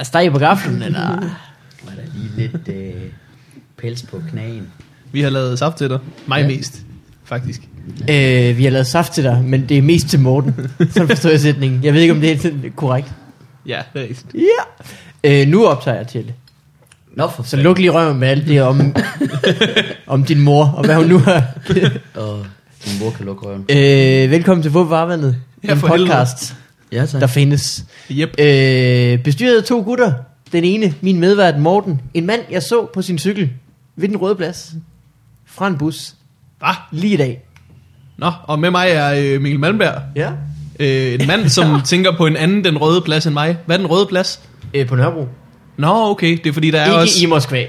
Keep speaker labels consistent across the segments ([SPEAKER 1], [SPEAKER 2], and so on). [SPEAKER 1] øh, steg på gaflen, eller?
[SPEAKER 2] Var der lige lidt øh, pels på knæen.
[SPEAKER 3] Vi har lavet saft til dig. Mig
[SPEAKER 2] Ja.
[SPEAKER 3] ja. mest, faktisk.
[SPEAKER 1] Øh, vi har lavet saft til dig, men det er mest til Morten. Sådan forstår jeg sætningen. Jeg ved ikke, om det er helt korrekt.
[SPEAKER 3] Ja, det er rigtigt.
[SPEAKER 1] Ja. Øh, nu optager jeg til det.
[SPEAKER 2] Nå for
[SPEAKER 1] Så luk lige røven med alt det om, om din mor, og hvad hun nu har.
[SPEAKER 2] Og din mor kan lukke røven.
[SPEAKER 1] øh, velkommen til Fup Varvandet,
[SPEAKER 3] Ja,
[SPEAKER 1] en
[SPEAKER 3] for helvede.
[SPEAKER 1] podcast,
[SPEAKER 2] Ja, tak.
[SPEAKER 1] der findes.
[SPEAKER 3] Yep.
[SPEAKER 1] Øh, bestyret af to gutter. Den ene, min medvært Morten. En mand, jeg så på sin cykel ved den røde plads. Fra en bus.
[SPEAKER 3] Hvad?
[SPEAKER 1] Lige i dag.
[SPEAKER 3] Nå, og med mig er øh, Mikkel Malmberg.
[SPEAKER 1] Ja.
[SPEAKER 3] Øh, en mand, som tænker på en anden den røde plads end mig. Hvad er den røde plads?
[SPEAKER 1] Øh, på Nørrebro.
[SPEAKER 3] Nå, okay, det er fordi, der er
[SPEAKER 1] Ikke
[SPEAKER 3] også...
[SPEAKER 1] i Moskva.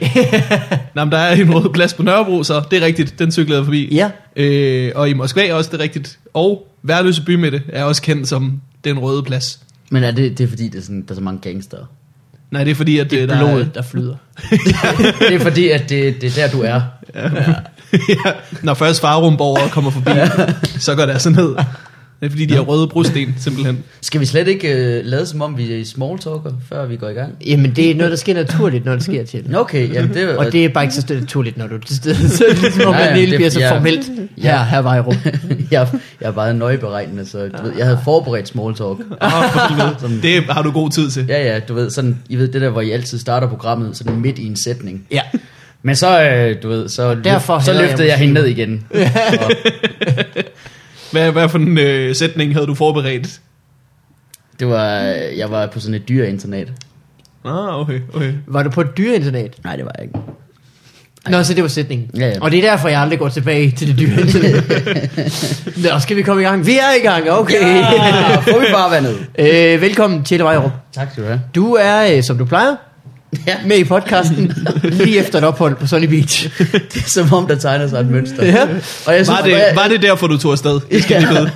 [SPEAKER 3] Nå, men der er en rød plads på Nørrebro, så det er rigtigt, den cyklede jeg forbi.
[SPEAKER 1] ja.
[SPEAKER 3] Øh, og i Moskva er også det er rigtigt. Og Værløse Bymidte er også kendt som den røde plads.
[SPEAKER 2] Men er det, det er fordi, det er sådan, der er så mange gangster?
[SPEAKER 3] Nej, det er fordi, at
[SPEAKER 1] Det er
[SPEAKER 3] øh, der
[SPEAKER 1] blodet, der flyder.
[SPEAKER 2] det er fordi, at det, det er der, du er.
[SPEAKER 3] ja, når først Farumborgere kommer forbi, så går der sådan ned. Det er fordi, de har røde brosten, simpelthen.
[SPEAKER 2] Skal vi slet ikke øh, lade som om, vi er i small talker, før vi går i gang?
[SPEAKER 1] Jamen, det er noget, der sker naturligt, når det sker til.
[SPEAKER 2] Nå, Okay, jamen det er
[SPEAKER 1] Og det er bare ikke så naturligt, når du er til stede. Så er det ligesom, om
[SPEAKER 2] Nej,
[SPEAKER 1] ja,
[SPEAKER 2] jamen,
[SPEAKER 1] ja,
[SPEAKER 2] det-
[SPEAKER 1] bliver så
[SPEAKER 2] ja.
[SPEAKER 1] formelt.
[SPEAKER 2] Ja.
[SPEAKER 1] Ja, her var i rum.
[SPEAKER 2] jeg, jeg er bare nøjeberegnende, så du ved, jeg havde forberedt small talk.
[SPEAKER 3] Åh, for helvede. det har du god tid til.
[SPEAKER 2] Ja, ja, du ved, sådan, I ved det der, hvor I altid starter programmet sådan midt i en sætning.
[SPEAKER 1] Ja.
[SPEAKER 2] Men så, øh, du ved, så,
[SPEAKER 1] derfor
[SPEAKER 2] så
[SPEAKER 1] hader jeg
[SPEAKER 2] løftede jeg, jeg hende ned igen. Og,
[SPEAKER 3] Hvad, hvad for en øh, sætning havde du forberedt?
[SPEAKER 2] det var, øh, jeg var på sådan et dyreinternat.
[SPEAKER 3] Ah, okay, okay.
[SPEAKER 1] Var du på et dyreinternat?
[SPEAKER 2] Nej, det var jeg ikke.
[SPEAKER 1] Nå, så det var sætningen.
[SPEAKER 2] Ja, ja.
[SPEAKER 1] Og det er derfor, jeg aldrig går tilbage til det dyreinternat. Nå, skal vi komme i gang? Vi er i gang, okay.
[SPEAKER 2] Ja, får vi bare vandet.
[SPEAKER 1] øh, velkommen til Vejrup.
[SPEAKER 2] Tak skal du have.
[SPEAKER 1] Du er, øh, som du plejer,
[SPEAKER 2] Ja,
[SPEAKER 1] med i podcasten lige efter et ophold på Sunny Beach.
[SPEAKER 2] det er som om, der tegner sig et mønster.
[SPEAKER 1] Ja.
[SPEAKER 2] Og jeg
[SPEAKER 3] Var
[SPEAKER 2] jeg,
[SPEAKER 3] det, var det derfor, du tog afsted? Det skal vi vide.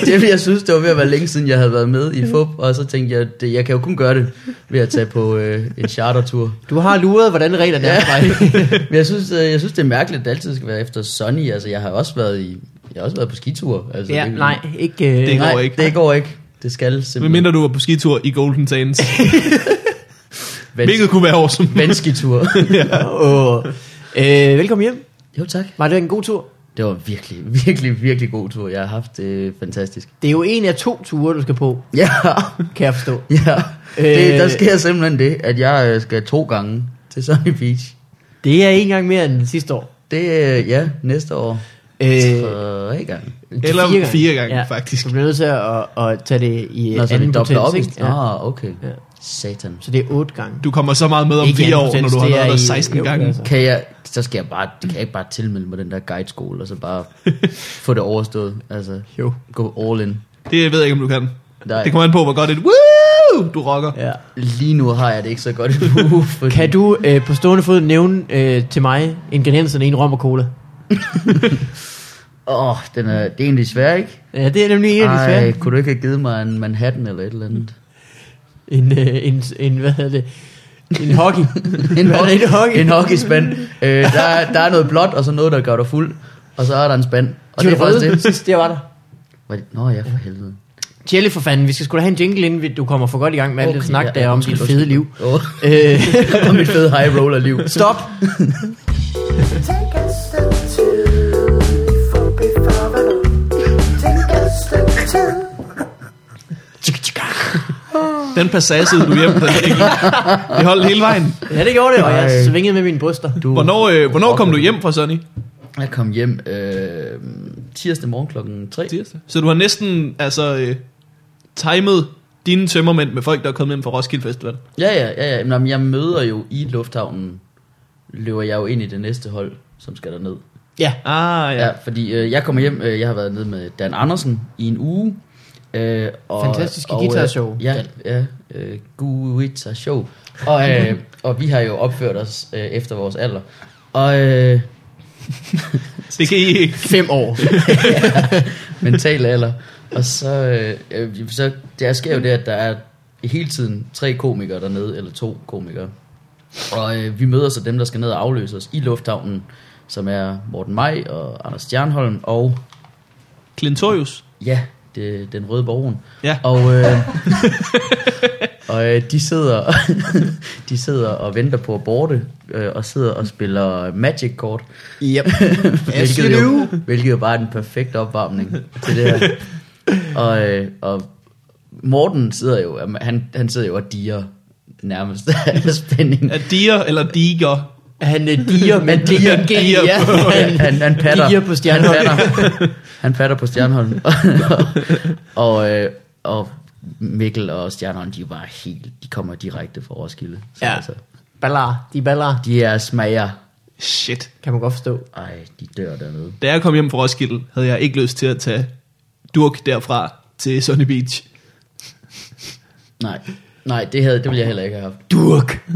[SPEAKER 2] det er fordi, jeg synes, det var ved at være længe siden, jeg havde været med i FUB, og så tænkte jeg, det, jeg kan jo kun gøre det ved at tage på øh, en chartertur.
[SPEAKER 1] Du har luret, hvordan reglerne er
[SPEAKER 2] Ja.
[SPEAKER 1] for dig.
[SPEAKER 2] Men jeg synes, øh, jeg synes, det er mærkeligt, at det altid skal være efter Sunny. Altså, jeg har også været i, jeg har også været på skitur. Altså,
[SPEAKER 1] Ja,
[SPEAKER 2] det-
[SPEAKER 1] nej, ikke... Øh,
[SPEAKER 3] Det-
[SPEAKER 1] det.
[SPEAKER 3] går
[SPEAKER 2] nej,
[SPEAKER 3] ikke.
[SPEAKER 2] Det går ikke. Det skal
[SPEAKER 3] Med
[SPEAKER 2] simpelthen
[SPEAKER 3] mindre du var på skitur i Golden Sands.
[SPEAKER 2] Vans-
[SPEAKER 3] Hvilket kunne være awesome.
[SPEAKER 2] vandskitur.
[SPEAKER 1] Og, øh, velkommen hjem.
[SPEAKER 2] jo, tak.
[SPEAKER 1] Var det en god tur?
[SPEAKER 2] Det var virkelig, virkelig, virkelig god tur. Jeg har haft det øh, fantastisk.
[SPEAKER 1] Det er jo en af to ture, du skal på,
[SPEAKER 2] Ja,
[SPEAKER 1] kan jeg forstå.
[SPEAKER 2] ja. Det,
[SPEAKER 1] Øh.
[SPEAKER 2] der sker simpelthen det, at jeg øh, skal to gange til Sunny Beach.
[SPEAKER 1] Det er en gang mere end sidste år.
[SPEAKER 2] Det, øh, ja, næste år.
[SPEAKER 1] Øh,
[SPEAKER 2] Tre gange.
[SPEAKER 3] Eller fire gange, faktisk.
[SPEAKER 1] Du bliver nødt til at, at tage det i
[SPEAKER 2] Nå,
[SPEAKER 1] Nå,
[SPEAKER 2] så
[SPEAKER 1] anden
[SPEAKER 2] det dobbler op.
[SPEAKER 1] potens,
[SPEAKER 2] i-
[SPEAKER 1] ikke? Ja.
[SPEAKER 2] Ah, okay.
[SPEAKER 1] Ja.
[SPEAKER 2] Satan.
[SPEAKER 1] Så det er otte gange.
[SPEAKER 3] Du kommer så meget med om
[SPEAKER 1] Ikke
[SPEAKER 3] fire
[SPEAKER 1] anden
[SPEAKER 3] år, når
[SPEAKER 1] potens,
[SPEAKER 3] du har
[SPEAKER 1] det
[SPEAKER 3] været
[SPEAKER 1] er
[SPEAKER 3] der
[SPEAKER 1] i-
[SPEAKER 3] 16
[SPEAKER 1] jo,
[SPEAKER 3] gange.
[SPEAKER 1] altså.
[SPEAKER 2] Kan jeg, så skal jeg bare, kan jeg ikke bare tilmelde mig den der guideskole, og så bare få det overstået. Altså,
[SPEAKER 1] Jo.
[SPEAKER 2] gå all in.
[SPEAKER 3] Det ved jeg ikke, om du kan.
[SPEAKER 2] Nej.
[SPEAKER 3] Det kommer an på, hvor godt et woo du rocker.
[SPEAKER 1] Ja.
[SPEAKER 2] Lige nu har jeg det ikke så godt i uge, fordi...
[SPEAKER 1] Kan du øh, på stående fod nævne øh, til mig ingredienserne i en rom og cola?
[SPEAKER 2] Åh, oh, den er, det er egentlig svært, ikke?
[SPEAKER 1] Ja, det er nemlig en af de svære.
[SPEAKER 2] kunne du ikke have givet mig en Manhattan eller et eller andet?
[SPEAKER 1] En, øh, en, en, hvad hedder det? En hockey. Hvad er det, en hockey?
[SPEAKER 2] En hockeyspand. Øh, der, er- der er noget blåt, og så noget, der gør dig fuld. Og så er der en spand. Og
[SPEAKER 1] De
[SPEAKER 2] det er
[SPEAKER 1] var røde.
[SPEAKER 2] faktisk det.
[SPEAKER 1] Sidst, det var der.
[SPEAKER 2] Var det- Nå ja, for helvede.
[SPEAKER 1] Jelly for fanden, vi skal sgu da have en jingle, inden vi- du kommer for godt i gang med alt det snak, der er om dit fede liv.
[SPEAKER 2] Oh,
[SPEAKER 1] Øh,
[SPEAKER 2] om mit fede high roller liv.
[SPEAKER 1] stop!
[SPEAKER 4] Take a step two for before the Take a step two.
[SPEAKER 3] Den passassede du hjem, den ikke? Det holdt hele vejen.
[SPEAKER 1] Ja, det gjorde det, og jeg
[SPEAKER 2] Ej.
[SPEAKER 1] svingede med mine bryster.
[SPEAKER 2] Du,
[SPEAKER 3] Hvornår, øh, hvornår kom du hjem fra Sonny?
[SPEAKER 2] Jeg kom hjem øh, tirsdag morgen klokken 3.
[SPEAKER 3] Tirsdag. Så du har næsten altså, øh, timet dine tømmermænd med folk, der er kommet hjem fra Roskilde Festival.
[SPEAKER 2] Ja, ja, ja. ja. Nå, men jeg møder jo i lufthavnen, løber jeg jo ind i det næste hold, som skal derned.
[SPEAKER 1] Ja,
[SPEAKER 3] Ah,
[SPEAKER 2] Ja,
[SPEAKER 3] ja.
[SPEAKER 2] ja fordi øh, jeg kommer hjem, øh, jeg har været nede med Dan Andersen i en uge. Øh, og,
[SPEAKER 1] Fantastiske
[SPEAKER 2] og,
[SPEAKER 1] guitarshow.
[SPEAKER 2] Øh, ja, ja øh, guitarshow. Og, øh, og vi har jo opført os øh, efter vores alder. Og øh,
[SPEAKER 3] Det kan I ikke.
[SPEAKER 1] fem år.
[SPEAKER 2] mental alder. Og så, øh, øh, så der sker jo det, at der er hele tiden tre komikere dernede, eller to komikere. Og øh, vi møder så dem, der skal ned og afløse os i lufthavnen, som er Morten Maj og Anders Stjernholm og,
[SPEAKER 3] Clintorius.
[SPEAKER 2] ja, det, den røde borgen.
[SPEAKER 3] Ja.
[SPEAKER 2] Og, øh, Og øh, de, sidder, de sidder og venter på at borte, øh, og sidder og spiller Magic kort.
[SPEAKER 1] Yep. Yes,
[SPEAKER 2] hvilket,
[SPEAKER 1] you
[SPEAKER 2] jo, hvilket jo bare er den perfekte opvarmning til det her. Og, øh, og Morten sidder jo, han, han sidder jo og diger nærmest af spænding.
[SPEAKER 3] Er diger eller diger?
[SPEAKER 1] Han er diger, men
[SPEAKER 2] Han
[SPEAKER 1] det
[SPEAKER 2] diger,
[SPEAKER 1] er
[SPEAKER 2] diger,
[SPEAKER 1] ja.
[SPEAKER 2] han, han, han patter.
[SPEAKER 1] Diger på Stjernholm.
[SPEAKER 2] Han patter, han patter på Stjernholm. og, øh, og Mikkel og Stjernholm, de er jo bare helt, de kommer direkte fra Roskilde. Så altså,
[SPEAKER 1] Ja. Ballar, de ballar,
[SPEAKER 2] de er smager.
[SPEAKER 3] Shit.
[SPEAKER 1] kan man godt forstå.
[SPEAKER 2] Ej, de dør dernede.
[SPEAKER 3] Da jeg kom hjem fra Roskilde, havde jeg ikke lyst til at tage durk derfra til Sunny Beach.
[SPEAKER 2] Nej, nej, det, havde, det ville jeg heller ikke have haft. Durk!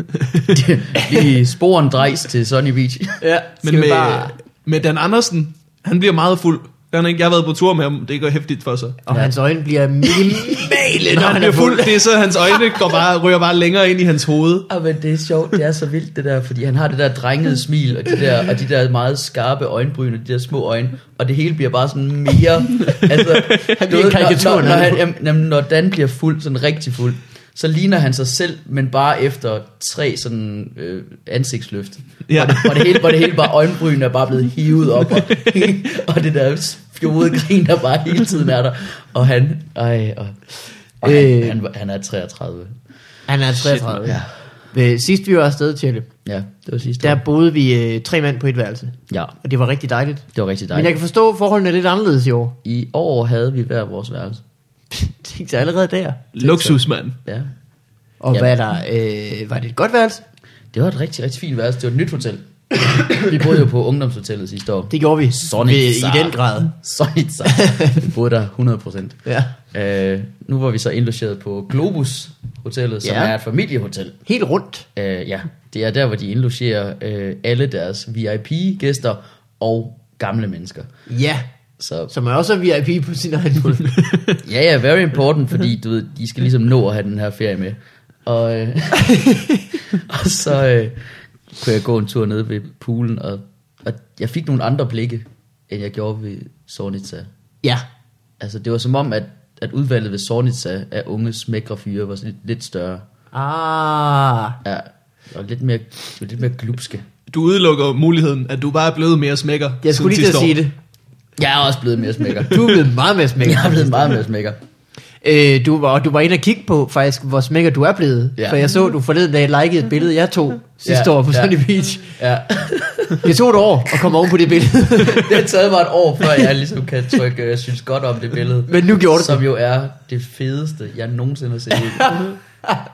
[SPEAKER 2] Lige sporen drejs til Sunny Beach.
[SPEAKER 1] Ja,
[SPEAKER 3] Men med, bare... med Dan Andersen, han bliver meget fuld. Han har ikke, jeg har været på tur med ham, det går hæftigt for sig.
[SPEAKER 1] Og hans øjne bliver minimale,
[SPEAKER 3] Når han bliver fuld, det er så, hans øjne går bare, ryger bare længere ind i hans hoved.
[SPEAKER 2] Ah, men det er sjovt, det er så vildt det der, fordi han har det der drengede smil, og de der, og de der meget skarpe øjenbryn, og de der små øjne, og det hele bliver bare sådan mere... Altså, han
[SPEAKER 1] bliver en karikatur,
[SPEAKER 2] når, når,
[SPEAKER 1] når
[SPEAKER 2] når,
[SPEAKER 1] han er
[SPEAKER 2] han,
[SPEAKER 1] fuld.
[SPEAKER 2] jamen, jamen, når Dan bliver fuld, sådan rigtig fuld, så ligner han sig selv, men bare efter tre sådan øh, ansigtsløft.
[SPEAKER 3] Ja.
[SPEAKER 2] Ja. Hvor, det, hvor, det hele, hvor det hele bare øjenbryn er bare blevet hivet op, og, og det der fjodede grin, der bare hele tiden er der. Og han, ej, og, og han,
[SPEAKER 1] Øh.
[SPEAKER 2] han, han er 33.
[SPEAKER 1] Han er 33.
[SPEAKER 2] Shit,
[SPEAKER 1] ja. Ved, sidst vi var afsted, Tjelle,
[SPEAKER 2] Ja, det var sidste
[SPEAKER 1] der
[SPEAKER 2] år.
[SPEAKER 1] boede vi øh, tre mand på et værelse.
[SPEAKER 2] Ja,
[SPEAKER 1] Og det var rigtig dejligt.
[SPEAKER 2] det var rigtig
[SPEAKER 1] Men
[SPEAKER 2] dejligt.
[SPEAKER 1] jeg kan forstå, at forholdene er lidt anderledes i år.
[SPEAKER 2] I år havde vi hver vores værelse.
[SPEAKER 1] Tænk sig allerede der.
[SPEAKER 3] Luksus, mand.
[SPEAKER 2] Ja.
[SPEAKER 1] Og
[SPEAKER 2] Ja.
[SPEAKER 1] hvad er der, øh, var det et godt værelse?
[SPEAKER 2] Det var et rigtig, rigtig fint værelse. Det var et nyt hotel. vi boede jo på ungdomshotellet sidste år.
[SPEAKER 1] Det gjorde vi.
[SPEAKER 2] Sonic
[SPEAKER 1] ved, I
[SPEAKER 2] Sar.
[SPEAKER 1] den grad.
[SPEAKER 2] Sonic Sar. Vi boede der 100 procent.
[SPEAKER 1] Ja.
[SPEAKER 2] Øh, nu var vi så indlogeret på Globus Hotellet, som
[SPEAKER 1] Ja.
[SPEAKER 2] ja. er et familiehotel.
[SPEAKER 1] Helt rundt.
[SPEAKER 2] Øh, ja, det er der, hvor de indlogerer øh, alle deres VIP-gæster og gamle mennesker.
[SPEAKER 1] Ja.
[SPEAKER 2] Så
[SPEAKER 1] Som også er VIP på sin egen måde.
[SPEAKER 2] ja, ja, very important, fordi du ved, de skal ligesom nå at have den her ferie med. Og, øh, og så øh, kunne jeg gå en tur ned ved poolen, og, og jeg fik nogle andre blikke, end jeg gjorde ved Sornitsa.
[SPEAKER 1] ja.
[SPEAKER 2] Altså, det var som om, at, at udvalget ved Sornitsa af unge smækre fyre var sådan lidt, lidt større.
[SPEAKER 1] Ah.
[SPEAKER 2] Ja, og lidt mere, lidt mere glupske.
[SPEAKER 3] Du udelukker muligheden, at du bare er blevet mere smækker.
[SPEAKER 1] Jeg skulle
[SPEAKER 3] siden
[SPEAKER 1] lige til
[SPEAKER 3] sidste
[SPEAKER 1] at sige
[SPEAKER 3] år.
[SPEAKER 1] det.
[SPEAKER 2] Jeg er også blevet mere smækker.
[SPEAKER 1] Du er blevet meget mere smækker.
[SPEAKER 2] Jeg er blevet meget mere smækker.
[SPEAKER 1] Øh, du var, og du var inde og kigge på faktisk, hvor smækker du er blevet. Ja.
[SPEAKER 2] Ja.
[SPEAKER 1] For jeg så, du forleden dag likede et billede, jeg tog sidste ja,
[SPEAKER 2] Ja,
[SPEAKER 1] år på
[SPEAKER 2] ja.
[SPEAKER 1] Sunny Beach.
[SPEAKER 2] Ja.
[SPEAKER 1] Det tog et år at komme oven på det billede.
[SPEAKER 2] Det har taget mig et år, før jeg ligesom kan trykke, øh, synes godt om det billede.
[SPEAKER 1] Men nu gjorde du
[SPEAKER 2] Som jo er det fedeste, jeg nogensinde har set.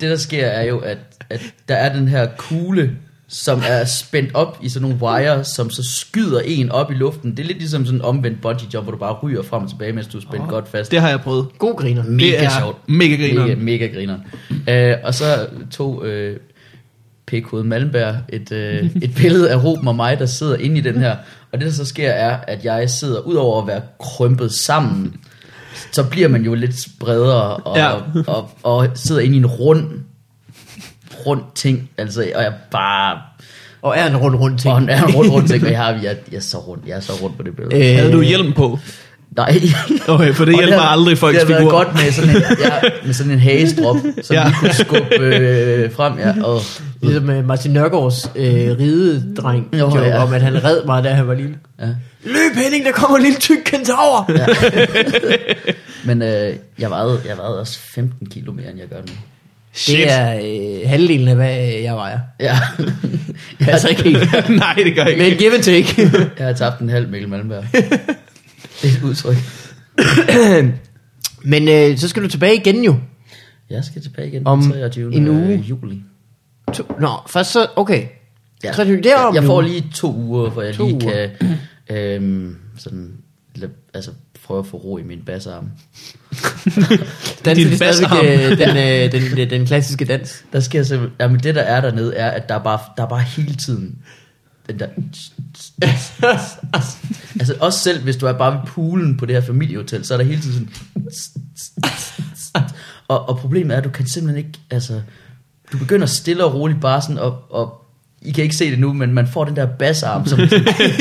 [SPEAKER 2] det der sker er jo, at, at der er den her kugle, som er spændt op i sådan nogle wire, som så skyder en op i luften. Det er lidt ligesom sådan en omvendt bungee jump, hvor du bare ryger frem og tilbage, mens du er spændt oh, godt fast.
[SPEAKER 3] Det har jeg prøvet.
[SPEAKER 1] God griner.
[SPEAKER 2] Mega
[SPEAKER 3] det er
[SPEAKER 2] sjovt.
[SPEAKER 3] mega grineren.
[SPEAKER 2] Mega, mega grineren. Øh, og så tog øh, P.K. Malmberg et, øh, et billede af Ruben og mig, der sidder inde i den her. Og det, der så sker, er, at jeg sidder, udover at være krympet sammen, så bliver man jo lidt bredere og,
[SPEAKER 3] Ja.
[SPEAKER 2] ja. og, og, og sidder inde i en rund, rund ting. Altså, og jeg bare...
[SPEAKER 1] Og er en rund rundt ting.
[SPEAKER 2] Og en er en rund, rund ting, og jeg, har, jeg, jeg, er så rundt, jeg er så rundt på det billede. Øh.
[SPEAKER 1] Øh,
[SPEAKER 3] Havde du hjelm på?
[SPEAKER 2] Nej.
[SPEAKER 3] Okay, for det
[SPEAKER 2] Og
[SPEAKER 3] hjælper
[SPEAKER 2] havde-
[SPEAKER 3] aldrig folks
[SPEAKER 2] Det har været
[SPEAKER 3] figur.
[SPEAKER 2] godt med sådan en, ja, med sådan en hagestrop, som
[SPEAKER 3] Ja.
[SPEAKER 2] ja. vi kunne skubbe øh, frem. Ja. Og,
[SPEAKER 1] Ligesom øh, Martin Nørgaards øh, ridedreng
[SPEAKER 2] Jo,
[SPEAKER 1] jo, ja.
[SPEAKER 2] ja.
[SPEAKER 1] om, at han red mig, da han var lille.
[SPEAKER 2] ja.
[SPEAKER 1] Løb Henning, der kommer en lille tyk kentaur! Ja.
[SPEAKER 2] Men øh, jeg, vejede, jeg vejede også 15 kilo mere, end jeg gør nu.
[SPEAKER 3] Shit.
[SPEAKER 1] Det er øh, halvdelen af, hvad øh, jeg vejer.
[SPEAKER 2] Ja.
[SPEAKER 1] Jeg er altså ikke helt.
[SPEAKER 3] Nej, det gør jeg ikke.
[SPEAKER 1] Men give and take.
[SPEAKER 2] Jeg har tabt en halv Mikkel Malmberg. Det er et udtryk.
[SPEAKER 1] Men øh, så skal du tilbage igen jo.
[SPEAKER 2] Jeg skal tilbage igen
[SPEAKER 1] Om
[SPEAKER 2] den 23.
[SPEAKER 1] en uge.
[SPEAKER 2] øh, juli.
[SPEAKER 1] To, nå, først så, okay.
[SPEAKER 2] Ja.
[SPEAKER 1] Så det er om
[SPEAKER 2] jeg, jeg
[SPEAKER 1] nu.
[SPEAKER 2] får lige to uger, hvor jeg
[SPEAKER 1] To
[SPEAKER 2] to lige
[SPEAKER 1] uger.
[SPEAKER 2] uger. kan øhm, sådan, la- altså, prøve at få ro i min bassarm.
[SPEAKER 1] Danser
[SPEAKER 3] Din
[SPEAKER 1] de stadigvæk
[SPEAKER 3] basarm.
[SPEAKER 1] øh, den, øh, den, den, den klassiske dans?
[SPEAKER 2] Der sker simpelthen... Jamen det der er dernede er, at der er bare, der er bare hele tiden... Den der... Altså også selv hvis du er bare ved poolen på det her familiehotel, så er der hele tiden sådan... Og, og problemet er, at du kan simpelthen ikke... Altså, du begynder stille og roligt bare sådan og, og i kan ikke se det nu, men man får den der bassarm, som,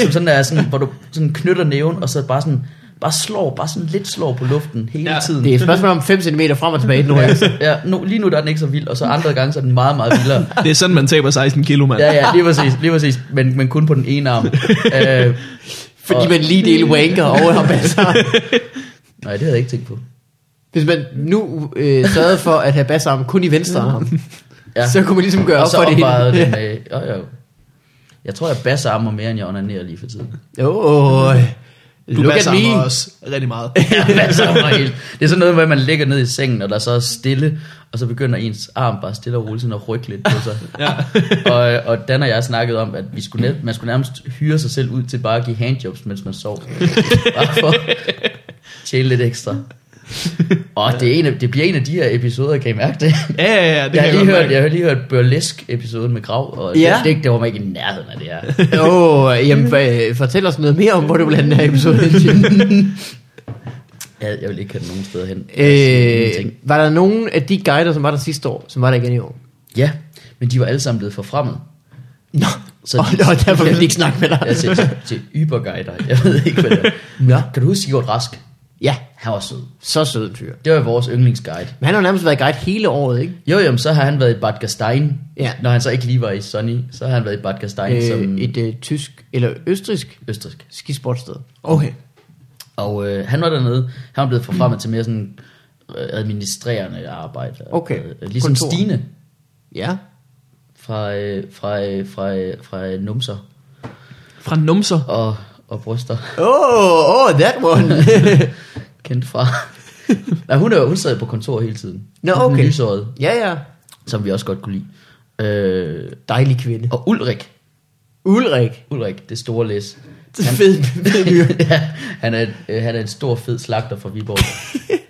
[SPEAKER 2] som sådan der er sådan, hvor du sådan knytter næven, og så bare sådan, Bare slår, bare sådan lidt slår på luften hele
[SPEAKER 3] Ja.
[SPEAKER 2] ja. tiden.
[SPEAKER 1] Det er et spørgsmål om 5 cm frem og tilbage nu. altså.
[SPEAKER 2] Ja, nu, lige nu der er den ikke så vild, og så andre gange så er den meget, meget vildere.
[SPEAKER 3] Det er sådan, man taber 16 kilo, mand.
[SPEAKER 2] Ja, ja, lige præcis, lige præcis. Men, men kun på den ene arm. Øh,
[SPEAKER 1] Fordi man lige deler wanker over ham. Altså.
[SPEAKER 2] nej, det havde jeg ikke tænkt på.
[SPEAKER 1] Hvis man nu øh, sørgede for at have bassarm kun i venstre arm, ja.
[SPEAKER 2] Ja.
[SPEAKER 1] så kunne man ligesom gøre
[SPEAKER 2] og
[SPEAKER 1] op
[SPEAKER 2] så
[SPEAKER 1] for det
[SPEAKER 2] opvejede
[SPEAKER 1] hele.
[SPEAKER 2] den. Øh, jo, jo. Jeg tror, jeg basser armer mere, end jeg onanerer lige for tiden.
[SPEAKER 1] Ja. Oh,
[SPEAKER 3] Du
[SPEAKER 1] look at
[SPEAKER 3] basser
[SPEAKER 1] me.
[SPEAKER 3] også rigtig meget.
[SPEAKER 2] Jeg basser armer helt. Det er sådan noget med, at man ligger ned i sengen, og der så er stille, og så begynder ens arm bare stille og roligt sådan at rykke lidt på sig.
[SPEAKER 3] Ja.
[SPEAKER 2] og, øh, og Dan og jeg snakkede om, at vi skulle net, man skulle nærmest hyre sig selv ud til bare at give handjobs, mens man sov. bare for at tjene lidt ekstra. Og det, er en af, det bliver en af de her episoder, kan I mærke det?
[SPEAKER 3] Ja, ja, ja. Det
[SPEAKER 2] jeg,
[SPEAKER 3] kan
[SPEAKER 2] har lige
[SPEAKER 3] godt
[SPEAKER 2] hørt,
[SPEAKER 3] mærke.
[SPEAKER 2] jeg har lige hørt burlesk-episoden med Grav, og
[SPEAKER 1] Ja.
[SPEAKER 2] ja. det, det, det var man ikke i nærheden af det her.
[SPEAKER 1] Åh, oh, jamen for, øh, fortæl os noget mere om, hvor du vil have den her episode. hen til.
[SPEAKER 2] Jeg, jeg vil ikke have den nogen steder hen. Øh.
[SPEAKER 1] øh, var der nogen af de guider, som var der sidste år, som var der igen i år?
[SPEAKER 2] Ja, men de var alle sammen blevet forfremmet.
[SPEAKER 1] Nå, så
[SPEAKER 2] Så
[SPEAKER 1] og,
[SPEAKER 2] de-
[SPEAKER 1] og derfor vil de ikke snakke med dig.
[SPEAKER 2] Ja, til, til, til yberguider. Jeg ved ikke, hvad det er.
[SPEAKER 1] Nå.
[SPEAKER 2] Kan du huske Sigurd Rask?
[SPEAKER 1] Ja,
[SPEAKER 2] Han var sød.
[SPEAKER 1] så sød en fyr.
[SPEAKER 2] Det var vores yndlingsguide.
[SPEAKER 1] Men han har jo nærmest været guide hele året, ikke?
[SPEAKER 2] Jo, jo, men så har han været i Bad Gastein.
[SPEAKER 1] Ja.
[SPEAKER 2] Når han så ikke lige var i Sunny, så har han været i Bad Gastein øh, som
[SPEAKER 1] Øh, et øh, tysk eller østrisk
[SPEAKER 2] østrisk.
[SPEAKER 1] skisportsted.
[SPEAKER 3] Okay.
[SPEAKER 2] Og øh, han var dernede. Han var blevet forfremmet til mere sådan øh, administrerende arbejde.
[SPEAKER 1] Okay.
[SPEAKER 2] Øh, ligesom
[SPEAKER 1] Kontor.
[SPEAKER 2] Stine
[SPEAKER 1] Ja.
[SPEAKER 2] fra, øh, fra, øh, fra, øh, fra øh, numser
[SPEAKER 3] Fra numser.
[SPEAKER 2] og, og bryster.
[SPEAKER 1] Oh, oh, that one.
[SPEAKER 2] kendt fra. Nej, hun, er, hun sad på kontor hele tiden.
[SPEAKER 1] Nå,
[SPEAKER 2] Hun
[SPEAKER 1] okay.
[SPEAKER 2] Lysåret,
[SPEAKER 1] ja, ja.
[SPEAKER 2] som vi også godt kunne lide. Øh,
[SPEAKER 1] Dejlig kvinde.
[SPEAKER 2] og Ulrik.
[SPEAKER 1] Ulrik.
[SPEAKER 2] Ulrik, det store læs.
[SPEAKER 1] Det er fed, fed fyr.
[SPEAKER 2] ja, han, er, øh, han er en stor, fed slagter fra Viborg.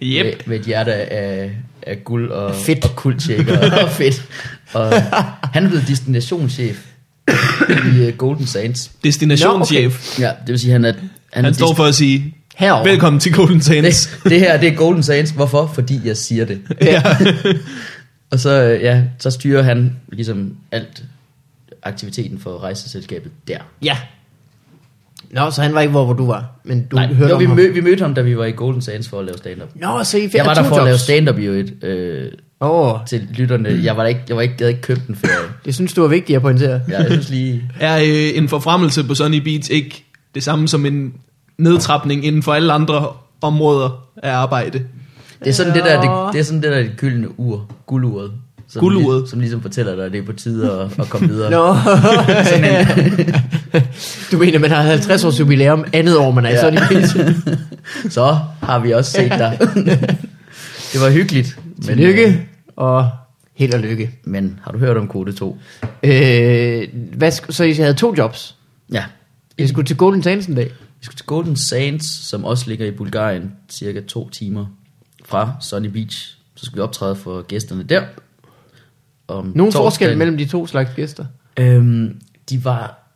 [SPEAKER 3] Yep.
[SPEAKER 2] Med, med et hjerte af, af guld og,
[SPEAKER 1] Fedt.
[SPEAKER 2] og kuldtjekker og fedt. Og han er blevet destinationschef i øh, Golden Sands.
[SPEAKER 3] Destinationschef.
[SPEAKER 2] Ja, det vil sige, han er... Han,
[SPEAKER 3] Han står for at sige,
[SPEAKER 1] Herovre.
[SPEAKER 3] velkommen til Golden Sands.
[SPEAKER 2] det, det her, det er Golden Sands. Hvorfor? Fordi jeg siger det.
[SPEAKER 1] Ja.
[SPEAKER 2] Og så, øh, ja, så styrer han ligesom alt aktiviteten for rejseselskabet der.
[SPEAKER 1] ja. Nå, så han var ikke, hvor, hvor du var. Men du
[SPEAKER 2] Nej,
[SPEAKER 1] hørte
[SPEAKER 2] jo,
[SPEAKER 1] om
[SPEAKER 2] vi,
[SPEAKER 1] ham.
[SPEAKER 2] mø, vi mødte ham, da vi var i Golden Sands for at lave stand-up.
[SPEAKER 1] Nå, så I fik
[SPEAKER 2] Jeg var der for at lave stand-up i øvrigt øh,
[SPEAKER 1] Åh, oh,
[SPEAKER 2] til lytterne. Jeg var der ikke, jeg, var ikke, jeg havde ikke købt den før.
[SPEAKER 1] det synes du er vigtigt at pointere.
[SPEAKER 2] Ja, jeg synes lige...
[SPEAKER 3] Er øh, en forfremmelse på Sunny Beach ikke det samme som en nedtrapning inden for alle andre områder af arbejde?
[SPEAKER 2] Det er sådan det der, det, det er sådan det der det gyldne ur, gulduret. Som,
[SPEAKER 3] Gulduret?
[SPEAKER 2] Som ligesom fortæller dig, at det er på tide at, at komme videre.
[SPEAKER 1] Nå,
[SPEAKER 2] Sådan en,
[SPEAKER 1] du mener, man har 50 års jubilæum andet år, man er ja.
[SPEAKER 2] Ja.
[SPEAKER 1] sådan en
[SPEAKER 2] så har vi også set dig. det var hyggeligt. Men, øh,
[SPEAKER 1] Lykke og held og lykke.
[SPEAKER 2] Men har du hørt om kode 2?
[SPEAKER 1] Øh, hvad, sk- så I havde to jobs.
[SPEAKER 2] Ja. Mm.
[SPEAKER 1] I skulle til Golden Sands en dag.
[SPEAKER 2] Vi skulle til Golden Sands, som også ligger i Bulgarien, cirka to timer fra Sunny Beach. Så skulle vi optræde for gæsterne der. Om
[SPEAKER 1] Nogen
[SPEAKER 2] torsdagen.
[SPEAKER 1] forskel mellem de to slags gæster?
[SPEAKER 2] Øhm, de var,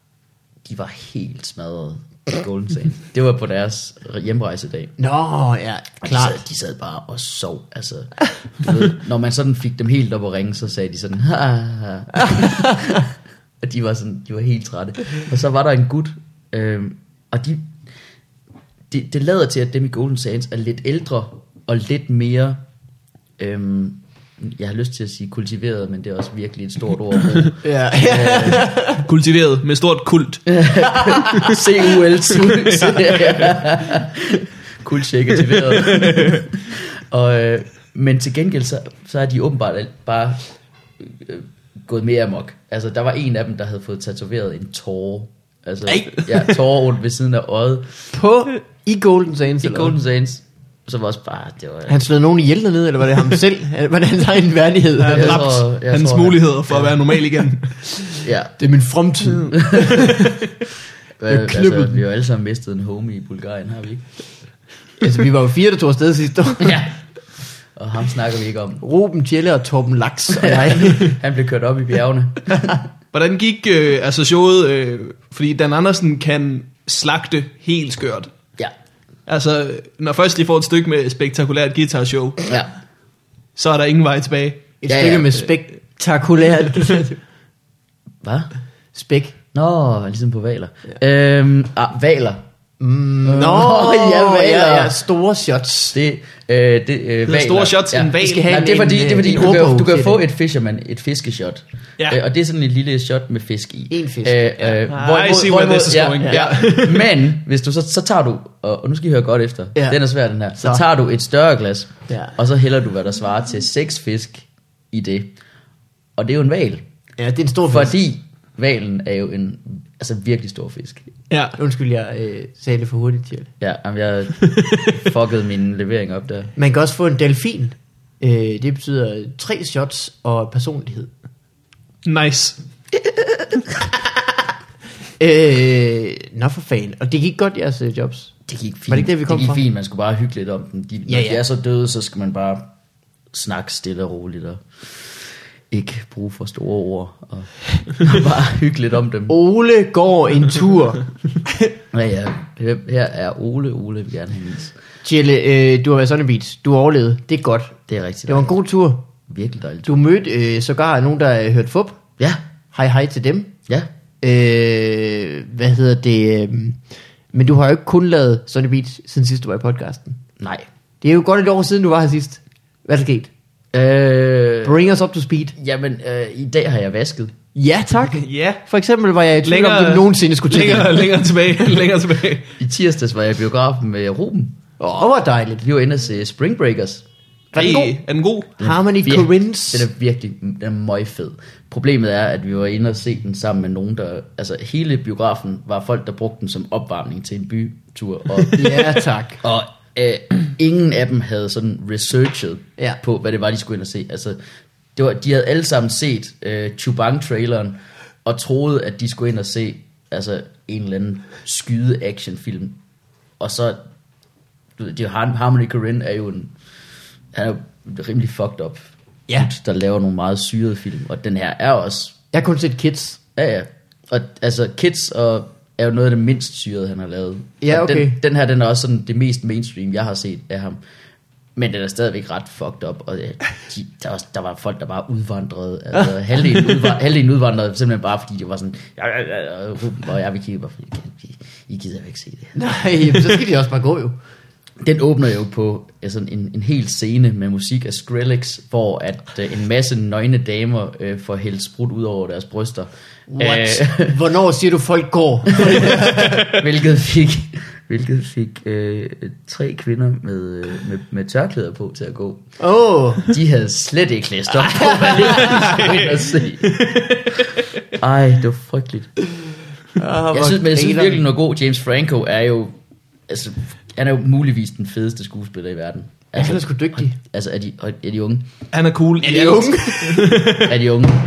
[SPEAKER 2] de var helt smadret i Golden Sands. det var på deres hjemrejsedag.
[SPEAKER 1] Nå, ja,
[SPEAKER 2] Og
[SPEAKER 1] klart.
[SPEAKER 2] De sad, de sad bare og sov. Altså, du ved, når man sådan fik dem helt op og ringe, så sagde de sådan, ha, ha. og de var, sådan, de var helt trætte. Og så var der en gut, øh, og de, det, det lader til, at dem i Golden Sands er lidt ældre og lidt mere, øh, jeg har lyst til at sige kultiveret, men det er også virkelig et stort ord.
[SPEAKER 1] Altså, Ja.
[SPEAKER 3] Kultiveret med stort kult.
[SPEAKER 2] C-U-L. Cool shake aktiveret. og, øh, men til gengæld, så, så er de åbenbart al- bare øh, gået mere amok. Altså, der var en af dem, der havde fået tatoveret en tårer. Altså,
[SPEAKER 3] Ej.
[SPEAKER 2] ja, tårer rundt ved siden af øjet.
[SPEAKER 1] På, i Golden Sands.
[SPEAKER 2] I
[SPEAKER 1] eller
[SPEAKER 2] Golden Sands, så var også bare, det var...
[SPEAKER 1] hvad? Han slog nogen ihjel ned, eller var det ham selv? Var det hans egen værdighed?
[SPEAKER 3] Han har
[SPEAKER 2] Jeg
[SPEAKER 3] dræbt
[SPEAKER 2] tror- jeg
[SPEAKER 3] hans
[SPEAKER 2] tror, han-
[SPEAKER 3] muligheder for at være normal igen.
[SPEAKER 2] Ja,
[SPEAKER 1] Det er min fremtid.
[SPEAKER 2] Mm. øh,
[SPEAKER 1] Jeg klippede
[SPEAKER 2] altså, vi har jo alle sammen mistet en homie i Bulgarien, har vi ikke?
[SPEAKER 1] altså, vi var jo fire, der tog afsted sidste år.
[SPEAKER 2] Ja. Og ham snakker vi ikke om.
[SPEAKER 1] Ruben Tjelle og Torben Laks og jeg.
[SPEAKER 2] Han blev kørt op i bjergene.
[SPEAKER 3] Hvordan gik øh, altså showet? Øh, fordi Dan Andersen kan slagte helt skørt.
[SPEAKER 2] Ja.
[SPEAKER 3] Altså, når først de får et stykke med spektakulært guitarshow,
[SPEAKER 2] Ja.
[SPEAKER 3] så er der ingen vej tilbage.
[SPEAKER 1] Et
[SPEAKER 2] Ja, ja.
[SPEAKER 1] stykke med spektakulært
[SPEAKER 2] Hvad?
[SPEAKER 1] spæk.
[SPEAKER 2] Nå, ligesom på valer. Ja. Øhm, ah, valer. Mm,
[SPEAKER 1] Nå, ja, valer. ja, ja, store shots.
[SPEAKER 2] Det, øh, det, øh,
[SPEAKER 3] hedder store shots, en hval. Vi skal
[SPEAKER 1] have
[SPEAKER 2] Nej,
[SPEAKER 1] en-
[SPEAKER 2] det er fordi,
[SPEAKER 1] en,
[SPEAKER 2] det er, fordi
[SPEAKER 1] en
[SPEAKER 2] du, kan,
[SPEAKER 1] ordbog
[SPEAKER 2] du kan
[SPEAKER 1] til
[SPEAKER 2] få
[SPEAKER 1] det.
[SPEAKER 2] et fisherman, et fiskeshot.
[SPEAKER 3] Ja.
[SPEAKER 2] Øh, og det er sådan et lille shot med fisk i.
[SPEAKER 1] En fisk,
[SPEAKER 2] Øh, øh,
[SPEAKER 3] I see where this is going.
[SPEAKER 2] Ja, ja. Men hvis du så, så tager du, og, og nu skal I høre godt efter,
[SPEAKER 1] Ja.
[SPEAKER 2] ja. den er svær den her, så,
[SPEAKER 1] Så.
[SPEAKER 2] tager du et større glas,
[SPEAKER 1] Ja.
[SPEAKER 2] og så hælder du, hvad der svarer til seks fisk i det. Og det er jo en val,
[SPEAKER 1] Ja, det er en stor fisk.
[SPEAKER 2] fordi valen er jo en altså virkelig stor fisk.
[SPEAKER 3] Ja.
[SPEAKER 1] Undskyld, jeg øh, sagde det for hurtigt, Tjert.
[SPEAKER 2] Ja, jamen, jeg fuckede min levering op der.
[SPEAKER 1] Man kan også få en delfin. Øh, det betyder tre shots og personlighed.
[SPEAKER 3] Nice.
[SPEAKER 1] Øh, nå for fan. Og det gik godt, jeres øh, jobs.
[SPEAKER 2] Det gik fint.
[SPEAKER 1] Var det ikke der, vi kom
[SPEAKER 2] det gik
[SPEAKER 1] fra?
[SPEAKER 2] fint, man skulle bare hygge lidt om den. De, ja,
[SPEAKER 1] Ja, ja.
[SPEAKER 2] ja. Når de er så døde, så skal man bare snakke stille og roligt og ikke bruge for store ord og bare hygge lidt om dem.
[SPEAKER 1] Ole går en tur.
[SPEAKER 2] Ja, ja. Her- Her er Ole. Ole vil gerne have is.
[SPEAKER 1] Tjelle, øh, du har været sådan beat. Du har overlevet. Det er godt.
[SPEAKER 2] Det er rigtigt.
[SPEAKER 1] Det var en god tur.
[SPEAKER 2] virkelig dejligt.
[SPEAKER 1] Du mødte øh, sågar nogen, der øh, hørte fup.
[SPEAKER 2] Ja,
[SPEAKER 1] Hej hej til dem.
[SPEAKER 2] ja.
[SPEAKER 1] Øh, hvad hedder det? Øh, men du har jo ikke kun lavet Sonny Beat, siden sidst du var i podcasten.
[SPEAKER 2] Nej.
[SPEAKER 1] Det er jo godt et år siden, du var her sidst. Hvad er der sket?
[SPEAKER 2] Øh,
[SPEAKER 1] Bring us up to speed.
[SPEAKER 2] jamen, øh, i dag har jeg vasket.
[SPEAKER 1] Ja, tak.
[SPEAKER 3] Ja.
[SPEAKER 1] For eksempel var jeg i tvivl længere, om,
[SPEAKER 3] Længere,
[SPEAKER 1] du nogensinde skulle til
[SPEAKER 3] længere,
[SPEAKER 1] det.
[SPEAKER 3] længere tilbage, længere tilbage.
[SPEAKER 2] I tirsdags var jeg i biografen med Ruben.
[SPEAKER 1] Åh, hvor dejligt.
[SPEAKER 2] Vi var inde og se Spring Breakers.
[SPEAKER 1] Var den god?
[SPEAKER 3] Hey, er den god?
[SPEAKER 1] Harmony
[SPEAKER 2] Vir-
[SPEAKER 1] Corinth.
[SPEAKER 2] Den er virkelig den er møgfed. Problemet er, at vi var inde og se den sammen med nogen, der... Altså, hele biografen var folk, der brugte den som opvarmning til en bytur. Og,
[SPEAKER 1] Ja, tak.
[SPEAKER 2] og øh, ingen af dem havde sådan researchet
[SPEAKER 1] Ja.
[SPEAKER 2] ja. på, hvad det var, de skulle ind og se. Altså, det var, de havde alle sammen set øh, Chubang-traileren og troede, at de skulle ind og se altså, en eller anden skyde-actionfilm. Og så... Du ved, de, Har- Harmony Corinne er jo en... Han er jo rimelig fucked up.
[SPEAKER 1] Ja.
[SPEAKER 2] gut, Der laver nogle meget syrede film. Og den her er også...
[SPEAKER 1] Jeg har kun set Kids.
[SPEAKER 2] Ja, ja. Og altså, Kids og er jo noget af det mindst syrede, han har lavet.
[SPEAKER 1] Ja,
[SPEAKER 2] Og
[SPEAKER 1] okay.
[SPEAKER 2] Den, den her, den er også sådan det mest mainstream, jeg har set af ham. Men den er stadigvæk ret fucked up, og øh, de, der, var, der var folk, der bare udvandrede. Altså, halvdelen, udvandrede, halvdelen udvandrede simpelthen bare, fordi de var sådan, ja, ja, ja, ja, Ruben og jeg, vi kigger bare, fordi I, I gider jo ikke se det her.
[SPEAKER 1] Nej, Øh. men så skal de også bare gå jo.
[SPEAKER 2] Den åbner jo på øh, sådan en, en hel scene med musik af Skrillex, hvor at øh, en masse nøgne damer øh, får hældt sprut ud over deres bryster.
[SPEAKER 1] What?
[SPEAKER 2] Øh,
[SPEAKER 1] Hvornår siger du, folk går?
[SPEAKER 2] hvilket fik, hvilket fik øh, tre kvinder med, øh, med, med tørklæder på til at gå.
[SPEAKER 1] Åh, oh,
[SPEAKER 2] De havde slet ikke læst op på, hvad det var, at se. Ej, det var frygteligt. Jeg synes, men jeg synes virkelig, noget god. James Franco er jo, altså, han er jo muligvis den fedeste skuespiller i verden.
[SPEAKER 1] Ja, han er sgu dygtig.
[SPEAKER 2] Altså, er de, er de unge?
[SPEAKER 3] Han er cool.
[SPEAKER 1] Er de unge?
[SPEAKER 2] Er de unge?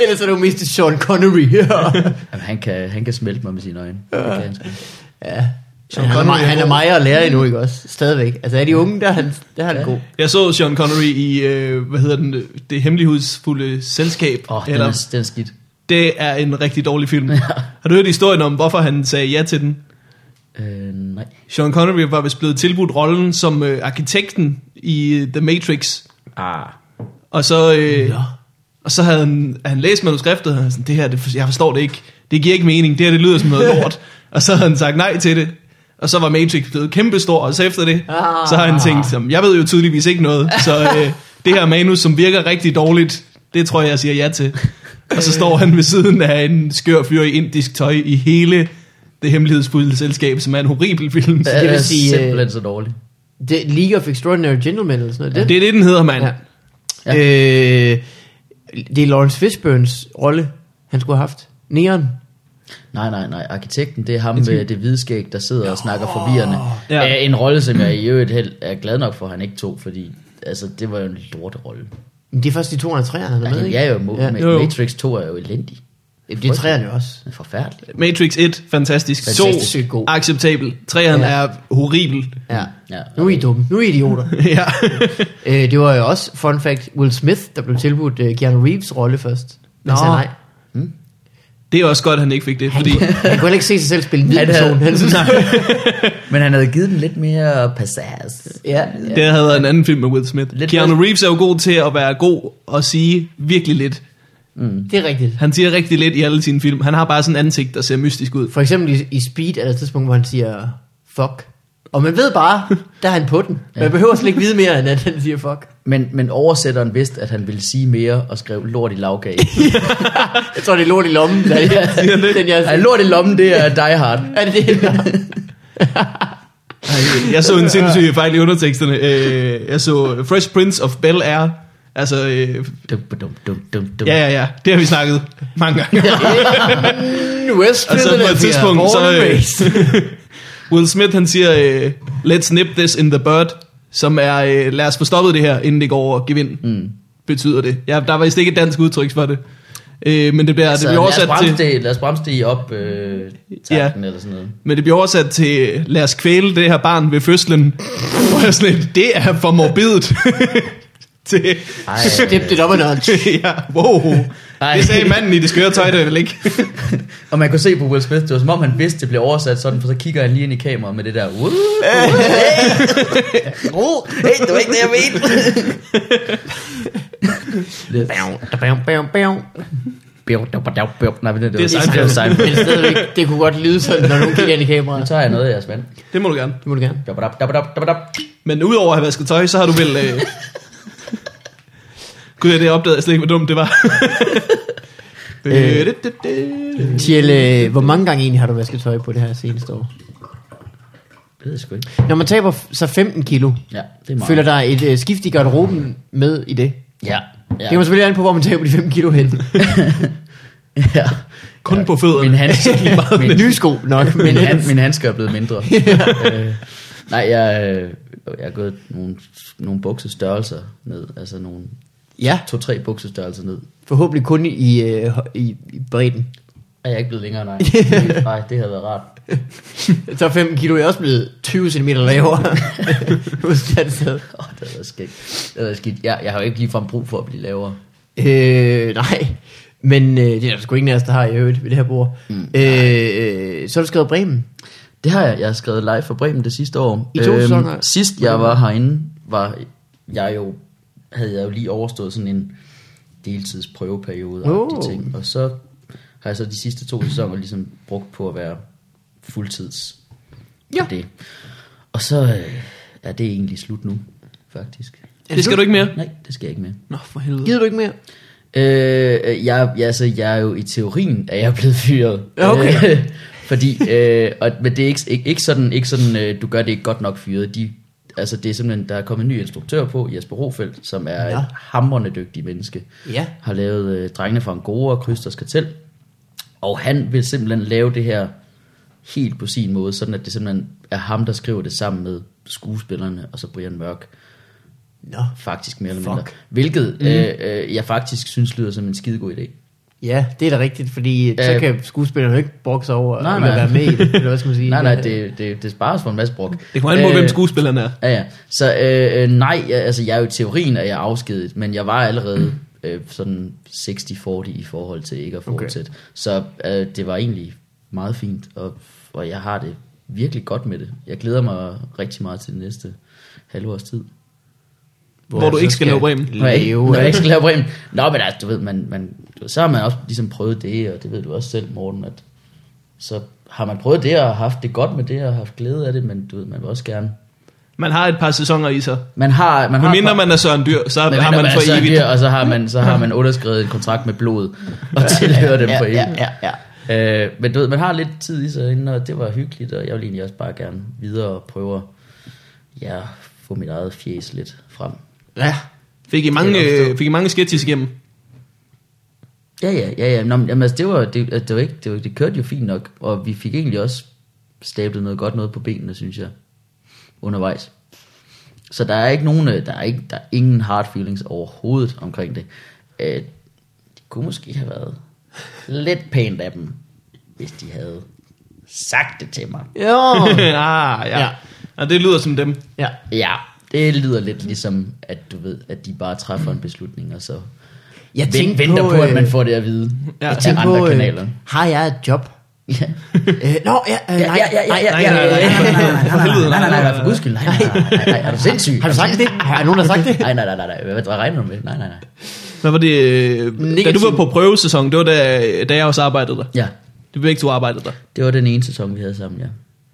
[SPEAKER 1] Ellers er du mest Sean Connery.
[SPEAKER 2] Jamen, han, kan, han kan smelte mig med sine øjne. Det kan han sgu.
[SPEAKER 1] ja. Sean Connery, han, er, han er meget at lære endnu, ikke også? Stadigvæk. Altså er de unge, der er han, der er han ja. god.
[SPEAKER 3] Jeg så Sean Connery i, øh, hvad hedder den, øh, det hemmelighedsfulde selskab.
[SPEAKER 2] Åh, oh, den, er, den er skidt.
[SPEAKER 3] det er en rigtig dårlig film. Har du hørt historien om, hvorfor han sagde ja til den?
[SPEAKER 2] Øh, nej.
[SPEAKER 3] Sean Connery var vist blevet tilbudt rollen som øh, arkitekten i øh, The Matrix.
[SPEAKER 2] Ah.
[SPEAKER 3] Og så, øh, og så havde han, han læst manuskriptet, og han var sådan, det her, det, for- jeg forstår det ikke. Det giver ikke mening, det her, det lyder som noget lort. og så havde han sagt nej til det. Og så var Matrix blevet kæmpestor, og så efter det,
[SPEAKER 1] Ah.
[SPEAKER 3] så har han tænkt, som, jeg ved jo tydeligvis ikke noget, så øh, det her manus, som virker rigtig dårligt, det tror jeg, jeg siger ja til. Og så står han ved siden af en skør fyr i indisk tøj i hele det hemmelighedsfulde selskab, som er en horribel film.
[SPEAKER 2] Det,
[SPEAKER 1] vil
[SPEAKER 2] det er
[SPEAKER 1] sige, øh,
[SPEAKER 2] simpelthen så dårligt.
[SPEAKER 1] The League of Extraordinary Gentlemen, eller sådan noget.
[SPEAKER 3] Det er det, den hedder, mand.
[SPEAKER 1] Ja. Ja. Øh, det er Lawrence Fishburns rolle, han skulle have haft. Neon.
[SPEAKER 2] Nej, nej, nej. Arkitekten, det er ham med det hvide skæg, der sidder og snakker forvirrende.
[SPEAKER 3] Ja.
[SPEAKER 2] Ja. Er en rolle, som jeg i øvrigt held, er glad nok for, at han ikke tog, fordi altså, det var jo en lorterolle.
[SPEAKER 1] Men det er først de to og træerne, han er med,
[SPEAKER 2] Altså,
[SPEAKER 1] ikke?
[SPEAKER 2] jeg er jo, mo-
[SPEAKER 1] Ja.
[SPEAKER 2] ja.
[SPEAKER 3] Jo, jo.
[SPEAKER 2] Matrix 2 er jo elendig.
[SPEAKER 1] Jamen, det er træerne jo også.
[SPEAKER 2] Den er forfærdelig.
[SPEAKER 3] Matrix 1, fantastisk.
[SPEAKER 2] Fantastisk.
[SPEAKER 3] 2,
[SPEAKER 1] Sygt god.
[SPEAKER 3] acceptabel. 3'eren
[SPEAKER 1] Ja.
[SPEAKER 3] ja. er horribel.
[SPEAKER 1] Ja.
[SPEAKER 2] Ja,
[SPEAKER 1] Nu er I dumme. Nu er I idioter.
[SPEAKER 3] ja.
[SPEAKER 1] øh, det var jo også, fun fact, Will Smith, der blev tilbudt uh, Keanu Reeves rolle først. Men
[SPEAKER 3] Nå.
[SPEAKER 1] sagde nej.
[SPEAKER 3] Det er også godt, at han ikke fik det,
[SPEAKER 1] Han,
[SPEAKER 3] fordi...
[SPEAKER 1] han kunne heller ikke se sig selv spille en hvid
[SPEAKER 2] Han havde-
[SPEAKER 1] person. Han synes,
[SPEAKER 2] Men han havde givet den lidt mere passage.
[SPEAKER 1] ja,
[SPEAKER 3] Det havde været en anden film med Will Smith.
[SPEAKER 2] Lidt
[SPEAKER 3] Keanu Reeves er jo god til at være god og sige virkelig lidt.
[SPEAKER 2] Mm.
[SPEAKER 1] Det er rigtigt.
[SPEAKER 3] Han siger rigtig lidt i alle sine film. Han har bare sådan en ansigt, der ser mystisk ud.
[SPEAKER 1] For eksempel i, i Speed er der et tidspunkt, hvor han siger, fuck. Og man ved bare, der er han på den. Man
[SPEAKER 2] Ja.
[SPEAKER 1] behøver slet ikke vide mere, end at han siger fuck.
[SPEAKER 2] Men, men oversætteren vidste, at han ville sige mere og skrev lort i lavkage.
[SPEAKER 1] Jeg tror, det er lort i lommen, der er, den jeg
[SPEAKER 2] Ej, lort i lommen, det er Die Hard.
[SPEAKER 1] Er det det?
[SPEAKER 3] Jeg så en sindssyg fejl i underteksterne. Øh, jeg så Fresh Prince of Bel-Air. Altså, øh,
[SPEAKER 2] Dum, dum, dum, dum, dum.
[SPEAKER 3] ja, ja, ja. Det har vi snakket mange gange.
[SPEAKER 1] West
[SPEAKER 3] Og så Altså, på et
[SPEAKER 1] Philadelphia,
[SPEAKER 3] tidspunkt,
[SPEAKER 1] born
[SPEAKER 3] så,
[SPEAKER 1] and
[SPEAKER 3] øh,
[SPEAKER 1] raised.
[SPEAKER 3] Will Smith, han siger, øh, let's nip this in the bud, som er, øh, lad os få stoppet det her, inden det går over gevind,
[SPEAKER 2] Mm.
[SPEAKER 3] betyder det. Ja, der var vist ikke et dansk udtryk for det. Øh, men det bliver, altså, det bliver
[SPEAKER 2] lad, os
[SPEAKER 3] oversat
[SPEAKER 2] bremse
[SPEAKER 3] til,
[SPEAKER 2] det, lad os bremse det i op øh, takten eller sådan noget.
[SPEAKER 3] men det bliver oversat til, øh, lad os kvæle det her barn ved fødslen. Hvor jeg sådan lidt, det er for morbidt. til,
[SPEAKER 2] Ej,
[SPEAKER 1] Step it up a notch.
[SPEAKER 3] ja, wow.
[SPEAKER 2] Ej.
[SPEAKER 3] Det sagde manden i det skøre tøj, der vel ikke.
[SPEAKER 2] og man kunne se på Will Smith, det var som om han vidste, det blev oversat sådan, for så kigger han lige ind i kameraet med det der. "Woo,
[SPEAKER 1] Oh,
[SPEAKER 2] Hey, det var ikke det, jeg mente. Det-
[SPEAKER 1] bam, da, bam, bam, bam.
[SPEAKER 2] Bjov, dov, dov, bjov. Nej, men det, det,
[SPEAKER 3] Det er
[SPEAKER 2] var
[SPEAKER 3] Seinfeld.
[SPEAKER 2] det var
[SPEAKER 1] Men
[SPEAKER 2] Seinfeld.
[SPEAKER 1] stadigvæk, det kunne godt lyde sådan, når nogen kigger ind i
[SPEAKER 2] Nu
[SPEAKER 1] kameraet.
[SPEAKER 2] tager jeg noget af jeres vand.
[SPEAKER 3] Det må du gerne.
[SPEAKER 1] Det må du gerne.
[SPEAKER 2] Dop, dop, dop, dop, dop, dop.
[SPEAKER 3] Men udover at have vasket tøj, så har du vel... Øh... Gud, ja, det opdagede jeg slet ikke, hvor dumt det var.
[SPEAKER 1] Øh.
[SPEAKER 3] Øh.
[SPEAKER 1] Tjelle, hvor mange gange egentlig har du vasket tøj på det her seneste år?
[SPEAKER 2] Det ved jeg sgu ikke.
[SPEAKER 1] Når man taber f- sig 15 kilo,
[SPEAKER 2] Ja, det er meget.
[SPEAKER 1] føler der et øh, skift i garderoben med i det?
[SPEAKER 2] Ja.
[SPEAKER 1] Ja.
[SPEAKER 2] Ja.
[SPEAKER 1] Det kan man selvfølgelig an på, hvor man taber de 5 kilo hen.
[SPEAKER 2] ja.
[SPEAKER 3] Kun på fødderne.
[SPEAKER 2] Min handske, min,
[SPEAKER 1] Nye sko nok, men
[SPEAKER 2] min, han, min handske er blevet mindre. øh, nej, jeg, øh, jeg er gået nogle, nogle buksestørrelser ned. Altså nogle
[SPEAKER 1] ja,
[SPEAKER 2] to-tre buksestørrelser ned.
[SPEAKER 1] forhåbentlig kun i, øh, hø- i, i bredden.
[SPEAKER 2] Er jeg ikke blevet længere, nej. Nej, det havde været rart.
[SPEAKER 1] Så 5 kilo er jeg også blevet 20 cm lavere. Husk det sted.
[SPEAKER 2] Åh, oh, det havde været skidt. Det havde været skidt. Jeg, jeg har jo ikke ligefrem brug for at blive lavere.
[SPEAKER 1] Øh, nej. Men øh, det er der sgu ingen af os, der har i øvrigt ved det her bord. Mm, øh, øh, så har du skrevet Bremen.
[SPEAKER 2] Det har jeg. Jeg har skrevet live for Bremen det sidste år.
[SPEAKER 1] I
[SPEAKER 2] Øhm,
[SPEAKER 1] to sæsoner?
[SPEAKER 2] Sidst jeg var herinde, var jeg jo, havde jeg jo lige overstået sådan en deltidsprøveperiode og
[SPEAKER 1] Oh.
[SPEAKER 2] de ting. Og så har jeg så de sidste to sæsoner ligesom brugt på at være fuldtids
[SPEAKER 1] Ja.
[SPEAKER 2] på det. Og så øh, er det egentlig slut nu, faktisk.
[SPEAKER 3] Det skal du ikke mere.
[SPEAKER 2] Nej, det skal jeg ikke mere.
[SPEAKER 3] Nå, for helvede.
[SPEAKER 1] Gider du ikke mere?
[SPEAKER 2] Øh, jeg, jeg, altså, jeg er jo i teorien, at jeg er blevet fyret.
[SPEAKER 1] Ja, okay.
[SPEAKER 2] Øh, fordi, øh, og, men det er ikke, ikke, ikke sådan, ikke sådan øh, du gør det ikke godt nok fyret. De, altså, det er simpelthen, der er kommet en ny instruktør på, Jesper Rofeldt, som er
[SPEAKER 1] Ja.
[SPEAKER 2] ja. et hamrende dygtig menneske.
[SPEAKER 1] Ja.
[SPEAKER 2] Har lavet øh, Drengene fra Angora og Krysters Kartel. Og han vil simpelthen lave det her helt på sin måde, sådan at det simpelthen er ham, der skriver det sammen med skuespillerne, og så Brian Mørk
[SPEAKER 1] Nå.
[SPEAKER 2] faktisk mere eller
[SPEAKER 1] Fuck.
[SPEAKER 2] mindre. Hvilket mm. øh, øh, jeg faktisk synes lyder som en skidegod idé.
[SPEAKER 1] Ja, det er da rigtigt, fordi øh, så
[SPEAKER 2] Øh.
[SPEAKER 1] kan skuespillerne jo ikke brokse over nej,
[SPEAKER 2] Nej,
[SPEAKER 1] nej. at
[SPEAKER 2] nej.
[SPEAKER 1] være med i det, eller hvad skal man sige?
[SPEAKER 2] Nej, nej, det, det, det spares for en masse brok. Øh,
[SPEAKER 3] Det kommer an på, hvem skuespilleren er.
[SPEAKER 2] Ja, ja. Så øh, øh, nej, jeg, altså jeg er jo i teorien, at jeg er afskedet, men jeg var allerede øh, sådan 60-40 i forhold til ikke at
[SPEAKER 1] Okay.
[SPEAKER 2] fortsætte. Okay. Så øh, det var egentlig meget fint, og, og jeg har det virkelig godt med det. Jeg glæder mig rigtig meget til det næste halvårs tid.
[SPEAKER 3] Hvor du
[SPEAKER 1] jeg så
[SPEAKER 3] ikke skal lave Bremen.
[SPEAKER 2] Når jeg ikke,
[SPEAKER 1] Lave øh,
[SPEAKER 2] når jeg
[SPEAKER 1] af.
[SPEAKER 2] ikke skal lave Bremen. Nå, men altså, du ved, man, man, du ved, så har man også ligesom prøvet det, og det ved du også selv, Morten, at så har man prøvet det, og haft det godt med det, og haft glæde af det, men du ved, man vil også gerne.
[SPEAKER 3] Man har et par sæsoner i sig.
[SPEAKER 2] Man har, man har
[SPEAKER 3] Men mindre man er Søren Dyr, så
[SPEAKER 2] men
[SPEAKER 3] har
[SPEAKER 2] mindre
[SPEAKER 3] man
[SPEAKER 2] er
[SPEAKER 3] for
[SPEAKER 2] Søren
[SPEAKER 3] evigt.
[SPEAKER 2] Dyr, og så har man, så har man underskrevet en kontrakt med blod, og tilhører dem for evigt.
[SPEAKER 1] Ja, ja, ja.
[SPEAKER 2] Øh, men du ved, man har lidt tid i sig inden, og det var hyggeligt, og jeg vil egentlig også bare gerne videre og prøve at ja, få mit eget fjes lidt frem.
[SPEAKER 1] ja.
[SPEAKER 3] Fik I mange,
[SPEAKER 2] Det kan jeg godt
[SPEAKER 3] øh, fik I mange sketches igennem?
[SPEAKER 2] Ja, ja, ja, ja. Nå, men, jamen, altså, det, var, det, det, var ikke, det, var, det kørte jo fint nok, og vi fik egentlig også stablet noget godt noget på benene, synes jeg, undervejs. Så der er ikke nogen, øh, der er, ikke, der er ingen hard feelings overhovedet omkring det. Øh, det kunne måske have været lidt pænt af dem, hvis de havde sagt det til mig.
[SPEAKER 1] Jo.
[SPEAKER 3] ah, ja.
[SPEAKER 1] Ja.
[SPEAKER 3] ja. Og det lyder som dem.
[SPEAKER 1] ja.
[SPEAKER 2] Ja, det lyder lidt ligesom, at du ved, at de bare træffer en beslutning, og så
[SPEAKER 1] Jeg
[SPEAKER 2] jeg
[SPEAKER 1] tænkte
[SPEAKER 2] venter på,
[SPEAKER 1] på,
[SPEAKER 2] på, at
[SPEAKER 1] øh,
[SPEAKER 2] man får det at vide
[SPEAKER 3] jeg
[SPEAKER 2] ja, af
[SPEAKER 1] Tænk
[SPEAKER 2] andre
[SPEAKER 1] på, øh,
[SPEAKER 2] kanaler.
[SPEAKER 1] Har jeg et job?
[SPEAKER 2] Ja.
[SPEAKER 1] Øh, Nå, ja, øh, nej,
[SPEAKER 2] ja, ja, ja, ja,
[SPEAKER 1] nej,
[SPEAKER 2] ja,
[SPEAKER 1] nej, nej,
[SPEAKER 2] ja, ja,
[SPEAKER 1] nej, nej,
[SPEAKER 2] ja,
[SPEAKER 1] nej, nej.
[SPEAKER 2] nej, nej, nej, nej, nej, for guds skyld, nej, nej, nej, nej, nej, er du sindssyg?
[SPEAKER 1] Har du sagt det? Har nogen, der har sagt det?
[SPEAKER 2] Nej, nej, nej, nej, nej, hvad hvad regner du med? Nej, nej, nej.
[SPEAKER 3] Hvad var det? øh, Da
[SPEAKER 1] Negativ.
[SPEAKER 3] du var på prøvesæson, det var da, da jeg også arbejdede der.
[SPEAKER 2] Ja,
[SPEAKER 3] Du begge to arbejdede der.
[SPEAKER 2] det var den ene sæson, vi havde sammen, ja.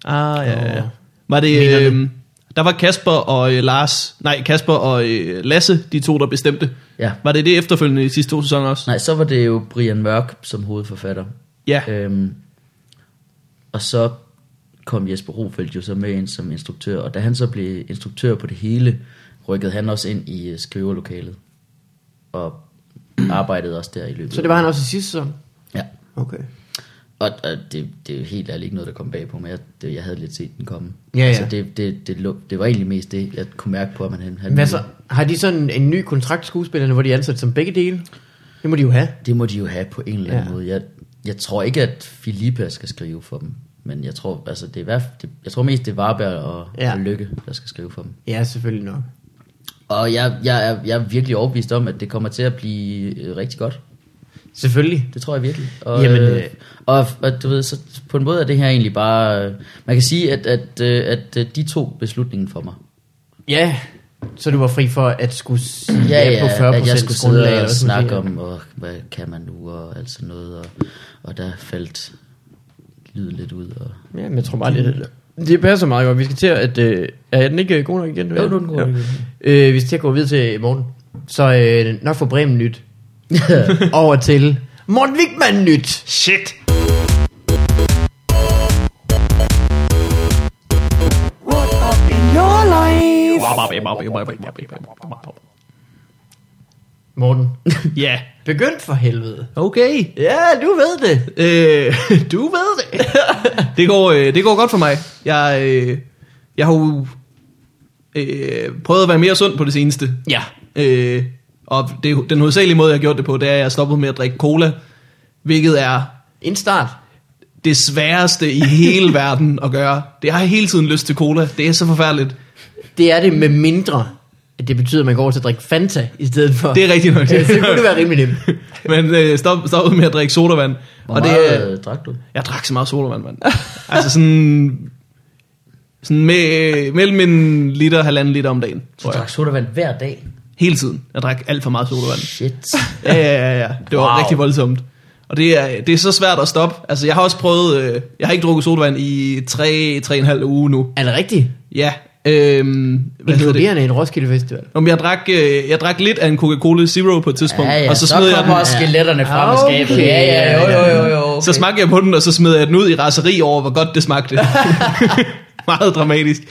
[SPEAKER 3] Ah, ja, ja.
[SPEAKER 1] Åh.
[SPEAKER 3] Var
[SPEAKER 1] Mener
[SPEAKER 3] det...
[SPEAKER 1] det.
[SPEAKER 3] Øh, der var Kasper og øh, Lars... Nej, Kasper og øh, Lasse, de to, der bestemte.
[SPEAKER 2] Ja.
[SPEAKER 3] Var det det efterfølgende i de sidste to sæsoner også?
[SPEAKER 2] Nej, så var det jo Brian Mørk som hovedforfatter.
[SPEAKER 3] Ja.
[SPEAKER 2] Øhm, og så kom Jesper Rofeldt jo så med ind som instruktør, og da han så blev instruktør på det hele, rykkede han også ind i øh, skriverlokalet. Og arbejdede også der i løbet.
[SPEAKER 1] Så det var han også i sidste sæson?
[SPEAKER 2] Ja.
[SPEAKER 1] Okay.
[SPEAKER 2] Og, og det, det er jo helt ærligt ikke noget, der kom bag på mig. Jeg, det, jeg havde lidt set den komme.
[SPEAKER 1] Ja, ja.
[SPEAKER 2] Altså, det, det, det, lå- det var egentlig mest det, jeg kunne mærke på, at man han, han
[SPEAKER 1] Hvad så? Har de sådan en ny kontrakt skuespillerne, hvor de er ansat som begge dele? Det må de jo have.
[SPEAKER 2] Det må de jo have på en eller anden
[SPEAKER 1] Ja.
[SPEAKER 2] ja. måde. Jeg, jeg tror ikke, at Filippa skal skrive for dem. Men jeg tror, altså, det er, i hvert fald- det, jeg tror mest, det er Varberg og,
[SPEAKER 1] Ja.
[SPEAKER 2] ja. og Lykke, der skal skrive for dem.
[SPEAKER 1] Ja, selvfølgelig nok.
[SPEAKER 2] Og jeg, jeg, er, jeg er virkelig overbevist om, at det kommer til at blive øh, rigtig godt.
[SPEAKER 1] Selvfølgelig.
[SPEAKER 2] Det tror jeg virkelig. Og,
[SPEAKER 1] Jamen,
[SPEAKER 2] Jamen,
[SPEAKER 1] øh.
[SPEAKER 2] øh, og, og du ved, så på en måde er det her egentlig bare... Øh, man kan sige, at, at, øh, at øh, de tog beslutningen for mig.
[SPEAKER 1] Ja, så du var fri for at skulle s-
[SPEAKER 2] ja, ja,
[SPEAKER 1] på 40
[SPEAKER 2] at jeg skulle sidde og
[SPEAKER 1] eller sådan
[SPEAKER 2] snakke
[SPEAKER 1] noget.
[SPEAKER 2] om, og, hvad kan man nu, og alt sådan noget. Og, og der faldt lyden lidt ud. Og,
[SPEAKER 1] Ja, men jeg tror bare, det, det passer meget godt. Vi skal til at... Øh, er den ikke øh, god nok igen?
[SPEAKER 2] Jo, nu er den god nok igen.
[SPEAKER 1] Øh, vi skal til at gå videre til i morgen. Så øh, nok for Bremen nyt. Over til Morten Wigman nyt.
[SPEAKER 3] Shit!
[SPEAKER 4] What up in your life?
[SPEAKER 1] Morten,
[SPEAKER 3] Ja.
[SPEAKER 1] begynd for helvede.
[SPEAKER 3] Okay.
[SPEAKER 1] Ja, du ved det.
[SPEAKER 3] Øh, du ved det. det, går, øh, det går godt for mig. Jeg, øh, jeg har jo øh, prøvet at være mere sund på det seneste.
[SPEAKER 1] Ja.
[SPEAKER 3] Øh, og det, den hovedsagelige måde, jeg har gjort det på, det er, at jeg stoppede med at drikke cola, hvilket er
[SPEAKER 1] En start.
[SPEAKER 3] det sværeste i hele verden at gøre. Det jeg har hele tiden lyst til cola. Det er så forfærdeligt.
[SPEAKER 1] Det er det med mindre, at det betyder, at man går over til at drikke Fanta i stedet for.
[SPEAKER 3] Det er rigtigt nok.
[SPEAKER 1] Ja, så kunne det være rimelig nemt.
[SPEAKER 3] Men øh, stop, stop med at drikke sodavand.
[SPEAKER 2] Hvor
[SPEAKER 3] og det,
[SPEAKER 2] meget
[SPEAKER 3] er-
[SPEAKER 2] det, drak du?
[SPEAKER 3] Jeg drak så meget sodavand, mand. altså sådan... Sådan med, øh, mellem en liter og halvanden liter om dagen,
[SPEAKER 2] Du
[SPEAKER 3] tror jeg.
[SPEAKER 2] drak sodavand hver dag?
[SPEAKER 3] Hele tiden. Jeg drak alt for meget sodavand.
[SPEAKER 2] Shit.
[SPEAKER 3] Ja, ja, ja. ja. Det var
[SPEAKER 2] Wow.
[SPEAKER 3] wow. rigtig voldsomt. Og det er, det er så svært at stoppe. Altså, jeg har også prøvet... Øh, jeg har ikke drukket sodavand i 3 tre en halv uge nu.
[SPEAKER 1] Er det rigtigt?
[SPEAKER 3] Ja. Øhm, hvad hedder det?
[SPEAKER 1] Inkluderende en Roskilde Festival.
[SPEAKER 3] Om jeg drak, øh, jeg drak lidt af en Coca-Cola Zero på et tidspunkt,
[SPEAKER 2] Ja, Ah, ja,
[SPEAKER 3] og så
[SPEAKER 2] så
[SPEAKER 3] smed jeg den,
[SPEAKER 2] kommer også skeletterne frem af
[SPEAKER 1] Ah, Okay.
[SPEAKER 2] skabet. Ja, ja, jo, jo, jo, jo. Okay.
[SPEAKER 3] Så smagte jeg på den, og så smed jeg den ud i raseri over, hvor godt det smagte. Meget dramatisk.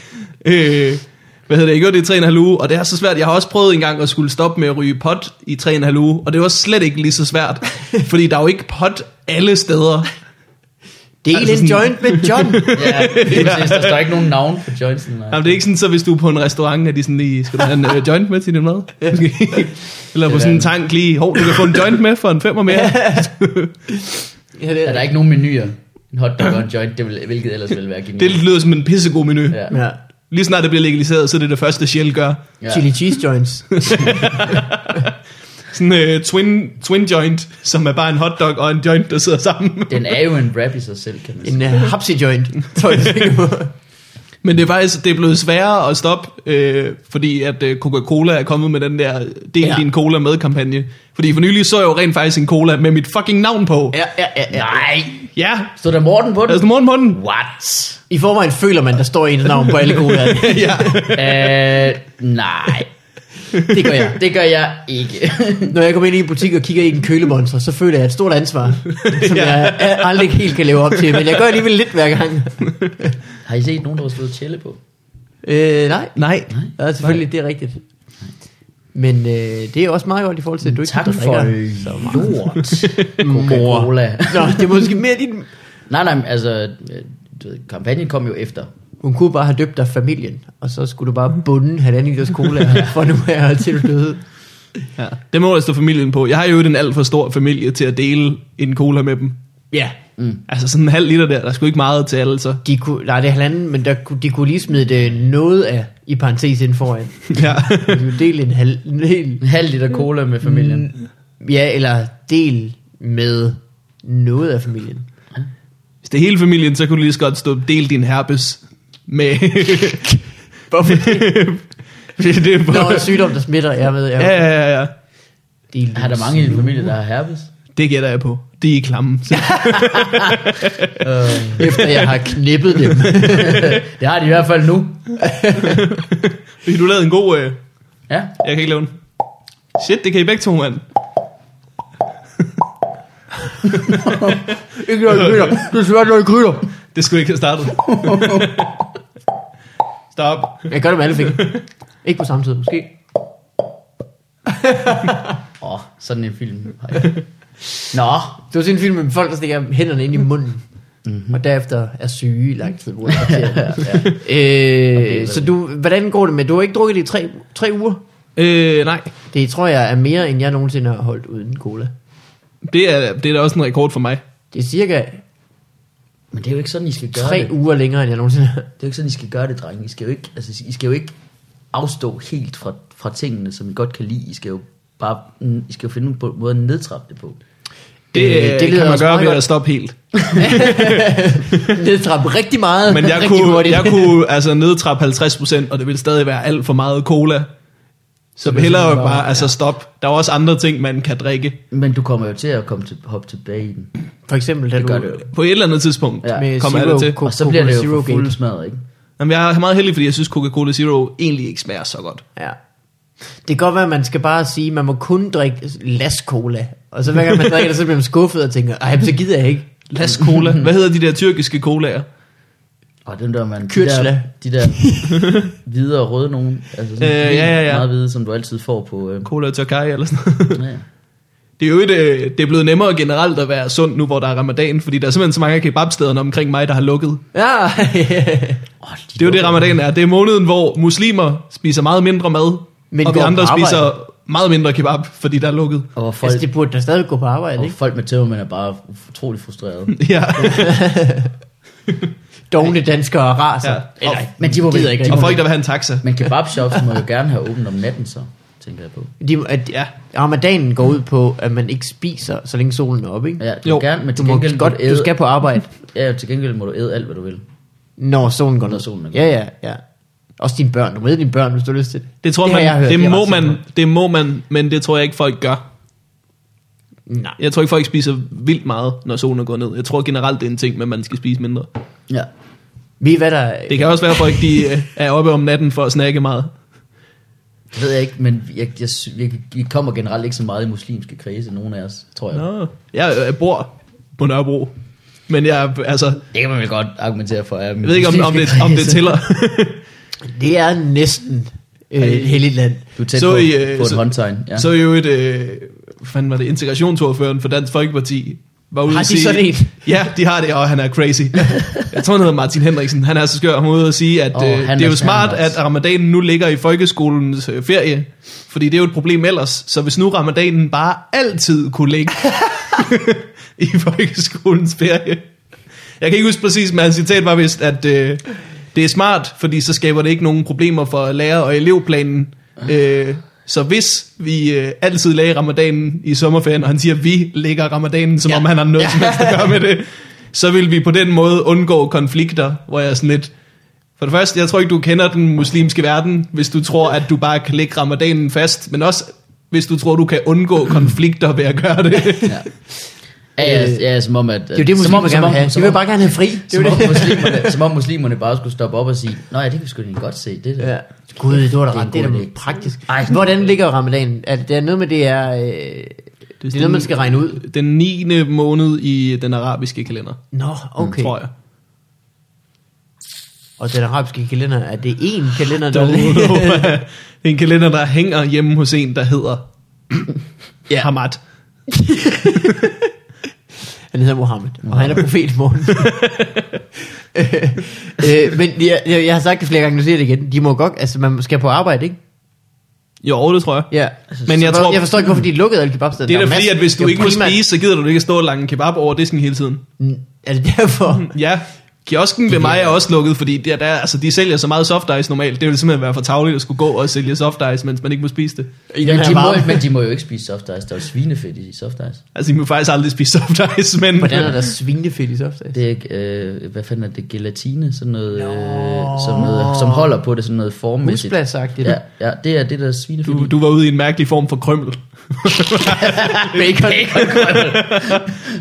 [SPEAKER 3] Øh, hvad hedder det? Jeg gjorde det i 3,5 uge, og det er så svært. Jeg har også prøvet engang at skulle stoppe med at ryge pot i 3,5 uge, og det var slet ikke lige så svært, fordi der er jo ikke pot alle steder.
[SPEAKER 1] Del
[SPEAKER 3] Altså
[SPEAKER 1] en
[SPEAKER 3] sådan-
[SPEAKER 1] joint med John.
[SPEAKER 2] Ja, lige præcis. Der står ikke nogen navn på Johnson. nej.
[SPEAKER 3] Jamen, det er ikke sådan, så hvis du er på en restaurant, at de sådan lige, skal du have en øh, joint med til din mad? Måske. Eller på sådan en tank lige, hov, du kan få en joint med for en femmer mere.
[SPEAKER 1] ja, det
[SPEAKER 2] Er der
[SPEAKER 1] er,
[SPEAKER 2] ikke nogen menuer? En hotdog og en joint, det vil, hvilket ellers ville være genialt.
[SPEAKER 3] Det lyder som en pissegod menu.
[SPEAKER 2] ja.
[SPEAKER 1] ja.
[SPEAKER 3] Lige snart det bliver legaliseret, så er det det første, Shell gør.
[SPEAKER 2] Ja.
[SPEAKER 1] Chili cheese joints.
[SPEAKER 3] Sådan en uh, twin, twin joint, som er bare en hotdog og en joint, der sidder sammen.
[SPEAKER 2] Den er jo en rap i sig selv, kan man
[SPEAKER 1] En
[SPEAKER 2] sige.
[SPEAKER 1] uh, hapsi joint. tror jeg, det er på.
[SPEAKER 3] Men det er faktisk det er blevet sværere at stoppe, øh, fordi at øh, Coca-Cola er kommet med den der del
[SPEAKER 1] Ja.
[SPEAKER 3] ja. din cola med kampagne. Fordi for nylig så jeg jo rent faktisk en cola med mit fucking navn på. Ja.
[SPEAKER 1] ja, ja, ja, ja.
[SPEAKER 2] Nej!
[SPEAKER 3] ja.
[SPEAKER 2] Stod der Morten på den?
[SPEAKER 3] Altså, godmorgen på den.
[SPEAKER 2] What?
[SPEAKER 1] I forvejen føler man, der står ens navn på alle gode lande.
[SPEAKER 3] ja.
[SPEAKER 2] Øh, nej.
[SPEAKER 1] Det gør jeg.
[SPEAKER 2] Det gør jeg ikke.
[SPEAKER 1] Når jeg kommer ind i en butik og kigger i en kølemonster, så føler jeg et stort ansvar, som
[SPEAKER 3] Ja.
[SPEAKER 1] jeg øh, aldrig helt kan leve op til. Men jeg gør alligevel lidt hver gang.
[SPEAKER 2] Har I set nogen, der har slået tjælle på?
[SPEAKER 1] Øh, nej.
[SPEAKER 3] Nej.
[SPEAKER 1] Ja, selvfølgelig, det er rigtigt. Men øh, det er også meget godt i forhold til, at du ikke
[SPEAKER 2] Tak
[SPEAKER 1] drikker
[SPEAKER 2] for
[SPEAKER 1] så meget.
[SPEAKER 2] lort. Coca-Cola.
[SPEAKER 1] Nå, det er måske mere din...
[SPEAKER 2] Nej, nej, men altså, øh, du ved, kampagnen kom jo efter.
[SPEAKER 1] Hun kunne bare have døbt dig familien, og så skulle du bare bunde halvanden liters cola, for nu er til du døde.
[SPEAKER 3] Ja. Det må der stå familien på. Jeg har jo en alt for stor familie til at dele en cola med dem.
[SPEAKER 1] Ja.
[SPEAKER 3] Altså sådan en halv liter der, der er sgu ikke meget til alle så.
[SPEAKER 1] De kunne, nej, det er halvanden, men der, kunne- de kunne lige smide det noget af, i parentes inden foran.
[SPEAKER 3] Ja.
[SPEAKER 1] Du del en halv... En hel,
[SPEAKER 2] En halv liter cola med familien. Mm.
[SPEAKER 1] ja, eller del med noget af familien.
[SPEAKER 3] Hvis det er hele familien, så kunne du lige så godt stå, del din herpes med... Hvorfor det? det er
[SPEAKER 1] Nå, en
[SPEAKER 3] bare...
[SPEAKER 1] sygdom, der smitter, jeg ved. Jeg,
[SPEAKER 3] Ja, ja, ja, ja.
[SPEAKER 1] Mm.
[SPEAKER 3] Det
[SPEAKER 2] Har der mange i din familie, der har herpes?
[SPEAKER 3] Det gætter jeg på. Det er klamme. Så
[SPEAKER 1] Efter jeg har knippet dem.
[SPEAKER 2] Det har de i hvert fald nu.
[SPEAKER 3] du lavede en god... Øh,
[SPEAKER 2] Ja.
[SPEAKER 3] jeg kan ikke lave den. Shit, det kan I begge to, mand.
[SPEAKER 1] ikke noget krydder. Det er svært noget krydder.
[SPEAKER 3] Det skulle jeg ikke have startet. Stop.
[SPEAKER 1] Jeg gør det med alle fingre. Ikke på samme tid, måske.
[SPEAKER 2] Åh, oh, sådan en film har jeg. Nå,
[SPEAKER 1] Det var sådan en film med folk, der stikker hænderne ind i munden.
[SPEAKER 2] Mhm.
[SPEAKER 1] Mm-hmm. Og derefter er syge i lang tid. Bruger jeg til. øh, så du, hvordan går det med, du har ikke drukket det i tre, tre uger?
[SPEAKER 3] Øh, nej.
[SPEAKER 1] Det tror jeg er mere, end jeg nogensinde har holdt uden cola.
[SPEAKER 3] Det er, det er da også en rekord for mig.
[SPEAKER 1] Det er cirka
[SPEAKER 2] men det er jo ikke sådan, I skal gøre
[SPEAKER 1] tre
[SPEAKER 2] det.
[SPEAKER 1] uger længere, end jeg nogensinde har.
[SPEAKER 2] Det er jo ikke sådan, I skal gøre det, drenge. I skal jo ikke, altså, I skal jo ikke afstå helt fra, fra tingene, som I godt kan lide. I skal jo bare mm, I skal jo finde en måde at nedtrappe det på.
[SPEAKER 3] Det,
[SPEAKER 1] Øh, det
[SPEAKER 3] øh,
[SPEAKER 1] lyder
[SPEAKER 3] det kan man
[SPEAKER 1] også
[SPEAKER 3] gøre
[SPEAKER 1] meget
[SPEAKER 3] ved
[SPEAKER 1] godt.
[SPEAKER 3] at stoppe helt.
[SPEAKER 1] Nedtrappe rigtig meget.
[SPEAKER 3] Men jeg
[SPEAKER 1] rigtig
[SPEAKER 3] kunne,
[SPEAKER 1] hurtigt.
[SPEAKER 3] jeg kunne altså nedtrappe 50%, og det ville stadig være alt for meget cola. Så
[SPEAKER 2] det er
[SPEAKER 3] hellere jo
[SPEAKER 2] sådan,
[SPEAKER 3] bare,
[SPEAKER 2] ja.
[SPEAKER 3] altså stop. Der er også andre ting, man kan drikke.
[SPEAKER 2] Men du kommer jo til at komme til, hoppe tilbage i den.
[SPEAKER 1] For eksempel, da
[SPEAKER 2] Det
[SPEAKER 1] du...
[SPEAKER 2] gør det jo.
[SPEAKER 3] På et eller andet tidspunkt
[SPEAKER 2] Ja.
[SPEAKER 3] ja.
[SPEAKER 1] Med
[SPEAKER 3] kommer
[SPEAKER 1] Zero
[SPEAKER 3] alle til.
[SPEAKER 1] Coke.
[SPEAKER 2] Og så bliver det jo
[SPEAKER 1] Zero
[SPEAKER 2] for
[SPEAKER 1] Gate.
[SPEAKER 2] fuld smadret, ikke?
[SPEAKER 3] Jamen, jeg er meget heldig, fordi jeg synes, Coca-Cola Zero egentlig ikke smager så godt.
[SPEAKER 1] Ja. Det kan godt være, at man skal bare sige, at man må kun drikke las cola. Og så hver gang man drikker det, så bliver man skuffet og tænker, ej, men så gider jeg ikke.
[SPEAKER 3] Las Cola. Hvad hedder de der tyrkiske colaer?
[SPEAKER 2] Og den der, man, de
[SPEAKER 1] Kyrtsla.
[SPEAKER 2] der, de der hvide og røde nogen, altså sådan
[SPEAKER 3] Øh,
[SPEAKER 2] øh,
[SPEAKER 3] ja, ja, ja.
[SPEAKER 2] meget hvide, som du altid får på... Øh,
[SPEAKER 3] Cola Turkai eller sådan noget.
[SPEAKER 2] ja.
[SPEAKER 3] Det er jo et, øh, det er blevet nemmere generelt at være sund nu, hvor der er ramadan, fordi der er simpelthen så mange af kebabstederne omkring mig, der har lukket.
[SPEAKER 1] Ja,
[SPEAKER 2] oh, de
[SPEAKER 3] Det er jo det,
[SPEAKER 2] lukker.
[SPEAKER 3] ramadan er. Det er måneden, hvor muslimer spiser meget mindre mad,
[SPEAKER 1] Men
[SPEAKER 3] Men og vi
[SPEAKER 1] går på
[SPEAKER 3] andre
[SPEAKER 1] arbejde.
[SPEAKER 3] spiser meget mindre kebab, fordi der er lukket.
[SPEAKER 2] Og folk,
[SPEAKER 1] altså det burde da stadig gå på arbejde,
[SPEAKER 2] og
[SPEAKER 1] ikke?
[SPEAKER 2] folk med tømmermænd er bare utrolig frustrerede.
[SPEAKER 3] Ja.
[SPEAKER 1] Dogne danskere og raser.
[SPEAKER 3] Ja.
[SPEAKER 1] Ja. Eller,
[SPEAKER 2] Og- men de må
[SPEAKER 1] gider
[SPEAKER 2] vel-
[SPEAKER 1] ikke.
[SPEAKER 2] de
[SPEAKER 1] De,
[SPEAKER 3] Og
[SPEAKER 2] må-
[SPEAKER 3] folk, der vil have en taxa.
[SPEAKER 2] Men kebabshops må jo gerne have åbent om natten så, tænker jeg på.
[SPEAKER 1] de, at,
[SPEAKER 3] Ja.
[SPEAKER 1] ja. Ramadanen går ud på, at man ikke spiser, så længe solen er oppe, ikke?
[SPEAKER 2] Ja, du
[SPEAKER 3] Jo,
[SPEAKER 2] jo, gerne, men
[SPEAKER 1] Du,
[SPEAKER 2] til
[SPEAKER 1] må
[SPEAKER 2] gengæld
[SPEAKER 1] godt,
[SPEAKER 2] æde,
[SPEAKER 1] du skal på arbejde,
[SPEAKER 2] Ja, til gengæld må du æde alt, hvad du vil.
[SPEAKER 1] når solen går ned.
[SPEAKER 2] Når solen er gået.
[SPEAKER 1] ja, ja, ja. Også dine børn. Du med dine børn, hvis du har lyst til det.
[SPEAKER 3] Det tror
[SPEAKER 1] det har jeg
[SPEAKER 3] man,
[SPEAKER 1] hørt,
[SPEAKER 3] det,
[SPEAKER 1] er
[SPEAKER 3] må
[SPEAKER 1] ret
[SPEAKER 3] man,
[SPEAKER 1] sikkert.
[SPEAKER 3] det må man, men det tror jeg ikke, folk gør.
[SPEAKER 1] Nej.
[SPEAKER 3] Jeg tror ikke, folk spiser vildt meget, når solen er gået ned. Jeg tror generelt, det er en ting, men man skal spise mindre.
[SPEAKER 2] Ja.
[SPEAKER 1] Ved I, hvad der...
[SPEAKER 3] Det kan også være, at folk de, øh, er oppe om natten for at snakke meget.
[SPEAKER 2] Det ved jeg ikke, men jeg, jeg, sy- vi, vi kommer generelt ikke så meget i muslimske kredse, nogen af os, tror jeg.
[SPEAKER 3] Nå. Jeg, øh, bor på Nørrebro, men jeg, altså,
[SPEAKER 2] Det kan man vel godt argumentere for.
[SPEAKER 3] jeg ved ikke, om, om, det, om det tæller.
[SPEAKER 1] Det er næsten øh, et heldigt land.
[SPEAKER 2] Du er tæt
[SPEAKER 3] Så
[SPEAKER 2] på,
[SPEAKER 3] I, øh,
[SPEAKER 2] på et
[SPEAKER 3] så-
[SPEAKER 2] håndtegn. Ja.
[SPEAKER 3] Ja. Så er jo et, øh, hvad fanden var det, integrationsordføreren for Dansk Folkeparti, var ude
[SPEAKER 1] Har
[SPEAKER 3] at
[SPEAKER 1] de
[SPEAKER 3] sige,
[SPEAKER 1] sådan en?
[SPEAKER 3] Ja, de har det, og han er crazy. Jeg tror, han hedder Martin Henriksen. Han er så skør, han var ude at sige, at
[SPEAKER 2] Åh,
[SPEAKER 3] oh, øh,
[SPEAKER 2] han
[SPEAKER 3] det er
[SPEAKER 2] er
[SPEAKER 3] jo smart,
[SPEAKER 2] smart også.
[SPEAKER 3] at ramadanen nu ligger i folkeskolens øh, ferie, fordi det er jo et problem ellers. Så hvis nu ramadanen bare altid kunne ligge i folkeskolens ferie. Jeg kan ikke huske præcis, men hans citat var vist, at øh, det er smart, fordi så skaber det ikke nogen problemer for lærer- og elevplanen. Øh, så hvis vi øh, altid lagde ramadanen i sommerferien, og han siger, at vi lægger ramadanen, som ja.
[SPEAKER 1] Ja.
[SPEAKER 3] om han har noget ja. som helst at gøre med det, så vil vi på den måde undgå konflikter, hvor jeg er sådan lidt... For det første, jeg tror ikke, du kender den muslimske verden, hvis du tror, at du bare kan lægge ramadanen fast, men også hvis du tror, du kan undgå konflikter ved at gøre det.
[SPEAKER 2] ja. Ja,
[SPEAKER 3] øh,
[SPEAKER 2] ja, ja, som om, at...
[SPEAKER 1] Det er jo det, muslimer gerne vil have. De vil bare gerne have fri. Det er
[SPEAKER 2] Som
[SPEAKER 1] jo
[SPEAKER 2] om,
[SPEAKER 1] det.
[SPEAKER 2] muslimerne, som om muslimerne bare skulle stoppe op og sige, Nå ja, det kan vi sgu egentlig godt se, det der.
[SPEAKER 1] Ja. Gud, det var da
[SPEAKER 2] Det er en
[SPEAKER 1] ret. Det er
[SPEAKER 2] god
[SPEAKER 1] da
[SPEAKER 2] idé.
[SPEAKER 1] praktisk.
[SPEAKER 2] Ej.
[SPEAKER 1] Hvordan ligger ramadanen? Er det, der er noget med, det er... Øh, det er noget, man skal regne ud.
[SPEAKER 3] Den 9. måned i den arabiske kalender,
[SPEAKER 1] Nå,
[SPEAKER 3] okay.
[SPEAKER 1] okay.
[SPEAKER 3] tror jeg.
[SPEAKER 1] Og den arabiske kalender, er det én kalender, der
[SPEAKER 3] Download. det er en kalender, der hænger hjemme hos en, der hedder ja. Hamad.
[SPEAKER 1] Han hedder Mohammed, og han er profet i morgen. øh, øh, men jeg, jeg, jeg, har sagt det flere gange, nu siger jeg det igen. De må godt, altså man skal på arbejde, ikke?
[SPEAKER 3] Jo, det tror jeg.
[SPEAKER 1] Ja.
[SPEAKER 3] Men jeg
[SPEAKER 1] Så
[SPEAKER 3] tror-
[SPEAKER 1] jeg forstår ikke, hvorfor de lukkede alle kebabsteder.
[SPEAKER 3] Det er
[SPEAKER 1] Der
[SPEAKER 3] da fordi,
[SPEAKER 1] masser-
[SPEAKER 3] at hvis du
[SPEAKER 1] det er
[SPEAKER 3] ikke må
[SPEAKER 1] primært-
[SPEAKER 3] spise, så gider du ikke at stå og lange kebab over disken hele tiden.
[SPEAKER 1] Mm, Er det derfor?
[SPEAKER 3] Ja, Kiosken ved mig er også lukket, fordi der, der, altså, de sælger så meget soft ice normalt. Det ville simpelthen være for tavligt at skulle gå og sælge soft ice, mens man ikke må spise det.
[SPEAKER 1] I den
[SPEAKER 2] Men
[SPEAKER 1] her
[SPEAKER 2] de,
[SPEAKER 1] varme.
[SPEAKER 2] må, men de må jo ikke spise soft ice. Der er jo svinefedt i soft ice.
[SPEAKER 3] Altså, I må faktisk aldrig spise soft ice, men...
[SPEAKER 1] Hvordan er der svinefedt i soft ice?
[SPEAKER 2] Det er, ikke, øh, hvad fanden er det, gelatine, sådan noget, øh, som noget, som holder på det, sådan noget formmæssigt.
[SPEAKER 1] Husbladsagtigt.
[SPEAKER 2] Ja, ja, det er det, der er svinefedt
[SPEAKER 3] Du,
[SPEAKER 2] i.
[SPEAKER 3] du var ude i en mærkelig form for krømmel.
[SPEAKER 1] Bacon.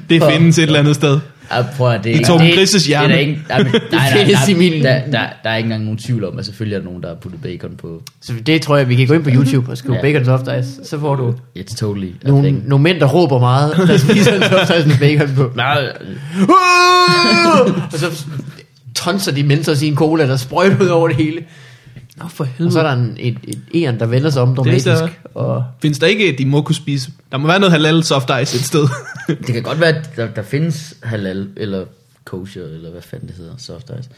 [SPEAKER 3] Det
[SPEAKER 2] For-
[SPEAKER 3] findes et eller andet sted.
[SPEAKER 2] Ja, prøv at, det er,
[SPEAKER 3] I Torben
[SPEAKER 2] det-
[SPEAKER 3] Grises hjerne.
[SPEAKER 2] Det er der ikke, nej, men, nej, nej,
[SPEAKER 1] findes i
[SPEAKER 2] nej,
[SPEAKER 1] min-
[SPEAKER 2] der, der, der, er ikke engang nogen tvivl om, at selvfølgelig er der nogen, der har puttet bacon på.
[SPEAKER 1] Så det tror jeg, vi kan gå ind på YouTube og skrive
[SPEAKER 2] Ja.
[SPEAKER 1] bacon soft ice. Så får du
[SPEAKER 2] It's totally a
[SPEAKER 1] nogle,
[SPEAKER 2] thing.
[SPEAKER 1] nogle mænd, der råber meget, der spiser en soft ice med bacon på.
[SPEAKER 2] Nej,
[SPEAKER 1] Uh! og så tonser de mennesker i en cola, der sprøjter ud over det hele.
[SPEAKER 3] Nå, for
[SPEAKER 1] Og så er
[SPEAKER 3] helvede.
[SPEAKER 1] der en, et, et æren, der vender sig om
[SPEAKER 3] Det er
[SPEAKER 1] dramatisk. Og
[SPEAKER 3] Findes der ikke, at de må kunne spise? Der må være noget halal soft ice et sted.
[SPEAKER 2] det kan godt være, at der, der findes halal, eller kosher, eller hvad fanden det hedder, soft ice.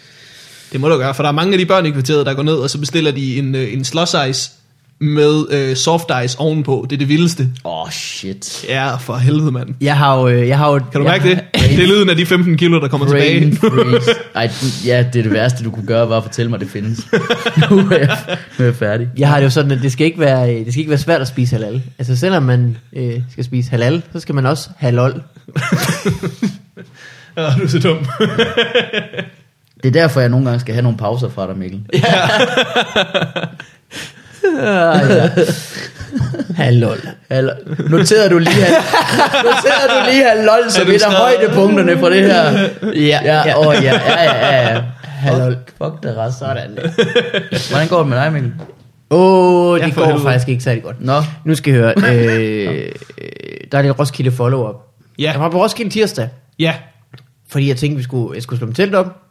[SPEAKER 3] det må du gøre, for der er mange af de børn i kvarteret, der går ned, og så bestiller de en, øh, en slush ice med øh, soft ice ovenpå. Det er det vildeste.
[SPEAKER 2] Åh, oh, shit.
[SPEAKER 3] Ja, for helvede, mand.
[SPEAKER 1] jeg har jo... øh, Jeg har jo
[SPEAKER 3] Kan du
[SPEAKER 1] jeg,
[SPEAKER 3] mærke det? Det er lyden af de 15 kilo, der kommer
[SPEAKER 2] Brain
[SPEAKER 3] tilbage.
[SPEAKER 2] freeze. Ej, du, ja, det er det værste, du kunne gøre, var at fortælle mig, det findes. nu, er jeg, nu er jeg færdig.
[SPEAKER 1] Jeg har det jo sådan, at det skal ikke være, øh, det skal ikke være svært at spise halal. Altså selvom man øh, skal spise halal, så skal man også halal.
[SPEAKER 3] Ja, du er så dum.
[SPEAKER 2] Det er derfor, jeg nogle gange skal have nogle pauser fra dig, Mikkel.
[SPEAKER 1] Halal.
[SPEAKER 2] Eller, noterede du lige, at, noterede du lige at lol, som
[SPEAKER 3] Er du
[SPEAKER 2] et af
[SPEAKER 3] stadig-
[SPEAKER 2] højdepunkterne fra det her. Ja, ja, åh, ja, ja, ja, ja.
[SPEAKER 1] Lol.
[SPEAKER 2] Hallo, fuck det rest. Sådan. Hvordan går det med dig, Mikkel?
[SPEAKER 1] Åh, oh,
[SPEAKER 3] Ja,
[SPEAKER 1] det
[SPEAKER 3] for
[SPEAKER 1] går
[SPEAKER 3] helvede.
[SPEAKER 1] faktisk ikke særlig godt.
[SPEAKER 2] Nå,
[SPEAKER 1] Nu skal I høre. Øh, øh, der er lidt Roskilde follow-up.
[SPEAKER 3] Ja.
[SPEAKER 1] Jeg var på Roskilde tirsdag,
[SPEAKER 3] Ja,
[SPEAKER 1] fordi jeg tænkte, vi skulle, jeg skulle slå mit telt op.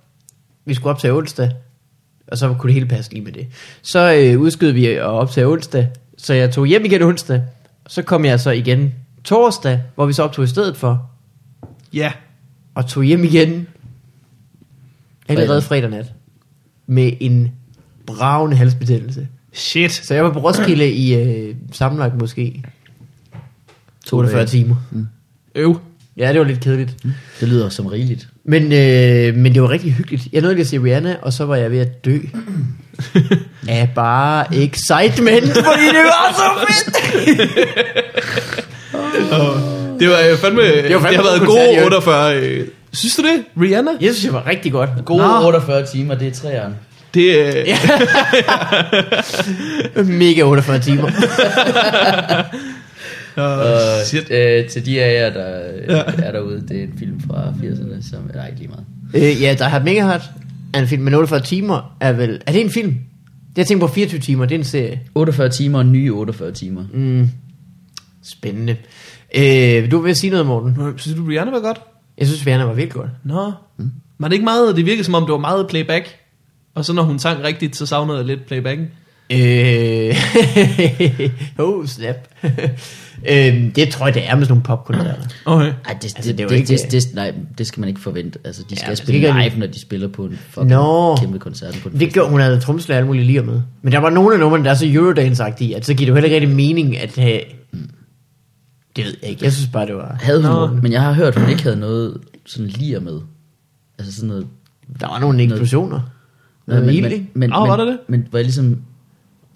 [SPEAKER 1] Vi skulle op til onsdag, og så kunne det hele passe lige med det. Så øh, udskød vi at optage onsdag, så jeg tog hjem igen onsdag. Så kom jeg så igen torsdag, hvor vi så optog i stedet for.
[SPEAKER 3] ja.
[SPEAKER 1] og tog hjem igen allerede fredag nat med en bravende halsbetændelse.
[SPEAKER 3] Shit.
[SPEAKER 1] Så jeg var på Roskilde i øh, sammenlagt måske
[SPEAKER 2] To
[SPEAKER 1] 48
[SPEAKER 2] dage.
[SPEAKER 1] timer.
[SPEAKER 3] Øv.
[SPEAKER 1] Ja, det var lidt kedeligt.
[SPEAKER 2] det lyder som rigeligt.
[SPEAKER 1] Men, øh, men det var rigtig hyggeligt. Jeg nåede lige at se Rihanna, og så var jeg ved at dø. Af bare excitement, fordi det var så fedt!
[SPEAKER 3] Det var øh, fandme, det,
[SPEAKER 1] var fandme
[SPEAKER 3] det har været
[SPEAKER 1] god koncert,
[SPEAKER 3] gode
[SPEAKER 1] jo.
[SPEAKER 3] 48. Øh, synes du det, Rihanna?
[SPEAKER 1] Jeg synes, det var rigtig godt.
[SPEAKER 2] Gode
[SPEAKER 1] Nå,
[SPEAKER 2] 48 timer, det er træerne.
[SPEAKER 3] Det, øh, ja.
[SPEAKER 1] mega 48 timer.
[SPEAKER 3] øh, shit.
[SPEAKER 2] øh, til de af jer, der øh,
[SPEAKER 3] Ja.
[SPEAKER 2] er derude, det er en film fra 80'erne, som er ikke lige meget.
[SPEAKER 1] Øh, ja, der har Mega Hard er en film, men 48 timer er vel... Er det en film? Det jeg tænker på 24 timer, det er en serie.
[SPEAKER 2] 48 timer og nye 48 timer.
[SPEAKER 1] Mm. Spændende. Øh, du vil sige noget, Morten?
[SPEAKER 3] Nå, Synes du, Rihanna var godt?
[SPEAKER 1] Jeg synes, Werner var virkelig godt.
[SPEAKER 3] Nå. Mm. Var det ikke meget, det virkede som om, det var meget playback. Og så når hun sang rigtigt, så savnede jeg lidt playbacken.
[SPEAKER 1] Øh, oh, snap. øh, det tror jeg, det er med sådan nogle popkoncerter.
[SPEAKER 3] Okay.
[SPEAKER 2] Ej, det,
[SPEAKER 1] Altså,
[SPEAKER 2] altså,
[SPEAKER 1] det er
[SPEAKER 2] det,
[SPEAKER 1] jo
[SPEAKER 2] det,
[SPEAKER 1] ikke-
[SPEAKER 2] ikke... det, det, nej, det skal man ikke forvente. Altså, de skal
[SPEAKER 1] man
[SPEAKER 2] ja,
[SPEAKER 1] skal
[SPEAKER 2] spille
[SPEAKER 1] ikke
[SPEAKER 2] live,
[SPEAKER 1] rigtig-
[SPEAKER 2] når de spiller på en fucking
[SPEAKER 1] Nå.
[SPEAKER 2] kæmpe koncert. På en
[SPEAKER 1] Det gjorde hun havde tromslæger og alle mulige lige med. Men der var nogle af numrene, der er så eurodance i, at så giver det jo heller ikke rigtig mening at have... Hmm. Det ved jeg ikke. Jeg synes bare, det var...
[SPEAKER 2] Havde hun,
[SPEAKER 3] Nå.
[SPEAKER 2] nogen, men jeg har hørt, hun ikke havde noget sådan lir med. Altså sådan noget...
[SPEAKER 1] Der var nogle eksplosioner.
[SPEAKER 2] noget
[SPEAKER 1] Noget ild,
[SPEAKER 2] men,
[SPEAKER 1] ikke?
[SPEAKER 2] men, men,
[SPEAKER 3] Nå, var der det?
[SPEAKER 2] Men var jeg ligesom...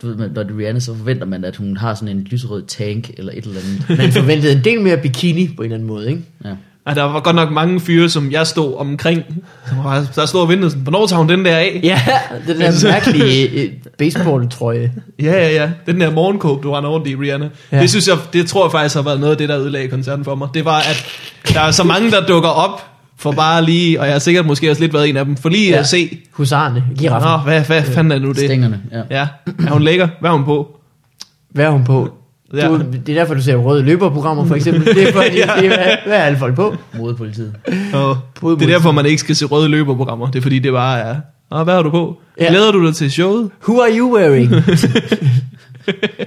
[SPEAKER 2] Du ved, man- når det er Rihanna, så forventer man, at hun har sådan en lyserød tank eller et eller andet.
[SPEAKER 1] Man forventede en del mere bikini på en eller anden måde, ikke?
[SPEAKER 2] Ja.
[SPEAKER 3] Ej, der var godt nok mange fyre, som jeg stod omkring. Som var, der stod og ventede sådan, hvornår tager hun den der af?
[SPEAKER 1] Ja, den der mærkelige øh, baseball-trøje.
[SPEAKER 3] Ja, ja, ja. Den der morgenkåb, du render rundt i, Rihanna.
[SPEAKER 1] Ja.
[SPEAKER 3] Ja. Det synes jeg, det tror jeg faktisk har været noget af det, der ødelagde koncerten for mig. Det var, at der er så mange, der dukker op for bare lige, og jeg har sikkert måske også lidt været en af dem, for lige ja.
[SPEAKER 2] Ja.
[SPEAKER 3] at se.
[SPEAKER 1] Husarne, giraffen.
[SPEAKER 3] Nå, hvad, hvad fanden er nu det?
[SPEAKER 2] Stængerne, ja.
[SPEAKER 3] Ja, er hun lækker? Hvad er hun på?
[SPEAKER 1] Hvad er hun på?
[SPEAKER 3] Ja.
[SPEAKER 1] Du, det er derfor, du ser røde løberprogrammer, for eksempel. Det er for, ja. det er, hvad, hvad er alle folk på?
[SPEAKER 2] Modepolitiet.
[SPEAKER 3] Og det er derfor, man ikke skal se røde løberprogrammer. Det er fordi, det bare er, Nå, hvad har du på?
[SPEAKER 1] Ja.
[SPEAKER 3] Ja. Glæder du dig til showet?
[SPEAKER 1] Who are you wearing?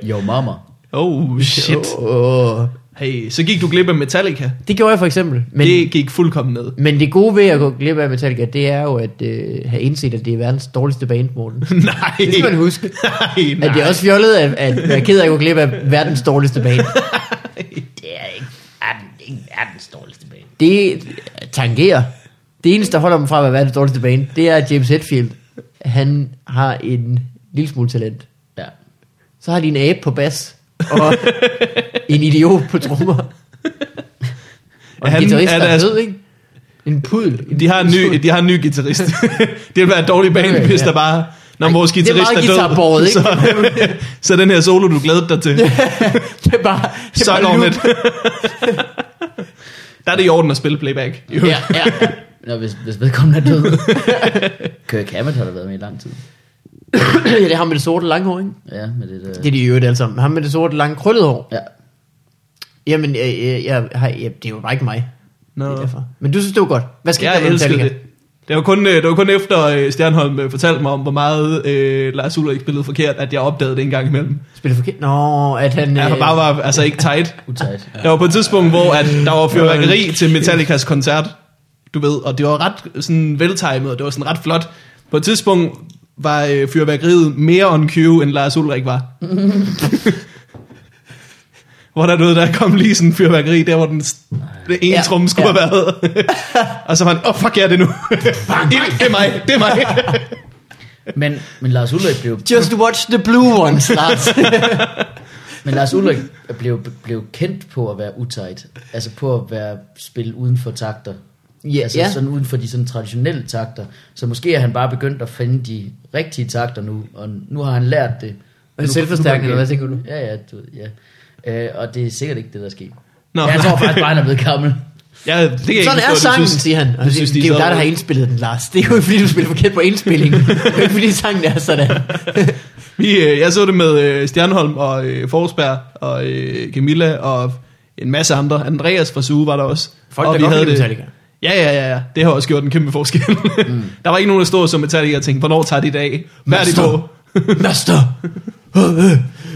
[SPEAKER 2] Jo, mamma.
[SPEAKER 3] Oh, shit.
[SPEAKER 1] Oh.
[SPEAKER 3] Hey, så gik du glip af Metallica.
[SPEAKER 1] Det gjorde jeg for eksempel. Men,
[SPEAKER 3] Men...
[SPEAKER 1] det...
[SPEAKER 3] Det gik fuldkommen ned.
[SPEAKER 1] men det gode ved at gå glip af Metallica, det er jo at øh, have indset, at det er verdens dårligste band, Morten.
[SPEAKER 3] nej.
[SPEAKER 1] Det skal man huske.
[SPEAKER 3] Nej,
[SPEAKER 1] At
[SPEAKER 3] nej.
[SPEAKER 1] det er også fjollet at, at være ked af at gå glip af verdens dårligste band.
[SPEAKER 2] Det er ikke, er den, ikke verdens dårligste bane.
[SPEAKER 1] Det tangerer Det eneste, der holder dem fra at være verdens dårligste bane, det er at James Hetfield. Han har en lille smule talent.
[SPEAKER 2] Ja.
[SPEAKER 1] Så har de en abe på bas, og en idiot på trommer. Og en
[SPEAKER 3] Han
[SPEAKER 1] guitarist,
[SPEAKER 3] er
[SPEAKER 1] der er
[SPEAKER 3] deres-
[SPEAKER 1] fed, ikke? En pudel. En
[SPEAKER 3] De har en ny,
[SPEAKER 1] pudel.
[SPEAKER 3] de har en ny guitarist. det ville være en dårlig band,
[SPEAKER 1] Okay,
[SPEAKER 3] hvis
[SPEAKER 1] ja.
[SPEAKER 3] der bare... Når
[SPEAKER 1] Ej,
[SPEAKER 3] vores
[SPEAKER 1] det er
[SPEAKER 3] guitarist
[SPEAKER 1] meget
[SPEAKER 3] er
[SPEAKER 1] guitarbåret,
[SPEAKER 3] død,
[SPEAKER 1] ikke?
[SPEAKER 3] så, så den her solo, du glædede dig til,
[SPEAKER 1] det er bare... Det er
[SPEAKER 3] så
[SPEAKER 1] bare
[SPEAKER 3] går
[SPEAKER 1] loop.
[SPEAKER 3] lidt. Der er det i orden at spille playback. Jo.
[SPEAKER 2] Ja, ja. Nå, hvis, hvis vedkommende er død. Kirk Hammett har der været med i lang tid.
[SPEAKER 1] ja, det er ham med det sorte lange hår, ikke?
[SPEAKER 2] Ja, med det der...
[SPEAKER 1] Det er de i øvrigt alle sammen. Ham med det sorte lange krøllede hår.
[SPEAKER 2] Ja.
[SPEAKER 1] Jamen, øh, øh, jeg, har, jeg, det er jo bare ikke mig.
[SPEAKER 3] Nå.
[SPEAKER 1] Det er derfor. Men du synes, det var godt. Hvad skal
[SPEAKER 3] Jeg elskede det. Det var, kun, øh, det var kun efter øh, Stjernholm øh, fortalte mig om, hvor meget øh, Lars Ulrik spillede forkert, at jeg opdagede det en gang imellem.
[SPEAKER 1] Spille forkert? Nå, at han...
[SPEAKER 3] Ja,
[SPEAKER 1] øh,
[SPEAKER 3] han bare var altså ikke tight.
[SPEAKER 2] Utight.
[SPEAKER 3] Der var på et tidspunkt, hvor at der var fyrværkeri til Metallicas koncert, du ved, og det var ret sådan veltimet, og det var sådan ret flot. På et tidspunkt var øh, fyrværkeriet mere on cue, end Lars Ulrik var. hvor der, du ved, der kom lige sådan en fyrværkeri, der hvor den, s- den ene
[SPEAKER 1] Ja,
[SPEAKER 3] ja, trum skulle
[SPEAKER 1] ja.
[SPEAKER 3] ja. have været. og så var han, åh, oh, fuck, jeg er det nu. Ild, det er mig, det er mig.
[SPEAKER 2] Men, men Lars Ulrik blev,
[SPEAKER 1] Just watch the blue ones, Lars.
[SPEAKER 2] men Lars Ulrik blev, blev kendt på at være utight. Altså på at være spille uden for takter.
[SPEAKER 1] Ja,
[SPEAKER 2] altså
[SPEAKER 1] ja.
[SPEAKER 2] sådan uden for de sådan traditionelle takter. Så måske er han bare begyndt at finde de rigtige takter nu, og nu har han lært det.
[SPEAKER 1] det
[SPEAKER 2] Nu-
[SPEAKER 1] selvforstærkende,
[SPEAKER 2] nu-
[SPEAKER 1] eller hvad tænker du?
[SPEAKER 2] Ja, ja, du, ved, ja. Øh, og det er sikkert ikke det, der er sket.
[SPEAKER 3] Nå.
[SPEAKER 2] Nå. Jeg tror faktisk bare, han er blevet gammel.
[SPEAKER 3] Ja, det kan jeg
[SPEAKER 1] Sådan
[SPEAKER 3] ikke
[SPEAKER 1] er
[SPEAKER 3] forstå, du
[SPEAKER 1] sangen,
[SPEAKER 3] synes-
[SPEAKER 1] siger han. Og
[SPEAKER 3] du
[SPEAKER 1] det,
[SPEAKER 3] synes,
[SPEAKER 1] det,
[SPEAKER 3] de
[SPEAKER 1] det er jo
[SPEAKER 3] så-
[SPEAKER 1] dig, der har indspillet den, Lars. Det er jo ikke, fordi du spiller forkert på indspillingen. det er jo ikke, fordi sangen er sådan.
[SPEAKER 3] Vi, øh, jeg så det med øh, Stjernholm og øh, Forsberg og øh, Camilla og en masse andre. Andreas fra Suge var der også.
[SPEAKER 1] Folk,
[SPEAKER 3] og
[SPEAKER 1] der
[SPEAKER 3] vi
[SPEAKER 1] godt
[SPEAKER 3] havde
[SPEAKER 1] lide
[SPEAKER 3] det-
[SPEAKER 1] Metallica.
[SPEAKER 3] Ja, ja, ja, ja. Det har også gjort en kæmpe forskel. Mm. der var ikke nogen, der stod som Metallica og tænkte, hvornår tager de i dag? Hvad er de
[SPEAKER 1] Master.
[SPEAKER 3] på?
[SPEAKER 1] Master! Møde,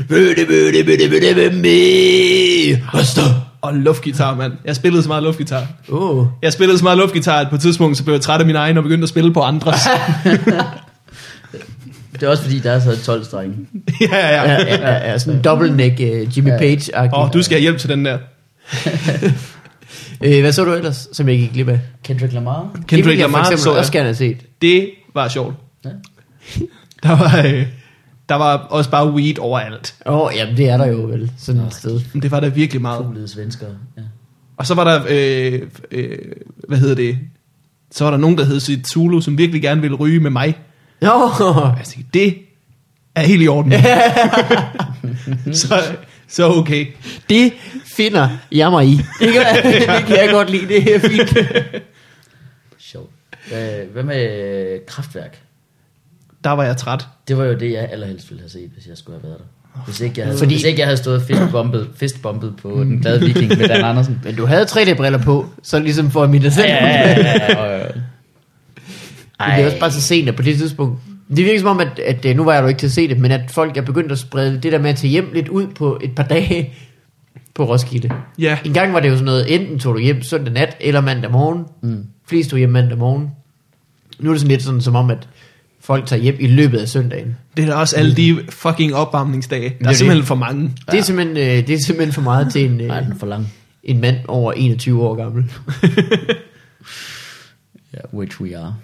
[SPEAKER 1] møde, møde, møde, møde, me. Master!
[SPEAKER 3] Og luftgitar, mand. Jeg spillede så meget luftgitar.
[SPEAKER 1] Åh.
[SPEAKER 3] Jeg spillede så meget luftgitar, at på et tidspunkt, så blev jeg træt af min egen og begyndte at spille på andres.
[SPEAKER 2] Det er også fordi, der er så 12 strenge.
[SPEAKER 3] ja, ja,
[SPEAKER 1] Ja,
[SPEAKER 3] ja.
[SPEAKER 1] ja, ja, ja, sådan en dobbeltnæk uh, Jimmy
[SPEAKER 2] Ja.
[SPEAKER 1] Page-agtig.
[SPEAKER 3] Åh, oh, du skal have hjælp til den der.
[SPEAKER 1] Øh, hvad så du ellers, som jeg gik glip af?
[SPEAKER 2] Kendrick Lamar?
[SPEAKER 1] det
[SPEAKER 3] Kendrick
[SPEAKER 1] ville jeg for
[SPEAKER 3] Lamar
[SPEAKER 1] eksempel
[SPEAKER 3] så jeg.
[SPEAKER 1] også gerne have set.
[SPEAKER 3] Det var sjovt.
[SPEAKER 2] Ja.
[SPEAKER 3] Der var, øh, der var også bare weed overalt.
[SPEAKER 1] Åh, oh, jamen det er der jo vel, sådan et sted.
[SPEAKER 3] Men Det var der virkelig meget.
[SPEAKER 2] Fuglede svensker. Ja.
[SPEAKER 3] Og så var der, øh, øh, hvad hedder det, så var der nogen, der hed sit Zulu, som virkelig gerne ville ryge med mig.
[SPEAKER 1] Nå,
[SPEAKER 3] Og jeg tænkte, det er helt i orden. så, så okay.
[SPEAKER 1] det finder jeg mig i. Det kan, det kan jeg godt lide, det er fint.
[SPEAKER 2] Sjovt. Øh, hvad med øh, kraftværk?
[SPEAKER 3] Der var jeg træt.
[SPEAKER 2] Det var jo det, jeg allerhelst ville have set, hvis jeg skulle have været der. Hvis ikke jeg havde,
[SPEAKER 1] Fordi-
[SPEAKER 2] Fordi... hvis ikke jeg havde stået fistbumpet, fistbumpet på den glade
[SPEAKER 1] Mm.
[SPEAKER 2] viking med Dan Andersen.
[SPEAKER 1] Men du havde 3D-briller på, så ligesom for at minde dig selv. om det.
[SPEAKER 2] ja,
[SPEAKER 1] Men det er også bare så sent, at på det tidspunkt... Det virker som om, at, at øh, nu var jeg jo ikke til at se det, men at folk er begyndt at sprede det der med at tage hjem lidt ud på et par dage på Roskilde.
[SPEAKER 3] Ja.
[SPEAKER 1] En gang var det jo sådan noget, enten tog du hjem søndag nat eller mandag morgen. Mm. Flest tog hjem mandag morgen. Nu er det sådan lidt sådan, som om, at folk tager hjem i løbet af søndagen.
[SPEAKER 3] Det er da også alle de fucking opvarmningsdage. Der er
[SPEAKER 1] det.
[SPEAKER 3] simpelthen for mange.
[SPEAKER 1] Ja. Det, er simpelthen, øh, det er simpelthen for meget til en,
[SPEAKER 2] Nej,
[SPEAKER 1] øh,
[SPEAKER 2] den er for lang.
[SPEAKER 1] en mand over 21 år gammel.
[SPEAKER 2] Yeah, which we are.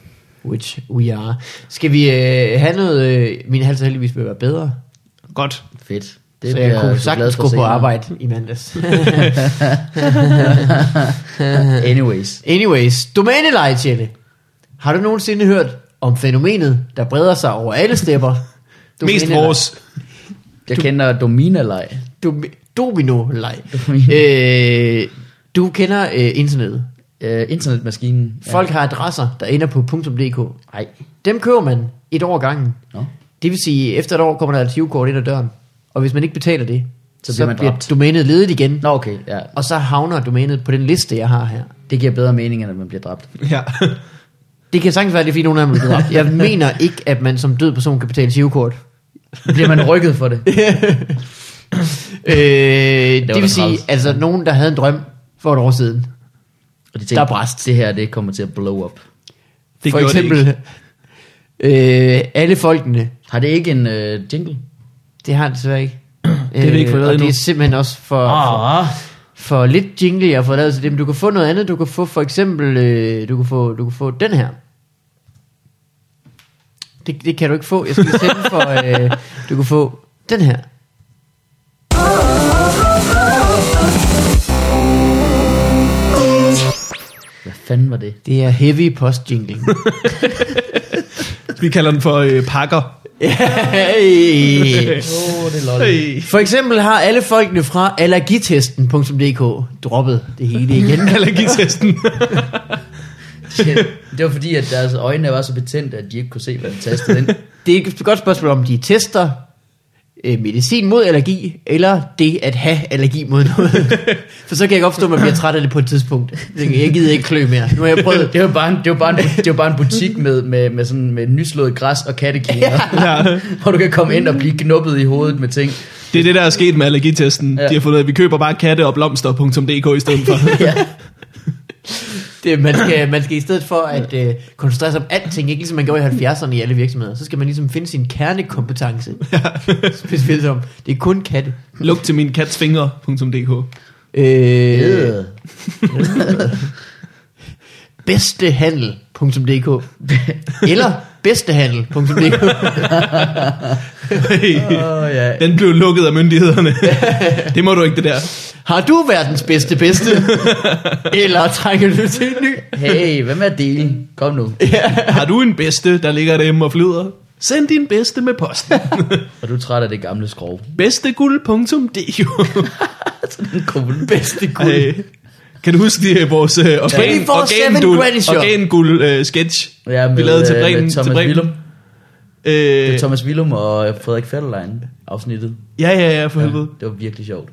[SPEAKER 1] Which we are. Skal vi øh, have noget... Øh, min hals er heldigvis ved at være bedre.
[SPEAKER 3] Godt.
[SPEAKER 2] Fedt.
[SPEAKER 1] Det så
[SPEAKER 2] bliver
[SPEAKER 1] jeg kunne
[SPEAKER 2] så glad
[SPEAKER 1] sagtens
[SPEAKER 2] for
[SPEAKER 1] gå på
[SPEAKER 2] senere.
[SPEAKER 1] arbejde i mandags.
[SPEAKER 2] Anyways.
[SPEAKER 1] Anyways, domænelejtjene. Har du nogensinde hørt om fænomenet, der breder sig over alle stepper?
[SPEAKER 3] Mest
[SPEAKER 1] Domænelej-
[SPEAKER 3] vores.
[SPEAKER 2] Jeg kender Domina-leg.
[SPEAKER 1] Dom, domino-leg.
[SPEAKER 2] Domino.
[SPEAKER 1] øh, du kender øh, internettet.
[SPEAKER 2] Uh, internetmaskinen.
[SPEAKER 1] Folk har adresser, der ender på .dk.
[SPEAKER 2] Ja. Ej.
[SPEAKER 1] Dem køber man et år ad gangen.
[SPEAKER 2] Nå.
[SPEAKER 1] Det vil sige, efter et år kommer der et 20-kort ind ad døren. Og hvis man ikke betaler det,
[SPEAKER 2] Så
[SPEAKER 1] så, så
[SPEAKER 2] bliver man
[SPEAKER 1] bliver
[SPEAKER 2] dræbt.
[SPEAKER 1] domænet ledet igen.
[SPEAKER 2] Nå, okay. Ja.
[SPEAKER 1] Og så havner domænet på den liste, jeg har her.
[SPEAKER 2] Det giver bedre mening, end at man bliver dræbt.
[SPEAKER 3] Ja.
[SPEAKER 1] Det kan sagtens være, det er fordi nogen af dem er blevet dræbt. Jeg mener ikke, at man som død person kan betale 20 kort.
[SPEAKER 2] Bliver man rykket for det?
[SPEAKER 1] Øh, det
[SPEAKER 2] da
[SPEAKER 1] vil sige,
[SPEAKER 2] træls.
[SPEAKER 1] altså nogen, der havde en drøm for et år siden.
[SPEAKER 2] Og de
[SPEAKER 1] Der
[SPEAKER 2] tænker,
[SPEAKER 1] er bræst.
[SPEAKER 2] det her, det kommer til at blow up.
[SPEAKER 3] Det
[SPEAKER 1] for
[SPEAKER 3] gjorde det
[SPEAKER 1] eksempel, det øh, alle folkene,
[SPEAKER 2] Har det ikke en øh, jingle?
[SPEAKER 1] det har det desværre ikke. Det
[SPEAKER 3] vi ikke fået lavet
[SPEAKER 1] og det
[SPEAKER 3] endnu.
[SPEAKER 1] er simpelthen også for, for,
[SPEAKER 2] Ah,
[SPEAKER 1] for lidt jingle, jeg har fået lavet til det, men du kan få noget andet. Du kan få for eksempel, øh, du, kan få, du kan få den her. Det, det kan du ikke få. Jeg skal lige sende for, øh, du kan få den her.
[SPEAKER 2] Hvad fanden var det?
[SPEAKER 1] Det er heavy post jingling.
[SPEAKER 3] Vi kalder den for øh, pakker.
[SPEAKER 1] hey.
[SPEAKER 2] Åh, oh, det er lol.
[SPEAKER 3] Hey.
[SPEAKER 1] For eksempel har alle folkene fra allergitesten.dk droppet det hele igen.
[SPEAKER 3] Allergitesten.
[SPEAKER 2] Det var fordi, at deres øjne var så betændte, at de ikke kunne se, hvad de tastede ind.
[SPEAKER 1] Det er et godt spørgsmål, om de tester øh, medicin mod allergi, eller det at have allergi mod noget. For så kan jeg godt forstå, at man bliver træt af det på et tidspunkt. Jeg tænker, Jeg gider ikke klø mere. Nu har jeg prøvet.
[SPEAKER 2] Det var bare en, det var bare en, det var bare en butik med, med, med, sådan, med nyslået græs og kattekiner,
[SPEAKER 3] ja.
[SPEAKER 2] hvor du kan komme ind og blive knuppet i hovedet med ting.
[SPEAKER 3] Det er det, der er sket med allergitesten. Ja.
[SPEAKER 2] Ja.
[SPEAKER 3] De har fundet, at vi køber bare katte og blomster.dk i stedet for.
[SPEAKER 2] Ja.
[SPEAKER 1] Det, man, skal, man skal i stedet for at øh, koncentrere sig om alting, ikke ligesom man gjorde i 70'erne i alle virksomheder, så skal man ligesom finde sin kernekompetence. Specifikt om, det er kun katte.
[SPEAKER 3] Luk til min kats fingre.dk.
[SPEAKER 1] Øh,
[SPEAKER 2] Øh.
[SPEAKER 1] bedstehandel.dk eller bedstehandel.dk
[SPEAKER 2] Åh, ja.
[SPEAKER 3] Den blev lukket af myndighederne. det må du ikke, det der.
[SPEAKER 1] Har du verdens bedste bedste? eller trænger du til en ny?
[SPEAKER 2] Hey, hvad med at dele? Kom nu.
[SPEAKER 3] Har du en bedste, der ligger derhjemme og flyder? Send din bedste med posten.
[SPEAKER 2] Og du er træt af det gamle skrov.
[SPEAKER 3] Bedsteguld.dk
[SPEAKER 2] Den kommune.
[SPEAKER 1] Bedste guld.
[SPEAKER 3] Ej. Kan du huske de, øh, vores øh, organ,
[SPEAKER 1] 24/7 Granny Shop.
[SPEAKER 3] organguld øh, sketch,
[SPEAKER 2] Ja, med,
[SPEAKER 3] vi lavede til
[SPEAKER 2] øh, med
[SPEAKER 3] Bremen?
[SPEAKER 2] Thomas
[SPEAKER 3] til Bremen.
[SPEAKER 2] Willum. Det
[SPEAKER 3] Øh,
[SPEAKER 2] er Thomas Willum og Frederik Fetterlein afsnittet.
[SPEAKER 3] ja, ja, ja, for
[SPEAKER 2] Ja,
[SPEAKER 3] helvede.
[SPEAKER 2] det var virkelig sjovt.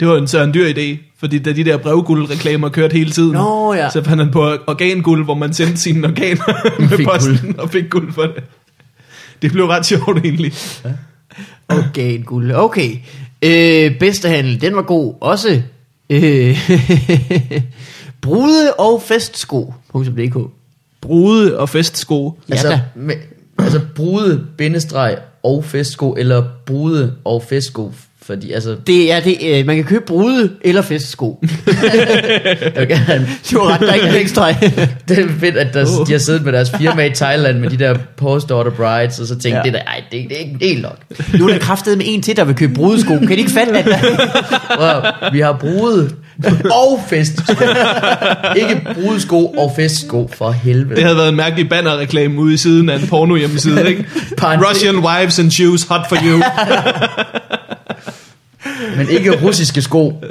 [SPEAKER 3] Det var en Søren Dyr idé, fordi da de der brevguldreklamer kørte hele tiden,
[SPEAKER 1] Nå, ja.
[SPEAKER 3] så fandt han på organguld, hvor man sendte sine organer med
[SPEAKER 2] Fik
[SPEAKER 3] posten og fik guld for det. Det blev ret sjovt egentlig.
[SPEAKER 1] Okay, guld. Okay. Øh, bedstehandel, den var god. Også øh, brude og festsko.dk
[SPEAKER 3] Brude og festsko.
[SPEAKER 1] Ja
[SPEAKER 2] altså,
[SPEAKER 1] da.
[SPEAKER 2] med, altså brude, bindestreg og festsko, eller brude og festsko, fordi altså,
[SPEAKER 1] Det er det, øh, man kan købe brude eller festsko.
[SPEAKER 2] jeg vil gerne,
[SPEAKER 1] Det var ret, der er ikke en ekstra.
[SPEAKER 2] det er fedt, at der,
[SPEAKER 3] Uh.
[SPEAKER 2] de har siddet med deres firma i Thailand med de der post-order brides, og så tænkte
[SPEAKER 1] Ja.
[SPEAKER 2] ja. det der, ej, det, det er ikke helt nok.
[SPEAKER 1] Nu er der kraftet med en til, der vil købe brudesko. Kan de ikke fatte, at der...
[SPEAKER 2] Wow, vi har brude og festsko. Ikke brudesko og festsko, for helvede.
[SPEAKER 3] Det havde været en mærkelig bannerreklame ude i siden af en porno hjemmeside, ikke?
[SPEAKER 2] Parentes.
[SPEAKER 3] Russian wives and shoes, hot for you.
[SPEAKER 2] Men ikke russiske sko.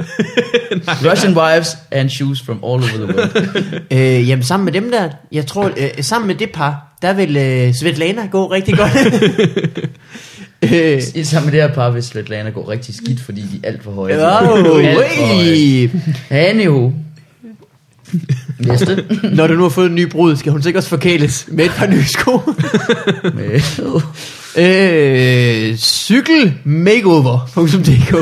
[SPEAKER 2] Russian wives and shoes from all over the world.
[SPEAKER 1] Øh, jamen sammen med dem der, jeg tror, øh, sammen med det par, der vil øh, Svetlana gå rigtig godt. øh,
[SPEAKER 2] I sammen med det her par vil Svetlana gå rigtig skidt, fordi de er alt for høje.
[SPEAKER 1] wow,
[SPEAKER 2] alt for høje.
[SPEAKER 1] hey.
[SPEAKER 2] Anywho. Næste.
[SPEAKER 1] Når du nu har fået en ny brud, skal hun sikkert også forkæles med et par nye sko.
[SPEAKER 2] Med-
[SPEAKER 1] øh, cykelmakeover.dk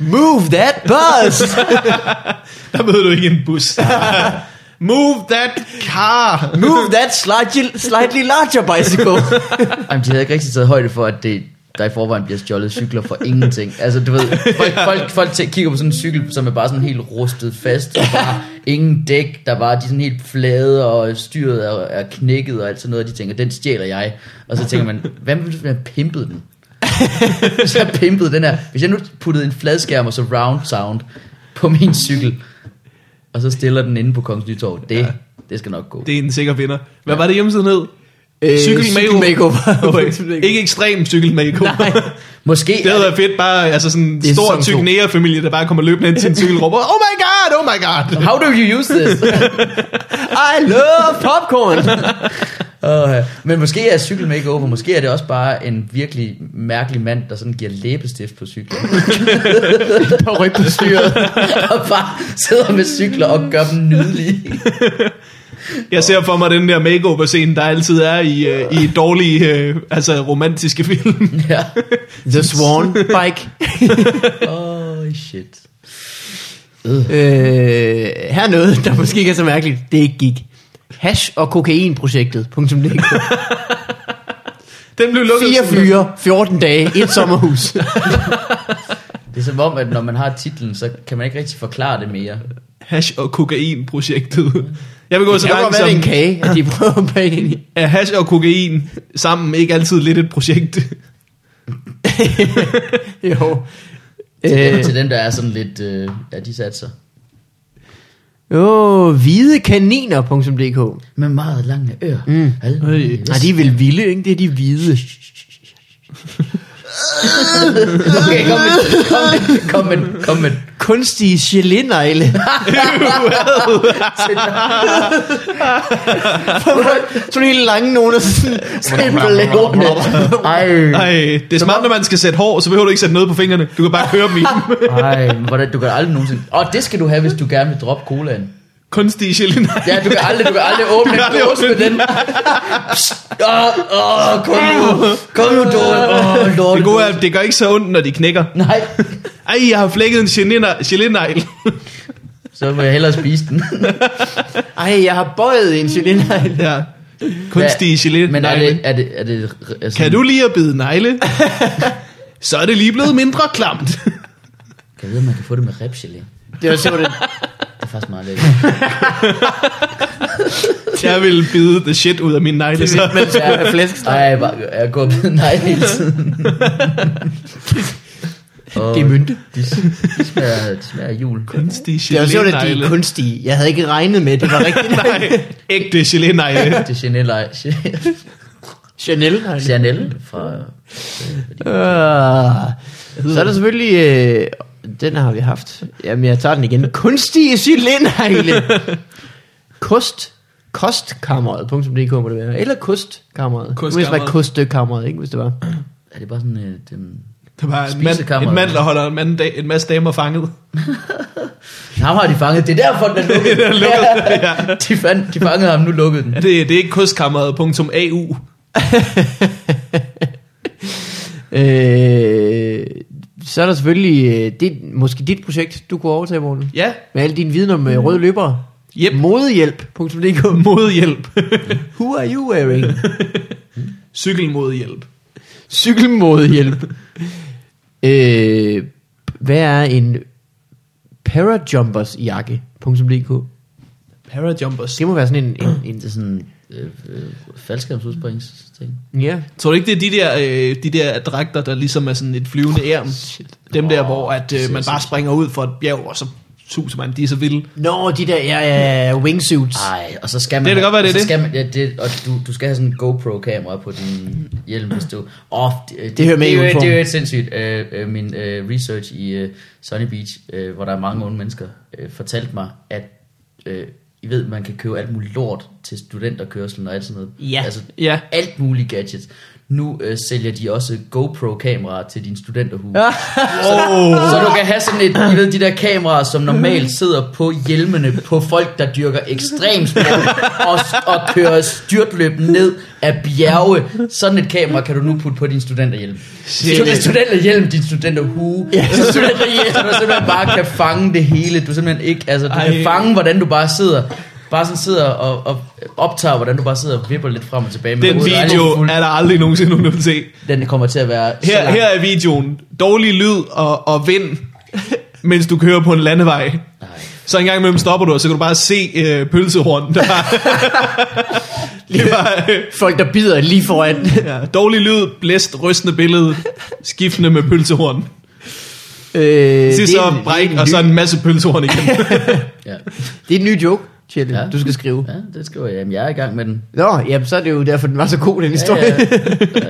[SPEAKER 1] Move that bus!
[SPEAKER 3] Der møder du ikke en bus. Move that car.
[SPEAKER 1] Move that slightly, slightly larger bicycle!
[SPEAKER 2] Jamen, de havde ikke rigtig taget højde for, at det, der i forvejen bliver stjålet cykler for ingenting. Altså, du ved, folk, folk, folk tæ- kigger på sådan en cykel, som er bare sådan helt rustet fast, og bare ingen dæk, der var de er sådan helt flade, og styret er, er knækket og alt sådan noget, og de tænker, den stjæler jeg. Og så tænker man, hvad med, hvis jeg pimpede den? Hvis jeg pimpede den her, hvis jeg nu puttede en fladskærm og så round sound på min cykel, og så stiller den inde på Kongens Nytorv, det, det skal nok gå.
[SPEAKER 3] Det er en sikker vinder. Hvad var det hjemmesiden hed?
[SPEAKER 1] Øh,
[SPEAKER 3] Cykelmakeover.
[SPEAKER 1] cykelmakeover.
[SPEAKER 3] Okay. Ikke ekstrem cykelmakeover.
[SPEAKER 1] Nej,
[SPEAKER 2] Måske
[SPEAKER 3] Det
[SPEAKER 2] er
[SPEAKER 3] havde været fedt, bare altså sådan en
[SPEAKER 1] Det er
[SPEAKER 3] stor
[SPEAKER 1] sådan to.
[SPEAKER 3] tyknære-familie, der bare kommer løbende ind til en cykel og råber, oh my god, oh my god.
[SPEAKER 2] How do you use this?
[SPEAKER 1] I love popcorn!
[SPEAKER 2] Uh, men måske er cykel makeover, måske er det også bare en virkelig mærkelig mand, der sådan giver læbestift på cyklen.
[SPEAKER 1] Der ryg på styret.
[SPEAKER 2] og bare sidder med cykler og gør dem nydelige.
[SPEAKER 3] Jeg ser for mig den der makeover-scene, der altid er i, øh, i dårlige, øh, altså romantiske film.
[SPEAKER 2] ja.
[SPEAKER 1] The Swan Bike.
[SPEAKER 2] Oh shit.
[SPEAKER 1] Øh, her er noget, der måske ikke er så mærkeligt. Det ikke gik. Hash og kokainprojektet. Punktum DK.
[SPEAKER 3] Den blev lukket.
[SPEAKER 1] Fire fyre, 14 dage, et sommerhus.
[SPEAKER 2] Det er som om, at når man har titlen, så kan man ikke rigtig forklare det mere.
[SPEAKER 3] Hash- og kokain-projektet. Jeg vil gå
[SPEAKER 1] Det
[SPEAKER 3] så
[SPEAKER 1] kan jo godt
[SPEAKER 3] langt
[SPEAKER 1] være, det er en kage,
[SPEAKER 3] som,
[SPEAKER 1] at de prøver at bage ind i.
[SPEAKER 3] er hash og kokain sammen ikke altid lidt et projekt?
[SPEAKER 1] jo.
[SPEAKER 2] Til, øh. dem,
[SPEAKER 1] Øh,
[SPEAKER 2] til dem, der er sådan lidt... Øh, ja, de satser.
[SPEAKER 1] Åh, hvidekaniner.dk
[SPEAKER 2] Med meget lange ører.
[SPEAKER 1] Mm.
[SPEAKER 2] Halvøj.
[SPEAKER 1] Nej, de er vel vilde, ikke? Det er de hvide.
[SPEAKER 2] Okay, kom med, kom med, kom med, kom med.
[SPEAKER 1] Kunstige gelindegle. Sådan en helt lange nogen, og sådan stempel ordene.
[SPEAKER 2] Ej,
[SPEAKER 3] Nej, det er smart, når man skal sætte hår, så behøver du ikke sætte noget på fingrene. Du kan bare køre dem i dem.
[SPEAKER 2] ej, men hvordan, du kan aldrig nogensinde... Åh, oh, det skal du have, hvis du gerne vil droppe colaen.
[SPEAKER 3] Kunstige geliner.
[SPEAKER 2] Ja, du kan aldrig, du kan aldrig åbne
[SPEAKER 3] kan
[SPEAKER 2] en
[SPEAKER 3] aldrig
[SPEAKER 2] dåse
[SPEAKER 3] åbne
[SPEAKER 2] med den. Åh, oh, kom nu. Kom nu, Dorte. Åh, oh, Dorte.
[SPEAKER 3] Det gode er, at det gør ikke så ondt, når de knækker.
[SPEAKER 2] Nej,
[SPEAKER 3] Ej, jeg har flækket en geliner- gelindegl.
[SPEAKER 2] så må jeg hellere spise den.
[SPEAKER 1] Ej, jeg har bøjet en gelindegle.
[SPEAKER 3] Ja. Kunstige gelin.
[SPEAKER 2] Men er det... Er det, er det altså,
[SPEAKER 3] Kan du lige at bide negle? så er det lige blevet mindre klamt.
[SPEAKER 2] Kan jeg vide, om man kan få det med ribgelé?
[SPEAKER 1] Det var sjovt, at
[SPEAKER 2] Det er faktisk meget lækkert.
[SPEAKER 3] Jeg vil bide the shit ud af min negle. Så.
[SPEAKER 1] man skulle have flæskesteg.
[SPEAKER 2] Ej, jeg, bare, jeg går med nej hele tiden. Og
[SPEAKER 1] Det er mynte.
[SPEAKER 2] De, de, smager, de smager af jul.
[SPEAKER 3] Kunstige
[SPEAKER 1] Det var sjovt, at de er
[SPEAKER 3] gelindegle.
[SPEAKER 1] kunstige. Jeg havde ikke regnet med, at det var rigtigt.
[SPEAKER 3] Nej, ægte gelindegle.
[SPEAKER 2] Det er Chanel, ej,
[SPEAKER 1] Chanel.
[SPEAKER 2] Chanel fra...
[SPEAKER 1] Øh, så er der selvfølgelig... Øh, den har vi haft. Jamen, jeg tager den igen. Kunstige cylinderhegle. Kost. Kostkammeret.dk må det være. Eller kustkammeret. Det må vist være
[SPEAKER 3] Kustkammeret.
[SPEAKER 1] kostkammeret, ikke? Hvis det var.
[SPEAKER 2] Er det bare sådan... Øh, den...
[SPEAKER 3] Der var en mand,
[SPEAKER 2] Spisekammeret.
[SPEAKER 3] en mand, der holder en, mand, en masse damer fanget.
[SPEAKER 2] Ham har de fanget. Det er derfor, den er lukket.
[SPEAKER 3] Den er lukket, ja.
[SPEAKER 2] de, fandt, de fangede ham, nu lukkede den.
[SPEAKER 3] Ja, Det, det er ikke kustkammeret.au.
[SPEAKER 1] Øh, så er der selvfølgelig... Øh, det er måske dit projekt, du kunne overtage, morgen.
[SPEAKER 3] Ja,
[SPEAKER 1] Med alle dine viden om øh, røde løbere.
[SPEAKER 3] Yep.
[SPEAKER 1] Modehjælp.dk
[SPEAKER 3] modhjælp.
[SPEAKER 1] Who are you wearing?
[SPEAKER 3] Cykelmodhjælp.
[SPEAKER 1] Cykelmodehjælp. øh, hvad er en parajumpers jakke.dk?
[SPEAKER 3] Parajumpers.
[SPEAKER 1] Det må være sådan en... en, en
[SPEAKER 2] Det er sådan... Øh, øh, faldskærmsudspringsting.
[SPEAKER 1] ja.
[SPEAKER 3] Tror du ikke, det er de der, øh, de der dragter, der ligesom er sådan et flyvende ærm? Dem der, hvor at, øh, man bare springer ud for et bjerg, og så suser man, de er så vilde.
[SPEAKER 1] Nå, de der ja, ja, wingsuits.
[SPEAKER 2] Ej, og så skal man...
[SPEAKER 3] Det kan godt være, det er
[SPEAKER 2] og så
[SPEAKER 3] det.
[SPEAKER 2] Skal man, ja, det og du, du skal have sådan en GoPro-kamera på din hjelm, hvis du... Åh, det, det,
[SPEAKER 1] hører med i
[SPEAKER 2] det, det, det,
[SPEAKER 1] uniformen.
[SPEAKER 2] det er jo et sindssygt. Øh, øh, min øh, research i øh, Sunny Beach, øh, hvor der er mange unge mennesker, øh, fortalte mig, at... Øh, I ved, man kan købe alt muligt lort til studenterkørselen og alt sådan noget.
[SPEAKER 1] Ja.
[SPEAKER 2] Altså,
[SPEAKER 3] Ja.
[SPEAKER 2] alt muligt gadgets. Nu øh, sælger de også GoPro-kameraer til din studenterhue. Ja.
[SPEAKER 3] Oh.
[SPEAKER 2] Så du kan have sådan et, I ved, de der kameraer, som normalt sidder på hjelmene på folk, der dyrker ekstremsport og, og kører styrtløb ned af bjerge. Sådan et kamera kan du nu putte på din studenterhjelm.
[SPEAKER 3] Shit.
[SPEAKER 2] Shit. Din studenterhjelm, din studenterhue, ja. din studenterhjelm, så du simpelthen bare kan fange det hele. Du simpelthen ikke, altså du Ej.
[SPEAKER 3] Ej.
[SPEAKER 2] kan fange, hvordan du bare sidder. Bare sådan sidder og, og optager, hvordan du bare sidder og vipper lidt frem og tilbage. med
[SPEAKER 3] Den
[SPEAKER 2] hovedet. Ej,
[SPEAKER 3] video
[SPEAKER 2] det er fuld-
[SPEAKER 3] er der aldrig nogensinde nogen, der vil se.
[SPEAKER 2] Den kommer til at være så
[SPEAKER 3] Her,
[SPEAKER 2] lang.
[SPEAKER 3] her er videoen. Dårlig lyd og, og vind, mens du kører på en landevej.
[SPEAKER 2] Nej.
[SPEAKER 3] Så en gang imellem stopper du, og så kan du bare se øh, pølsehorn. Der bare, det er bare, øh,
[SPEAKER 1] Folk, der bider lige foran.
[SPEAKER 3] ja, dårlig lyd, blæst, rystende billede, skiftende med pølsehorn.
[SPEAKER 1] øh,
[SPEAKER 3] Sidst
[SPEAKER 1] det,
[SPEAKER 3] så
[SPEAKER 1] er en,
[SPEAKER 3] bræk,
[SPEAKER 1] det, er
[SPEAKER 3] og
[SPEAKER 1] en
[SPEAKER 3] så
[SPEAKER 1] ny,
[SPEAKER 3] en masse pølsehorn igen.
[SPEAKER 2] Ja.
[SPEAKER 1] det er en ny joke, Kjell, ja.
[SPEAKER 2] Ja.
[SPEAKER 1] du skal skrive.
[SPEAKER 2] Ja, det skriver jeg. Jamen, jeg er i gang med den.
[SPEAKER 1] Nå, jamen, så er det jo derfor, den var så god, den historie. Ja,
[SPEAKER 2] ja.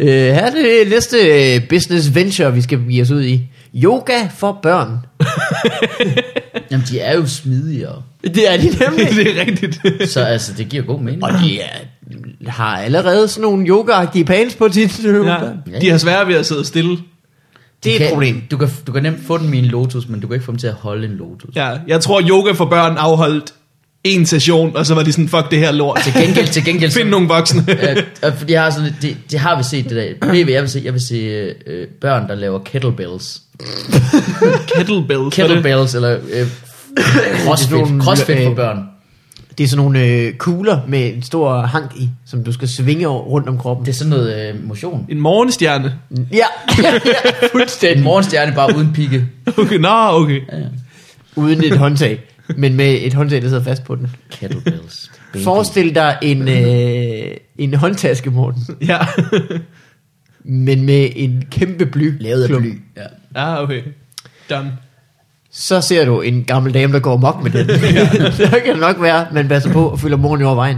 [SPEAKER 1] ja. øh, her er det næste øh, business venture, vi skal give os ud i. Yoga for børn.
[SPEAKER 2] Jamen, de er jo smidigere.
[SPEAKER 1] Det er de nemlig.
[SPEAKER 3] det er rigtigt.
[SPEAKER 2] Så altså, det giver god mening.
[SPEAKER 1] Og de er, har allerede sådan nogle yoga-agtige pants på tit. Ja.
[SPEAKER 3] ja. De har svært ved at sidde stille.
[SPEAKER 1] Det er
[SPEAKER 2] kan,
[SPEAKER 1] et problem.
[SPEAKER 2] Du kan, du kan nemt få den med en lotus, men du kan ikke få dem til at holde en lotus.
[SPEAKER 3] Ja, jeg tror, yoga for børn afholdt en session, og så var de sådan, fuck det her lort.
[SPEAKER 2] Til gengæld, til gengæld...
[SPEAKER 3] Find nogle voksne.
[SPEAKER 2] øh, øh, for de har sådan lidt, det, det, har vi set det der. BB, jeg vil se, jeg vil se øh, øh, børn, der laver kettlebells.
[SPEAKER 3] Kettlebell.
[SPEAKER 2] Kettlebells, eller øh, crossfit,
[SPEAKER 1] nogle-
[SPEAKER 2] crossfit
[SPEAKER 1] øh,
[SPEAKER 2] for børn.
[SPEAKER 1] Det Det er sådan nogle øh, kugler med en stor hank i, som du skal svinge over, rundt om kroppen.
[SPEAKER 2] Det er sådan noget øh, motion.
[SPEAKER 3] En morgenstjerne.
[SPEAKER 1] Ja, ja, ja
[SPEAKER 2] En
[SPEAKER 1] fuldstændig.
[SPEAKER 2] morgenstjerne bare uden pigge.
[SPEAKER 3] Okay, nå, okay.
[SPEAKER 2] Ja, ja.
[SPEAKER 1] Uden et håndtag, men med et håndtag, der sidder fast på den.
[SPEAKER 2] Kettlebells. baby.
[SPEAKER 1] Forestil dig en, øh, en håndtaske, Morten,
[SPEAKER 3] Ja.
[SPEAKER 1] men med en kæmpe bly.
[SPEAKER 2] Lavet af
[SPEAKER 1] klump.
[SPEAKER 2] bly. Ja.
[SPEAKER 3] ja, okay. Done.
[SPEAKER 1] Så ser du en gammel dame, der går mok med den. så kan det nok være, man passer på og fylder moren i overvejen.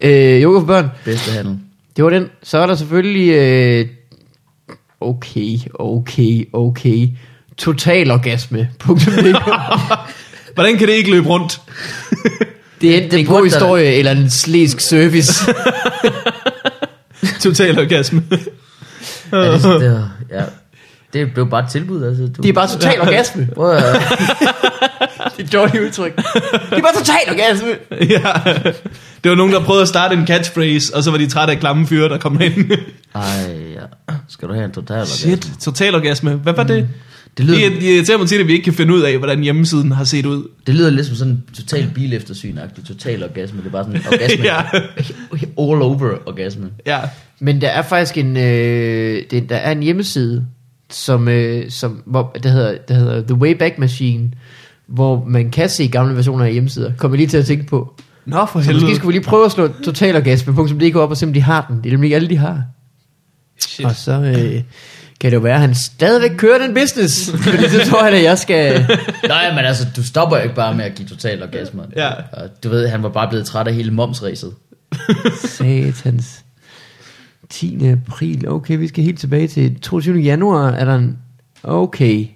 [SPEAKER 1] Øh, yoga for børn.
[SPEAKER 2] Bedste handel.
[SPEAKER 1] Det var den. Så er der selvfølgelig... Øh, okay, okay, okay. Total orgasme. Punktum.
[SPEAKER 3] Hvordan kan det ikke løbe rundt?
[SPEAKER 1] det er enten en god
[SPEAKER 2] godt, der-
[SPEAKER 1] historie eller en slæsk service.
[SPEAKER 3] Total orgasme.
[SPEAKER 2] Ja, det, er- det, er- ja. det blev bare et tilbud. Altså, du,
[SPEAKER 1] Det er bare total orgasme.
[SPEAKER 2] Prøv at,
[SPEAKER 1] Det er et dårligt udtryk. Det er bare total orgasme.
[SPEAKER 3] ja. Det var nogen, der prøvede at starte en catchphrase, og så var de trætte af klamme fyre, der kom ind.
[SPEAKER 2] ej, ja. Skal du have en total orgasme?
[SPEAKER 3] Shit, total orgasme. Hvad var det?
[SPEAKER 2] Mm. Det
[SPEAKER 3] Det
[SPEAKER 2] lyder,
[SPEAKER 3] er- det irriterer mig tit, at vi ikke kan finde ud af, hvordan hjemmesiden har set ud.
[SPEAKER 2] det lyder lidt som sådan en total bileftersyn-agtig total orgasme. Det er bare sådan en orgasme.
[SPEAKER 3] Ja.
[SPEAKER 2] All over orgasme.
[SPEAKER 3] Ja.
[SPEAKER 1] Men der er faktisk en, øh, det, der er en hjemmeside, som, øh, som hvor, der, hedder, der hedder The Wayback Machine, hvor man kan se gamle versioner af hjemmesider. Kommer jeg lige til at tænke på.
[SPEAKER 3] Nå, for
[SPEAKER 1] Så måske
[SPEAKER 3] helvede.
[SPEAKER 1] skulle vi lige prøve at slå totalorgasme.dk op og se, om de har den. Det er nemlig ikke alle, de har.
[SPEAKER 3] Shit.
[SPEAKER 1] Og så øh, kan det jo være, at han stadigvæk kører den business. Fordi så tror han, at jeg skal...
[SPEAKER 2] Nej, men altså, du stopper jo ikke bare med at give total orgasmer.
[SPEAKER 3] Ja.
[SPEAKER 2] Og Du ved, han var bare blevet træt af hele momsræset.
[SPEAKER 1] Satans. 10. april. Okay, vi skal helt tilbage til 22. januar. Er der en... Okay.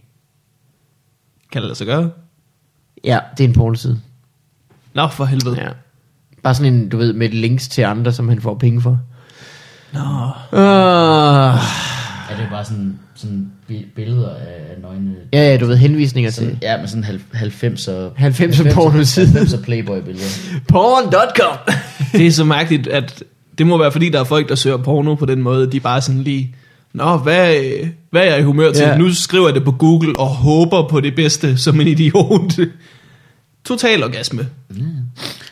[SPEAKER 3] Kan det lade sig gøre?
[SPEAKER 1] Ja, det er en pornoside.
[SPEAKER 3] Nå, for helvede.
[SPEAKER 1] Ja. Bare sådan en, du ved, med links til andre, som han får penge for.
[SPEAKER 3] Nå.
[SPEAKER 1] Uh,
[SPEAKER 2] Er det bare sådan, sådan bi- billeder af, af nøgne...
[SPEAKER 1] ja, ja, du ved, henvisninger
[SPEAKER 2] Sådan,
[SPEAKER 1] til
[SPEAKER 2] ja, men sådan 90'er...
[SPEAKER 1] 90'er pornoside.
[SPEAKER 2] 90'er playboy-billeder.
[SPEAKER 1] porn.com.
[SPEAKER 3] Det er så mærkeligt, at det må være fordi, der er folk, der søger porno på den måde. De er bare sådan lige, Nå, hvad, øh, hvad er jeg i humør til?
[SPEAKER 1] Ja.
[SPEAKER 3] Ja. Nu skriver jeg det på Google og håber på det bedste som en idiot. Total orgasme.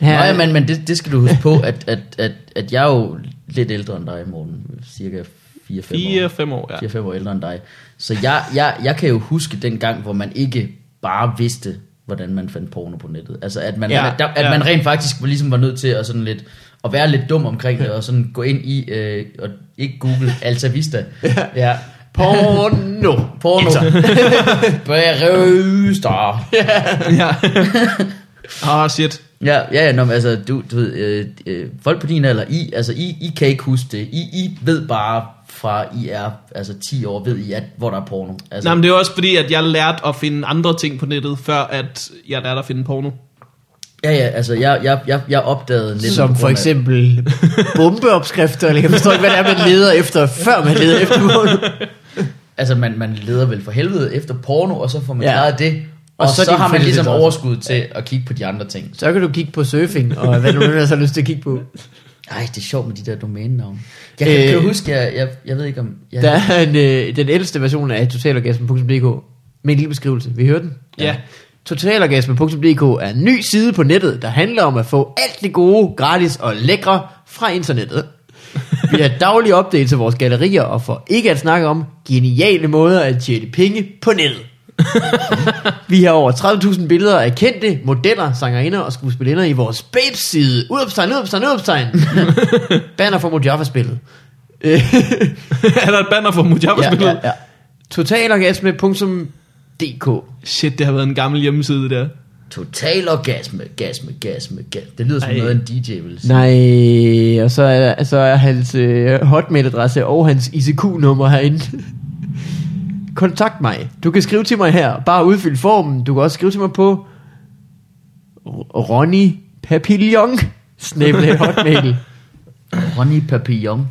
[SPEAKER 2] Ja. Nej, men, men det, det skal du huske på, at, at, at, at jeg er jo lidt ældre end dig, Morten. Cirka 4-5 år.
[SPEAKER 3] 4-5 år, ja.
[SPEAKER 2] 4-5 år ældre end dig. Så jeg, jeg, jeg kan jo huske den gang, hvor man ikke bare vidste, hvordan man fandt porno på nettet. Altså, at man,
[SPEAKER 3] Ja,
[SPEAKER 2] ja, der, at
[SPEAKER 3] ja.
[SPEAKER 2] ja. man rent faktisk ligesom var nødt til at, sådan lidt, at være lidt dum omkring det, og sådan gå ind i, øh, og ikke google Altavista. ja. ja.
[SPEAKER 1] Porno.
[SPEAKER 2] Porno. Berøster.
[SPEAKER 3] ja. Ah, shit.
[SPEAKER 2] Ja, ja, ja nå, men altså, du, du ved, øh, øh, folk på din alder, I, altså, I, I kan ikke huske det. I, I ved bare fra I er altså 10 år, ved I, at, hvor der er porno. Altså,
[SPEAKER 3] Nej, men det er også fordi, at jeg lærte at finde andre ting på nettet, før at jeg lærte at finde porno.
[SPEAKER 2] ja, ja, altså, jeg, jeg, jeg, jeg opdagede lidt...
[SPEAKER 1] Som for eksempel bombeopskrifter, eller jeg forstår ikke, hvad det er, man leder efter, før man leder efter porno.
[SPEAKER 2] Altså, man, man leder vel for helvede efter porno, og så får man
[SPEAKER 1] Ja.
[SPEAKER 2] ja. klaret det.
[SPEAKER 1] Og
[SPEAKER 2] Og, og
[SPEAKER 1] så
[SPEAKER 2] så,
[SPEAKER 1] din
[SPEAKER 2] har man ligesom
[SPEAKER 1] fritidsinteresse.
[SPEAKER 2] overskud til at kigge på de andre ting.
[SPEAKER 1] Så kan du kigge på surfing, og hvad du nu ellers har lyst til at kigge på.
[SPEAKER 2] Ej, det er sjovt med de der domænenavne. Jeg kan, øh, kan
[SPEAKER 1] Øh.
[SPEAKER 2] du huske, jeg, jeg, jeg ved ikke om... Jeg,
[SPEAKER 1] Der er en, øh, den ældste version af totalorgasme.dk med en lille beskrivelse. Vi hører den?
[SPEAKER 3] Ja. ja.
[SPEAKER 1] Totalorgasme.dk er en ny side på nettet, der handler om at få alt det gode, gratis og lækre fra internettet. Vi har daglige updates til vores gallerier, og for ikke at snakke om geniale måder at tjene penge på nettet. Vi har over 30.000 billeder af kendte modeller, sangerinder og skuespillerinder i vores babeside. Udopstegn, udopstegn, udopstegn. Banner for Mojava-spillet. Øh,
[SPEAKER 3] er der et banner for Mujabba-spillet?
[SPEAKER 1] ja, ja. Totalorgasme.dk
[SPEAKER 3] Shit, det har været en gammel hjemmeside der.
[SPEAKER 2] Total orgasme, gasme, gasme, gasme. Det lyder som
[SPEAKER 3] Ej.
[SPEAKER 2] Ej. noget, en DJ vil sige.
[SPEAKER 1] Nej, og så er, så er hans øh, hotmail-adresse og hans ICQ-nummer herinde. Kontakt mig. Du kan skrive til mig her. Bare udfyld formen. Du kan også skrive til mig på R- Ronny Papillon. Snæble hotmail.
[SPEAKER 2] Ronny Papillon.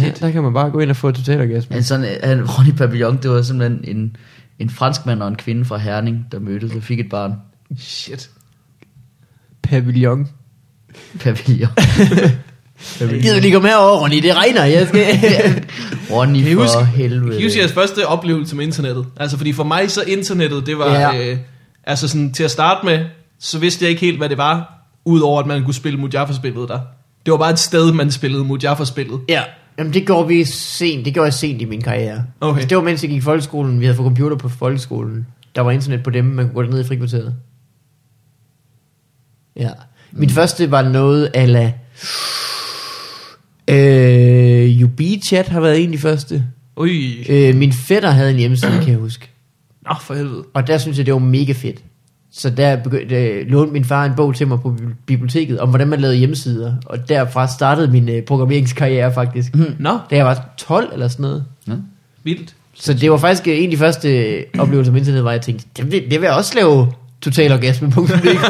[SPEAKER 1] ja, der kan man bare gå ind og få
[SPEAKER 3] Mm.
[SPEAKER 1] totalorgasme.
[SPEAKER 2] En sådan, øh, han, Ronny Papillon, det var simpelthen en, en fransk mand og en kvinde fra Herning, der mødtes og fik et barn.
[SPEAKER 3] Shit.
[SPEAKER 1] Papillon.
[SPEAKER 2] Papillon.
[SPEAKER 1] Jeg gider lige komme herover, Ronny. Det regner. Jeg skal...
[SPEAKER 2] Ronny
[SPEAKER 3] Kan I
[SPEAKER 2] for
[SPEAKER 3] huske-
[SPEAKER 2] helvede.
[SPEAKER 3] Kan I huske jeres første oplevelse med internettet? Altså, fordi for mig så internettet, det var...
[SPEAKER 1] Ja.
[SPEAKER 3] Ja. Øh, altså sådan, til at starte med, så vidste jeg ikke helt, hvad det var. udover at man kunne spille Mujaffa-spillet der. Det var bare et sted, man spillede Mujaffa-spillet.
[SPEAKER 1] Ja, jamen det gjorde vi sent, det gjorde jeg sent i min karriere.
[SPEAKER 3] Okay.
[SPEAKER 1] Altså, det var mens jeg gik i folkeskolen, vi havde fået computer på folkeskolen. Der var internet på dem, man kunne gå ned i frikvarteret. Ja. Min mm. første var noget ala... Øh, UB-chat har været en af de første.
[SPEAKER 3] Ui.
[SPEAKER 1] Øh, min fætter havde en hjemmeside, kan jeg huske.
[SPEAKER 3] Nå, for helvede.
[SPEAKER 1] Og der synes jeg, det var mega fedt. Så der begyndte, øh, lånte min far en bog til mig på bibli- biblioteket om, hvordan man lavede hjemmesider. Og derfra startede min øh, programmeringskarriere faktisk. Mm.
[SPEAKER 3] Nå,
[SPEAKER 1] Da jeg var 12 eller sådan noget.
[SPEAKER 2] Ja.
[SPEAKER 3] vildt.
[SPEAKER 1] Så det var faktisk øh, en af de første øh, oplevelser med internet, hvor jeg tænkte, det, vil- det vil jeg også lave totalorgasme.dk.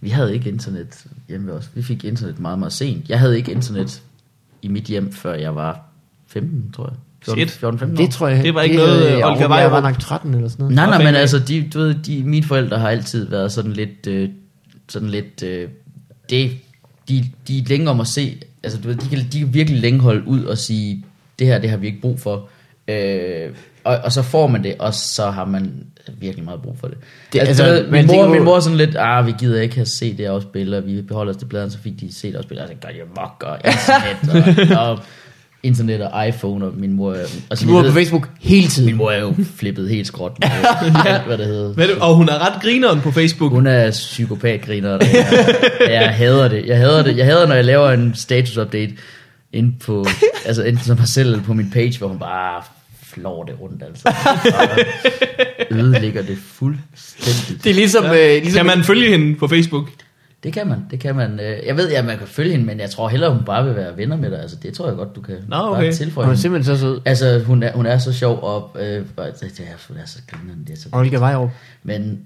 [SPEAKER 2] Vi havde ikke internet hjemme ved os. Vi fik internet meget, meget sent. Jeg havde ikke internet i mit hjem, før jeg var 15, tror jeg. 14,
[SPEAKER 3] Shit.
[SPEAKER 2] 14 15
[SPEAKER 1] det tror jeg.
[SPEAKER 3] Det var ikke noget, øh,
[SPEAKER 1] øh,
[SPEAKER 3] Olga
[SPEAKER 1] Olga
[SPEAKER 3] Vejrup-
[SPEAKER 1] Jeg var nok 13 eller sådan noget.
[SPEAKER 2] Nej,
[SPEAKER 3] Nå,
[SPEAKER 2] nej, men
[SPEAKER 3] fandme.
[SPEAKER 2] altså, de, du ved, de, mine forældre har altid været sådan lidt, øh, sådan lidt, øh, det, de, de er længe om at se, altså du ved, de kan, de kan virkelig længe holde ud og sige, det her, det har vi ikke brug for, øh, og, og så får man det, og så har man virkelig meget brug for det.
[SPEAKER 1] Det-
[SPEAKER 2] det altså,
[SPEAKER 1] altså,
[SPEAKER 2] altså,
[SPEAKER 1] man
[SPEAKER 2] min, mor,
[SPEAKER 1] tænker på-
[SPEAKER 2] min mor er sådan lidt, ah, vi gider ikke have CD'er og spille, og vi beholder os til bladeren, så fik de CD'er og spille, og så Altså, gør de mok, og internet, og, og internet og iPhone, og min mor... Altså,
[SPEAKER 1] Du var på Facebook hele tiden.
[SPEAKER 2] min mor er jo flippet helt skråt med alt, hvad det hedder.
[SPEAKER 3] Hvad er det? Og hun er ret grineren på Facebook.
[SPEAKER 2] Hun er psykopatgriner, og jeg, jeg hader det. Jeg hader det. Jeg hader, når jeg laver en status update ind på, altså enten som mig selv eller på min page, hvor hun bare flår det rundt, altså. Bare ødelægger det fuldstændigt.
[SPEAKER 1] Det er ligesom... Ja. Øh, ligesom
[SPEAKER 3] Kan man følge hende på Facebook?
[SPEAKER 2] Det kan man, det kan man. Øh, Jeg ved, at man kan følge hende, men jeg tror hellere, hun bare vil være venner med dig. Altså, det tror jeg godt, du kan
[SPEAKER 3] Nå, okay.
[SPEAKER 2] bare
[SPEAKER 1] Hun
[SPEAKER 2] tilføje.
[SPEAKER 1] er
[SPEAKER 2] hende.
[SPEAKER 1] simpelthen så sød.
[SPEAKER 2] Altså, hun er, hun er så sjov, og øh, bare- det, det, er, hun er så grinerende. Det er så
[SPEAKER 1] Olga Vejrup.
[SPEAKER 2] Men,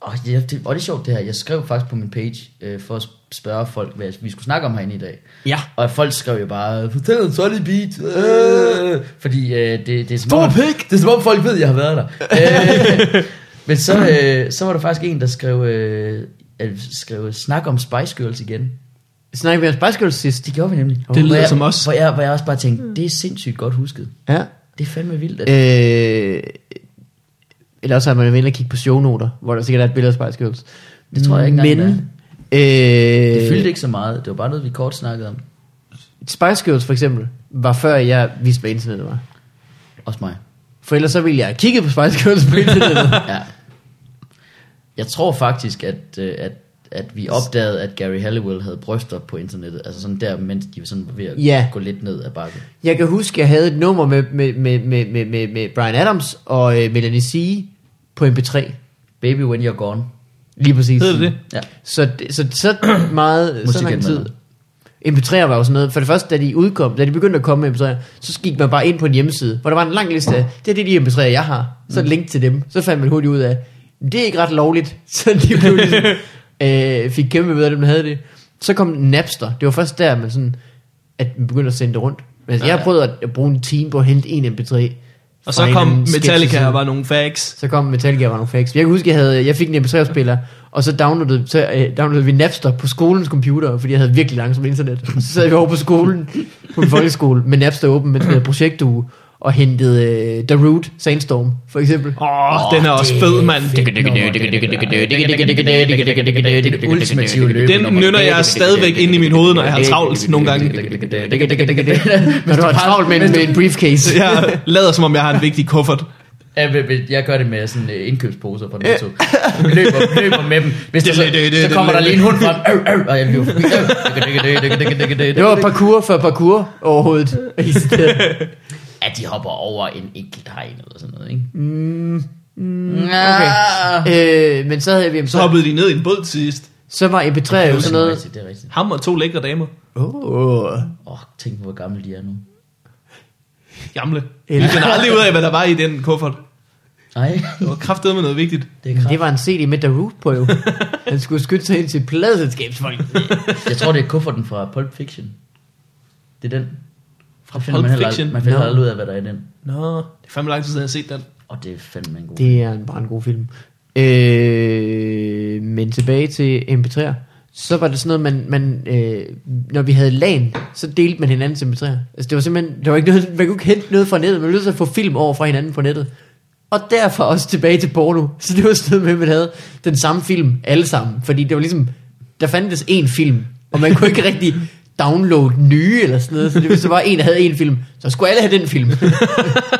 [SPEAKER 2] og det, det, og det er sjovt det her, jeg skrev faktisk på min page, øh, for at spørge folk, hvad vi skulle snakke om herinde i dag.
[SPEAKER 1] Ja.
[SPEAKER 2] Og folk skrev jo bare, fortæl en solid beat, øh, fordi øh, det, det, er som
[SPEAKER 3] Stor
[SPEAKER 2] om,
[SPEAKER 3] pik!
[SPEAKER 2] det er som om folk ved, jeg har været der. øh, men så, øh, så var der faktisk en, der skrev, øh, øh, skrev snak om Spice Girls igen.
[SPEAKER 1] Snakker vi om Spice Girls sidst?
[SPEAKER 2] Det gjorde vi nemlig.
[SPEAKER 3] Det lyder
[SPEAKER 2] Hvor jeg,
[SPEAKER 3] som os.
[SPEAKER 2] Hvor jeg, hvor jeg også bare tænkte, det er sindssygt godt husket.
[SPEAKER 1] Ja.
[SPEAKER 2] Det er fandme vildt. At,
[SPEAKER 1] Øh, eller også har man været inde og kigge på shownoter, hvor der sikkert er et billede af Spice Girls.
[SPEAKER 2] Det tror jeg ikke engang,
[SPEAKER 1] Men, øh,
[SPEAKER 2] det fyldte ikke så meget, det var bare noget, vi kort snakkede om.
[SPEAKER 1] Spice Girls for eksempel, var før jeg vidste, hvad internettet var.
[SPEAKER 2] Også mig.
[SPEAKER 1] For ellers så ville jeg have kigget på Spice Girls på internettet.
[SPEAKER 2] ja. Jeg tror faktisk, at, øh, at, at vi opdagede, at Gary Halliwell havde bryster på internettet. Altså sådan der, mens de sådan var ved at
[SPEAKER 1] Ja.
[SPEAKER 2] gå lidt ned ad bakken.
[SPEAKER 1] jeg kan huske, jeg havde et nummer med, med, med, med, med, med, med Brian Adams og øh, Melanie C. på MP3.
[SPEAKER 2] Baby When You're Gone.
[SPEAKER 1] Lige præcis.
[SPEAKER 3] Hedder det det?
[SPEAKER 2] Ja.
[SPEAKER 1] Så, det- så, så meget, så lang tid.
[SPEAKER 2] Musikanmelder.
[SPEAKER 1] MP3'er var jo sådan noget. For det første, da de udkom, da de begyndte at komme med MP3'er, så gik man bare ind på en hjemmeside, hvor der var en lang liste af, det er det de MP3'er, jeg har. Så
[SPEAKER 2] Mm.
[SPEAKER 1] et link til dem. Så fandt man hurtigt ud af, det er ikke ret lovligt. Så de blev ligesom, øh, fik kæmpe ved, at dem der havde det. Så kom Napster. Det var først der, man sådan, at man begyndte at sende det rundt. Men altså,
[SPEAKER 2] Ja,
[SPEAKER 1] jeg har
[SPEAKER 2] ja.
[SPEAKER 1] prøvet at, at bruge en time på at hente en MP3.
[SPEAKER 3] Og
[SPEAKER 1] fra
[SPEAKER 3] så
[SPEAKER 1] en
[SPEAKER 3] kom
[SPEAKER 1] eller anden
[SPEAKER 3] Metallica
[SPEAKER 1] sketcheside.
[SPEAKER 3] og var nogle facts.
[SPEAKER 1] Så kom Metallica og var nogle facts. Jeg kan huske, jeg, havde, jeg fik en MP3-spiller, og så downloadede, så, øh, downloadede vi Napster på skolens computer, fordi jeg havde virkelig langsomt internet. Så sad vi over på skolen, på min folkeskole, med Napster åben, mens vi havde projektuge, og hentede øh, The Root Sandstorm, for eksempel.
[SPEAKER 3] Åh, oh, den er også fed, mand.
[SPEAKER 2] Det ultimative løb.
[SPEAKER 3] Den nynner jeg stadigvæk ind i mit hoved, når jeg har travlt nogle gange.
[SPEAKER 1] Når du har travlt med, en- med en briefcase.
[SPEAKER 3] Jeg lader, som om jeg har en vigtig kuffert.
[SPEAKER 2] Ja, men- men jeg gør det med sådan øh, indkøbsposer fra Netto. Løber, løber med dem. Hvis der, så, så kommer der lige en hund frem. Øv, øv, og jeg bliver forbi. Øv.
[SPEAKER 1] Det var parkour for parkour overhovedet. I stedet.
[SPEAKER 2] at de hopper over en enkelt hegn eller sådan noget, ikke? Mm,
[SPEAKER 1] Okay. Øh, men så havde vi
[SPEAKER 3] Så
[SPEAKER 1] så,
[SPEAKER 3] hoppede de ned i en båd til sidst.
[SPEAKER 1] så var MP3 jo sådan noget.
[SPEAKER 2] Det er rigtigt.
[SPEAKER 3] Ham og to lækre damer.
[SPEAKER 1] Åh.
[SPEAKER 2] Åh, oh, tænk hvor gamle de er nu.
[SPEAKER 3] Gamle. Vi
[SPEAKER 1] Eller-
[SPEAKER 3] finder aldrig ud af, hvad der var i den kuffert.
[SPEAKER 2] Nej,
[SPEAKER 3] Det var kraftedet med noget vigtigt.
[SPEAKER 2] det er
[SPEAKER 1] Det
[SPEAKER 2] kraft.
[SPEAKER 1] var en CD med The Root på jo. Han skulle skytte sig ind til pladeselskabsfolk.
[SPEAKER 2] Jeg tror, det er kufferten fra Pulp Fiction. Det er den. Fra
[SPEAKER 3] Pulp
[SPEAKER 2] man heller-
[SPEAKER 3] Fiction?
[SPEAKER 2] Man finder
[SPEAKER 1] Nå.
[SPEAKER 2] aldrig ud af, hvad der er i den.
[SPEAKER 3] Nå, det er fandme lang tid siden, jeg har set den.
[SPEAKER 2] Og det er fandme en god.
[SPEAKER 1] Det er en bare en god film. Øh, men tilbage til MP3'er. Så var det sådan noget, man, man øh, når vi havde LAN, så delte man hinandens MP3'er. Altså det var simpelthen, der var ikke noget, man kunne ikke hente noget fra nettet, man var nødt til at få film over fra hinanden på nettet. Og derfor også tilbage til porno. Så det var sådan noget med, at man havde den samme film alle sammen. Fordi det var ligesom, der fandtes én film, og man kunne ikke rigtig downloade nye eller sådan noget. Så det var så bare en, der havde en film. Så skulle alle have den film.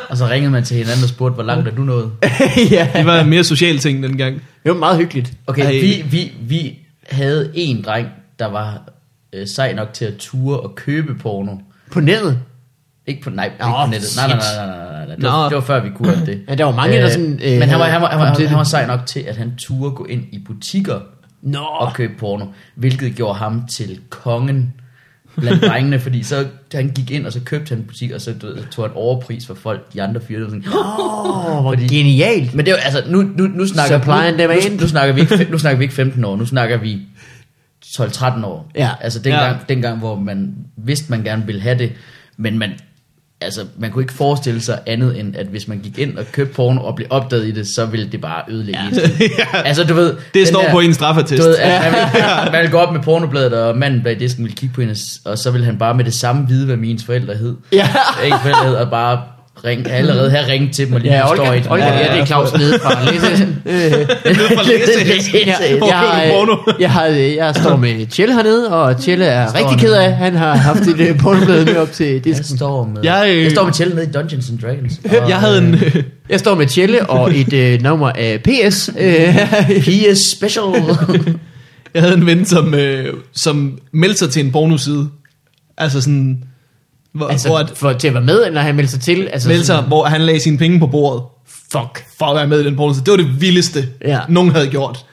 [SPEAKER 2] Og så ringede man til hinanden og spurgte, hvor langt er du nået?
[SPEAKER 1] ja.
[SPEAKER 3] Det var en mere social ting dengang.
[SPEAKER 1] Det var meget hyggeligt.
[SPEAKER 2] Okay,
[SPEAKER 3] Ej.
[SPEAKER 2] vi, vi, vi havde en dreng, der var øh, sej nok til at ture og købe porno.
[SPEAKER 1] På nettet.
[SPEAKER 2] Ikke på, nej,
[SPEAKER 1] Nå,
[SPEAKER 2] ikke på nettet. Nej, nej,
[SPEAKER 1] shit.
[SPEAKER 2] nej, nej, nej, nej, nej. Det,
[SPEAKER 3] Nå.
[SPEAKER 2] var, det var før, vi kunne alt det.
[SPEAKER 1] Ja, der var mange, der sådan, øh,
[SPEAKER 2] men han var, han, var, han, var,
[SPEAKER 1] kom til
[SPEAKER 2] han,
[SPEAKER 1] det.
[SPEAKER 2] var sej nok til, at han turde gå ind i butikker
[SPEAKER 1] Nå.
[SPEAKER 2] og købe porno, hvilket gjorde ham til kongen blandt drengene, fordi så han gik ind, og så købte han en butik, og så du ved, tog han overpris for folk, de andre fyre, der var sådan,
[SPEAKER 1] Åh, oh, hvor genialt.
[SPEAKER 2] Men det er jo, altså, nu, nu, nu snakker
[SPEAKER 1] Supply and
[SPEAKER 2] nu,
[SPEAKER 1] demand.
[SPEAKER 2] nu, nu, snakker vi ikke, fem- nu snakker vi ikke 15 år, nu snakker vi 12-13 år.
[SPEAKER 1] Ja.
[SPEAKER 2] Altså dengang,
[SPEAKER 3] Ja.
[SPEAKER 2] ja. dengang, hvor man vidste, man gerne ville have det, men man, altså, man kunne ikke forestille sig andet end, at hvis man gik ind og købte porno og blev opdaget i det, så ville det bare ødelægge ja.
[SPEAKER 3] Ja.
[SPEAKER 2] Altså du ved... den
[SPEAKER 3] Det står
[SPEAKER 2] der-
[SPEAKER 3] på en straffatest.
[SPEAKER 2] du ved, at man, ville, man ville gå op med pornobladet, og manden bag disken ville kigge på hende, og så ville han bare med det samme vide, hvad mine forældre hed.
[SPEAKER 1] Ja.
[SPEAKER 2] Ikke forældre hed, og bare ringe, allerede her ringe til dem, og lige
[SPEAKER 1] Ja,
[SPEAKER 2] forstå
[SPEAKER 1] Olga,
[SPEAKER 2] et-
[SPEAKER 1] Olga, ja, det er Claus nede fra Læsøsen.
[SPEAKER 3] Nede fra Læsø.
[SPEAKER 1] jeg,
[SPEAKER 3] Hvor kører du porno?
[SPEAKER 1] jeg, jeg, har, jeg står med Chelle hernede, og Chelle er
[SPEAKER 2] Står
[SPEAKER 1] rigtig
[SPEAKER 2] han
[SPEAKER 1] ked af,
[SPEAKER 2] hernede.
[SPEAKER 1] han har haft et øh, pornoblad med op til
[SPEAKER 2] Jeg
[SPEAKER 1] disken.
[SPEAKER 2] står med,
[SPEAKER 3] Jeg,
[SPEAKER 2] jeg,
[SPEAKER 3] øh,
[SPEAKER 2] jeg står med Kjell nede i Dungeons and Dragons. Og,
[SPEAKER 3] Jeg havde en... øh,
[SPEAKER 1] Jeg står med Chelle og et øh, nummer af PS. Øh,
[SPEAKER 2] PS Special.
[SPEAKER 3] Jeg havde en ven, som, øh, som meldte sig til en pornoside. Altså sådan... Hvor, altså, hvor,
[SPEAKER 1] altså,
[SPEAKER 3] at,
[SPEAKER 1] for, til at være med, eller han meldte sig til. Altså,
[SPEAKER 3] meldte sig,
[SPEAKER 1] sådan-
[SPEAKER 3] hvor han lagde sine penge på bordet.
[SPEAKER 1] Fuck.
[SPEAKER 3] For at være med i den pornoside. Det var det vildeste,
[SPEAKER 1] Ja.
[SPEAKER 3] nogen havde gjort.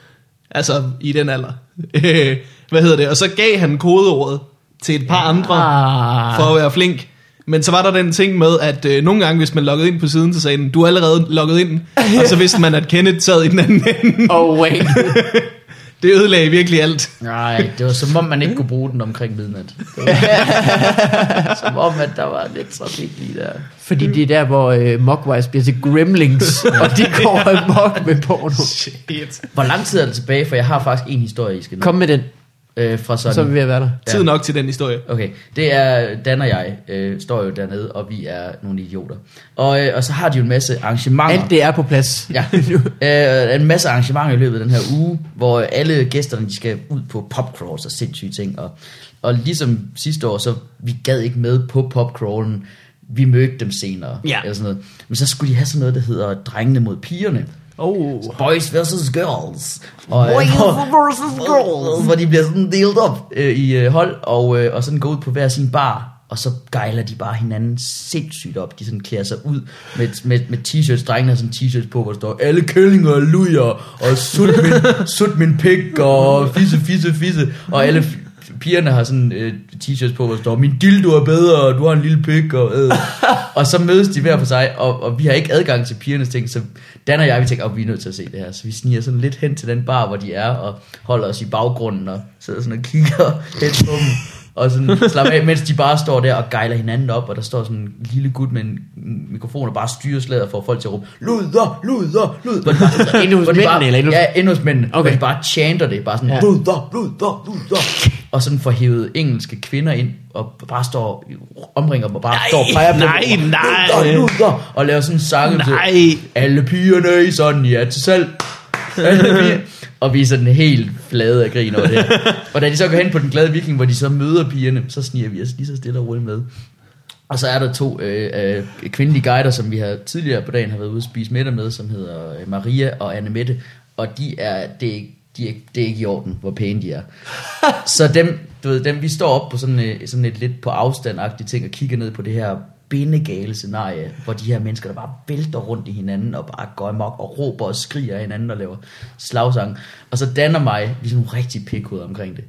[SPEAKER 3] Altså, i den alder. Øh, Hvad hedder det? Og så gav han kodeordet til et par andre,
[SPEAKER 1] Ah,
[SPEAKER 3] for at være flink. Men så var der den ting med, at øh, nogle gange, hvis man loggede ind på siden, så sagde den, du er allerede logget ind. Og så vidste man, at Kenneth sad i den anden ende.
[SPEAKER 1] oh wait.
[SPEAKER 3] Det ødelagde virkelig alt.
[SPEAKER 2] Nej, det var som om, man ikke kunne bruge den omkring midnat. Det var, som om, at der var lidt trafik lige der.
[SPEAKER 1] Fordi det er der, hvor øh, Mogwise bliver til Gremlings, og de går amok med porno.
[SPEAKER 3] Shit.
[SPEAKER 2] Hvor lang tid er det tilbage? For jeg har faktisk en historie, I skal nå.
[SPEAKER 1] Kom med den,
[SPEAKER 2] øh, fra sådan.
[SPEAKER 1] så er vi ved at være der.
[SPEAKER 3] Tid nok til den historie.
[SPEAKER 2] Okay, det er Dan og jeg øh, står jo dernede, og vi er nogle idioter. Og, øh, og så har de jo en masse arrangementer.
[SPEAKER 1] Alt det er på plads.
[SPEAKER 2] Ja, øh, en masse arrangementer i løbet af den her uge, hvor alle gæsterne de skal ud på popcrawls og sindssyge ting. Og, og ligesom sidste år, så vi gad ikke med på popcrawlen. Vi mødte dem senere.
[SPEAKER 1] Ja.
[SPEAKER 2] Eller sådan noget. Men så skulle de have sådan noget, der hedder drengene mod pigerne.
[SPEAKER 1] Oh.
[SPEAKER 2] Boys versus girls. Og, øh,
[SPEAKER 1] Boys
[SPEAKER 2] hvor-
[SPEAKER 1] versus girls.
[SPEAKER 2] Hvor de bliver sådan delt op øh, i øh, hold, og, øh, og sådan går ud på hver sin bar. Og så gejler de bare hinanden sindssygt op. De sådan klæder sig ud med, med, med t-shirts. Drengene har sådan t-shirts på, hvor der står, alle kællinger er lujer, og sut min, sut min pik, og fisse, fisse, fisse. Og alle f- pigerne har sådan øh, t-shirts på, hvor der står, min dildo er bedre, og du har en lille pik, og øh. Og så mødes de hver for sig, og, og vi har ikke adgang til pigernes ting, så Dan og jeg, vi tænker, at vi er nødt til at se det her. Så vi sniger sådan lidt hen til den bar, hvor de er, og holder os i baggrunden, og sidder sådan og kigger hen på dem. Og sådan slapper af, mens de bare står der og gejler hinanden op, og der står sådan en lille gut med en mikrofon og bare styreslader for folk til at råbe, luder, luder, luder. Hvor de bare sidder-
[SPEAKER 1] Inde hos
[SPEAKER 2] hvor de bare-
[SPEAKER 1] mændene, eller inde hos-
[SPEAKER 2] Ja, inde hos mændene.
[SPEAKER 1] Okay.
[SPEAKER 2] Okay. de bare chanter det, bare sådan,
[SPEAKER 1] Ja.
[SPEAKER 2] ja. luder, luder, luder. Og sådan får hævet engelske kvinder ind, og bare står omringer dem, og bare nej, står og peger på dem.
[SPEAKER 3] nej,
[SPEAKER 2] og råber,
[SPEAKER 3] nej.
[SPEAKER 2] Luder, luder, og laver sådan en sang til,
[SPEAKER 3] Nej.
[SPEAKER 2] alle pigerne i sådan, ja til selv. Alle piger. og vi er sådan helt flade af grin over det her. Og da de så går hen på den glade viking, hvor de så møder pigerne, så sniger vi os lige så stille og roligt med. Og så er der to øh, øh, kvindelige guider, som vi har tidligere på dagen har været ude at spise middag med, som hedder øh, Maria og Anne Mette. Og de er, det er, ikke- de er, ikke- det er ikke i orden, hvor pæne de er. så dem, du ved, dem, vi står op på sådan, øh, sådan et lidt på afstand ting og kigger ned på det her bindegale scenarie, hvor de her mennesker, der bare vælter rundt i hinanden og bare går amok og råber og skriger af hinanden og laver slagsang. Og så danner mig, vi er sådan nogle rigtige pikhoveder omkring det.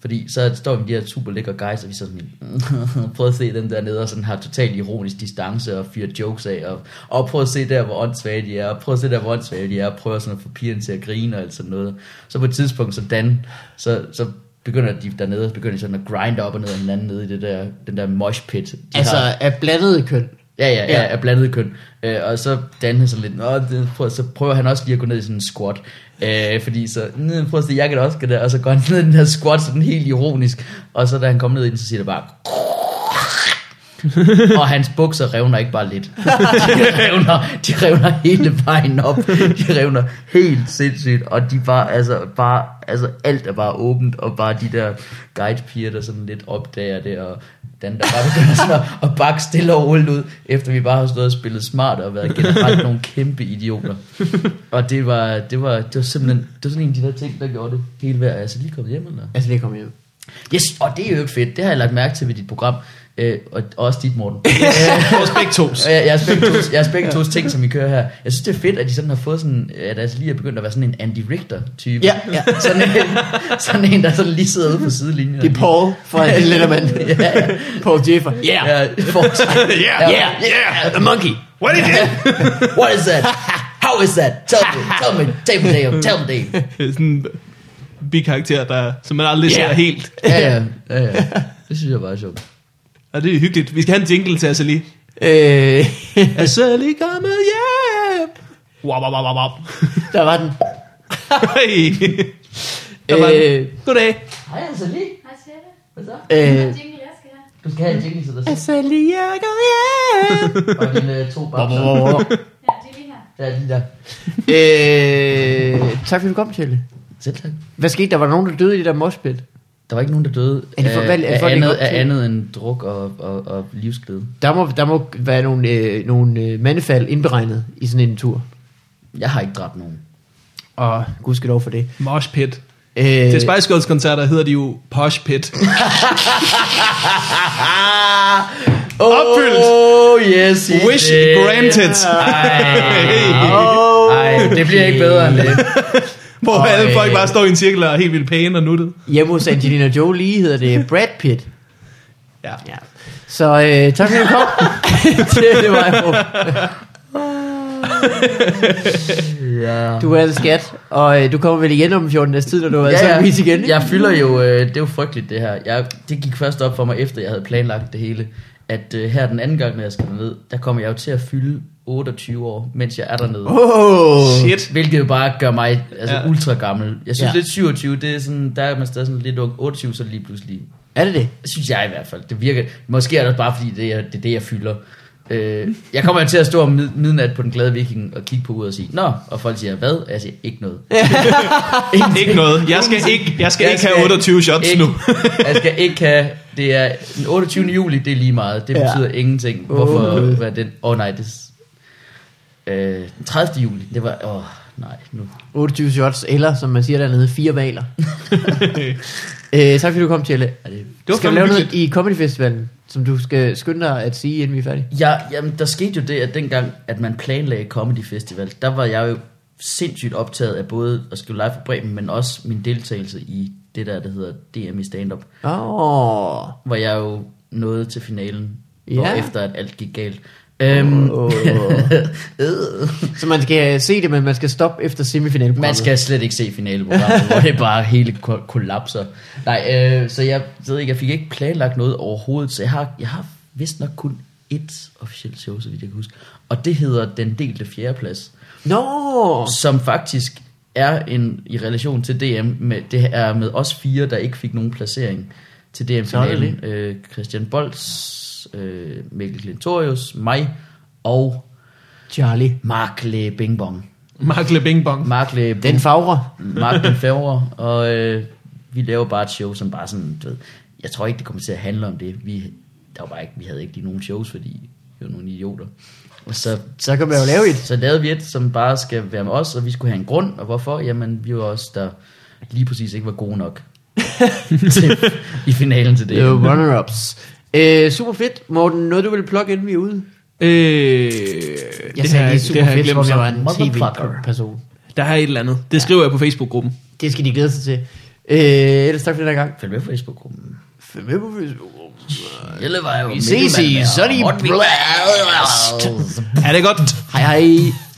[SPEAKER 2] Fordi så står vi med de her super lækre guys, og vi så sådan, "Mm, prøv at se den der nede, og sådan har totalt ironisk distance og fyrer jokes af, og, og prøv at se der, hvor åndssvage de er, og prøv at se der, hvor åndssvage de er, og prøver sådan at få pigerne til at grine og alt sådan noget. Så på et tidspunkt, så Dan, så, så begynder de dernede, så begynder de sådan at grinde op og ned af hinanden nede i det der, den der mosh pit. de
[SPEAKER 1] Altså,
[SPEAKER 2] har.
[SPEAKER 1] er blandet køn.
[SPEAKER 2] Ja, ja,
[SPEAKER 1] Ja.
[SPEAKER 2] ja, af blandet køn. Øh, og så Dan han sådan lidt, Nå, det, prøv, så prøver han også lige at gå ned i sådan en squat. Øh, fordi så, "Nå, prøv at se, jeg kan da også gøre det. Og så går han ned i den her squat, sådan helt ironisk. Og så da han kommer ned i den, så siger det bare... og hans bukser revner ikke bare lidt. De revner, de revner hele vejen op. De revner helt sindssygt. Og de bare, altså, bare, altså, alt er bare åbent. Og bare de der guidepiger, der sådan lidt opdager det. Og den der bare begynder sådan at, at bakke stille og roligt ud, efter vi bare har stået og spillet smart og været generelt nogle kæmpe idioter. Og det var, det var, det var simpelthen, det var sådan en af de der ting, der gjorde det hele værd. Er jeg så lige kommet hjem, eller?
[SPEAKER 1] Altså lige komme hjem.
[SPEAKER 2] Yes, og det er jo ikke fedt. Det har jeg lagt mærke til ved dit program. Øh, og og også dit, Morten.
[SPEAKER 3] Vores begge tos.
[SPEAKER 2] Og Jeg, jeg, har begge tos, jeg har begge tos ting, som I kører her. Jeg synes, det er fedt, at de sådan har fået sådan, at altså lige er begyndt at være sådan en Andy Richter-type.
[SPEAKER 1] Ja, ja.
[SPEAKER 2] Sådan en, sådan en, der sådan lige sidder ude på sidelinjen.
[SPEAKER 1] Det er Paul fra Letterman.
[SPEAKER 2] Ja, ja.
[SPEAKER 1] Paul Jeffer. Yeah,
[SPEAKER 2] Ja, for-
[SPEAKER 1] yeah, yeah, yeah, the monkey.
[SPEAKER 3] What did you
[SPEAKER 2] What is that? How is that? Tell me, tell me, tell me, Dave, tell me, Dave.
[SPEAKER 3] do? Sådan en bikarakter, der, som man aldrig
[SPEAKER 1] Ja.
[SPEAKER 3] ser helt.
[SPEAKER 2] Ja, ja, ja, ja. Det synes jeg bare er sjovt.
[SPEAKER 3] Og det er hyggeligt. Vi skal have en jingle til Asali.
[SPEAKER 1] Øh,
[SPEAKER 3] Asali, kom med hjem! Wap, wap, wap, wap.
[SPEAKER 1] der var den.
[SPEAKER 3] Hey. Der var den.
[SPEAKER 1] Øh,
[SPEAKER 3] Goddag.
[SPEAKER 2] Hej, altså lige.
[SPEAKER 5] Hej Sjette.
[SPEAKER 2] Hvad så?
[SPEAKER 1] øh,
[SPEAKER 5] Jingle, jeg skal have.
[SPEAKER 2] Du skal have en jingle til dig selv.
[SPEAKER 1] Sally, jeg går hjem.
[SPEAKER 2] Og dine to babser.
[SPEAKER 5] Ja, det er lige her.
[SPEAKER 2] Der er lige der.
[SPEAKER 1] øh, tak fordi du kom, Tjelle.
[SPEAKER 2] Selv tak.
[SPEAKER 1] Hvad skete der? Var der nogen, der døde i det der morspil?
[SPEAKER 2] Der var ikke nogen, der døde
[SPEAKER 1] Er det for-
[SPEAKER 2] af,
[SPEAKER 1] hvad- er det for,
[SPEAKER 2] af,
[SPEAKER 1] at lægge
[SPEAKER 2] andet,
[SPEAKER 1] op til?
[SPEAKER 2] af andet end druk og, og, og livsglæde.
[SPEAKER 1] Der må, der må være nogle, øh, nogle øh, mandefald indberegnet i sådan en tur.
[SPEAKER 2] Jeg har ikke dræbt nogen.
[SPEAKER 1] Og gudskelov for det.
[SPEAKER 3] Mosh Pit.
[SPEAKER 1] Øh,
[SPEAKER 3] Til Spice Girls koncerter hedder de jo Posh Pit.
[SPEAKER 2] Oh,
[SPEAKER 3] Opfyldt!
[SPEAKER 2] Oh, yes, he
[SPEAKER 3] Wish
[SPEAKER 2] did.
[SPEAKER 3] granted.
[SPEAKER 2] Ej, ej, det bliver ikke bedre end det.
[SPEAKER 3] Hvor
[SPEAKER 2] Ej.
[SPEAKER 3] alle folk bare står i en cirkel og er helt vildt pæne og nuttet.
[SPEAKER 1] Hjemme hos Angelina Jolie hedder det Brad Pitt.
[SPEAKER 3] Ja.
[SPEAKER 1] ja. Så øh, tak fordi du kom. det, det var jeg på.
[SPEAKER 2] Ja.
[SPEAKER 1] Du er en skat, og øh, du kommer vel igen om 14 dages tid, når du har været ja, ja. igen.
[SPEAKER 2] altså- Jeg fylder jo, øh, det er jo frygteligt det her. Jeg, det gik først op for mig, efter jeg havde planlagt det hele, at øh, her den anden gang, når jeg skal ned, der kommer jeg jo til at fylde 28 år, mens jeg er dernede.
[SPEAKER 1] Oh,
[SPEAKER 3] Shit.
[SPEAKER 2] Hvilket jo bare gør mig altså,
[SPEAKER 3] Ja.
[SPEAKER 2] ja. ultra gammel. Jeg synes
[SPEAKER 1] Ja.
[SPEAKER 2] ja. lidt 27, det er sådan, der er man stadig sådan lidt ung. 28 så lige pludselig.
[SPEAKER 1] er det det?
[SPEAKER 2] Synes jeg i hvert fald. Det virker, måske er det bare fordi, det er det, er det jeg fylder. Øh, jeg kommer jo til at stå om mid- midnat på den glade viking og kigge på uret og sige, Nå, og folk siger, hvad? Og jeg siger, ikke noget.
[SPEAKER 3] Ikke noget. Jeg skal ikke, jeg skal ikke have 28 shots
[SPEAKER 2] ikke,
[SPEAKER 3] nu.
[SPEAKER 2] jeg skal ikke have, det er den 28. juli, det er lige meget. Det
[SPEAKER 1] Ja.
[SPEAKER 2] betyder ja. ingenting. Hvorfor
[SPEAKER 1] Åh.
[SPEAKER 2] hvad er den? Åh oh, nej, det s- øh, den 30. juli, det var, åh oh, nej, nu.
[SPEAKER 1] 28 shots, eller som man siger dernede, fire valer. øh, tak fordi du kom, Tjelle.
[SPEAKER 2] Er det
[SPEAKER 1] Du
[SPEAKER 3] var
[SPEAKER 1] skal vi
[SPEAKER 3] fandme
[SPEAKER 1] lave noget i Comedy Festivalen, som du skal skynde dig at sige, inden vi er færdige?
[SPEAKER 2] Ja, jamen, der skete jo det, at dengang, at man planlagde Comedy Festival, der var jeg jo sindssygt optaget af både at skrive live for Bremen, men også min deltagelse i det der, der hedder DM i stand-up,
[SPEAKER 1] Åh, oh,
[SPEAKER 2] hvor jeg jo nåede til finalen,
[SPEAKER 1] Ja.
[SPEAKER 2] ja. efter at alt gik galt. Øhm,
[SPEAKER 1] Åh.
[SPEAKER 2] øh.
[SPEAKER 1] så man skal øh, se det, men man skal stoppe efter semifinalen.
[SPEAKER 2] Man skal slet ikke se finaleprogrammet, hvor det bare hele ko- kollapser. Nej, øh, så jeg ved ikke, jeg fik ikke planlagt noget overhovedet, så jeg har, jeg har vist nok kun ét officielt show, så vidt jeg kan huske. Og det hedder Den Delte Fjerdeplads,
[SPEAKER 1] Nå,
[SPEAKER 2] som faktisk er en, i relation til DM, med, det er med os fire, der ikke fik nogen placering til DM-finalen. Øh, Christian Bolds, øh, Mikkel Klintorius, mig og
[SPEAKER 1] Charlie.
[SPEAKER 2] Mark Le Bingbong.
[SPEAKER 3] Mark Le Bing Bong. Øh,
[SPEAKER 2] Mark Le Bing
[SPEAKER 1] Den fagre.
[SPEAKER 2] Mark den Favre, og øh, vi laver bare et show, som bare sådan, du ved, jeg tror ikke, det kommer til at handle om det. Vi, der var bare ikke, vi havde ikke lige nogen shows, fordi vi var nogle idioter. Og så,
[SPEAKER 1] Så kan man jo lave et.
[SPEAKER 2] så lavede vi et, som bare skal være med os, og vi skulle have en grund, og hvorfor? Jamen, vi var også der lige præcis ikke var gode nok til, i finalen til det.
[SPEAKER 1] The runner-ups. Øh, super fedt. Morten, noget du vil plukke, inden vi er ude?
[SPEAKER 3] Øh,
[SPEAKER 1] Jeg
[SPEAKER 3] det
[SPEAKER 1] sagde
[SPEAKER 3] har,
[SPEAKER 1] lige
[SPEAKER 3] det
[SPEAKER 1] super
[SPEAKER 3] har jeg
[SPEAKER 1] fedt, som
[SPEAKER 3] glemt.
[SPEAKER 1] om jeg var
[SPEAKER 3] så.
[SPEAKER 1] en
[SPEAKER 2] Motherfucker.
[SPEAKER 1] tv-person.
[SPEAKER 3] Der er et eller andet. Det skriver jeg på Facebook-gruppen.
[SPEAKER 1] Det skal de glæde sig til. Øh, ellers tak for den her gang.
[SPEAKER 2] Følg med på Facebook-gruppen.
[SPEAKER 1] Følg med på Facebook.
[SPEAKER 2] Eller var jo
[SPEAKER 1] Vi ses i
[SPEAKER 2] middelmand med
[SPEAKER 1] Sunny
[SPEAKER 2] Morten Vig-
[SPEAKER 1] Blast.
[SPEAKER 3] Er det godt?
[SPEAKER 1] Hej hej.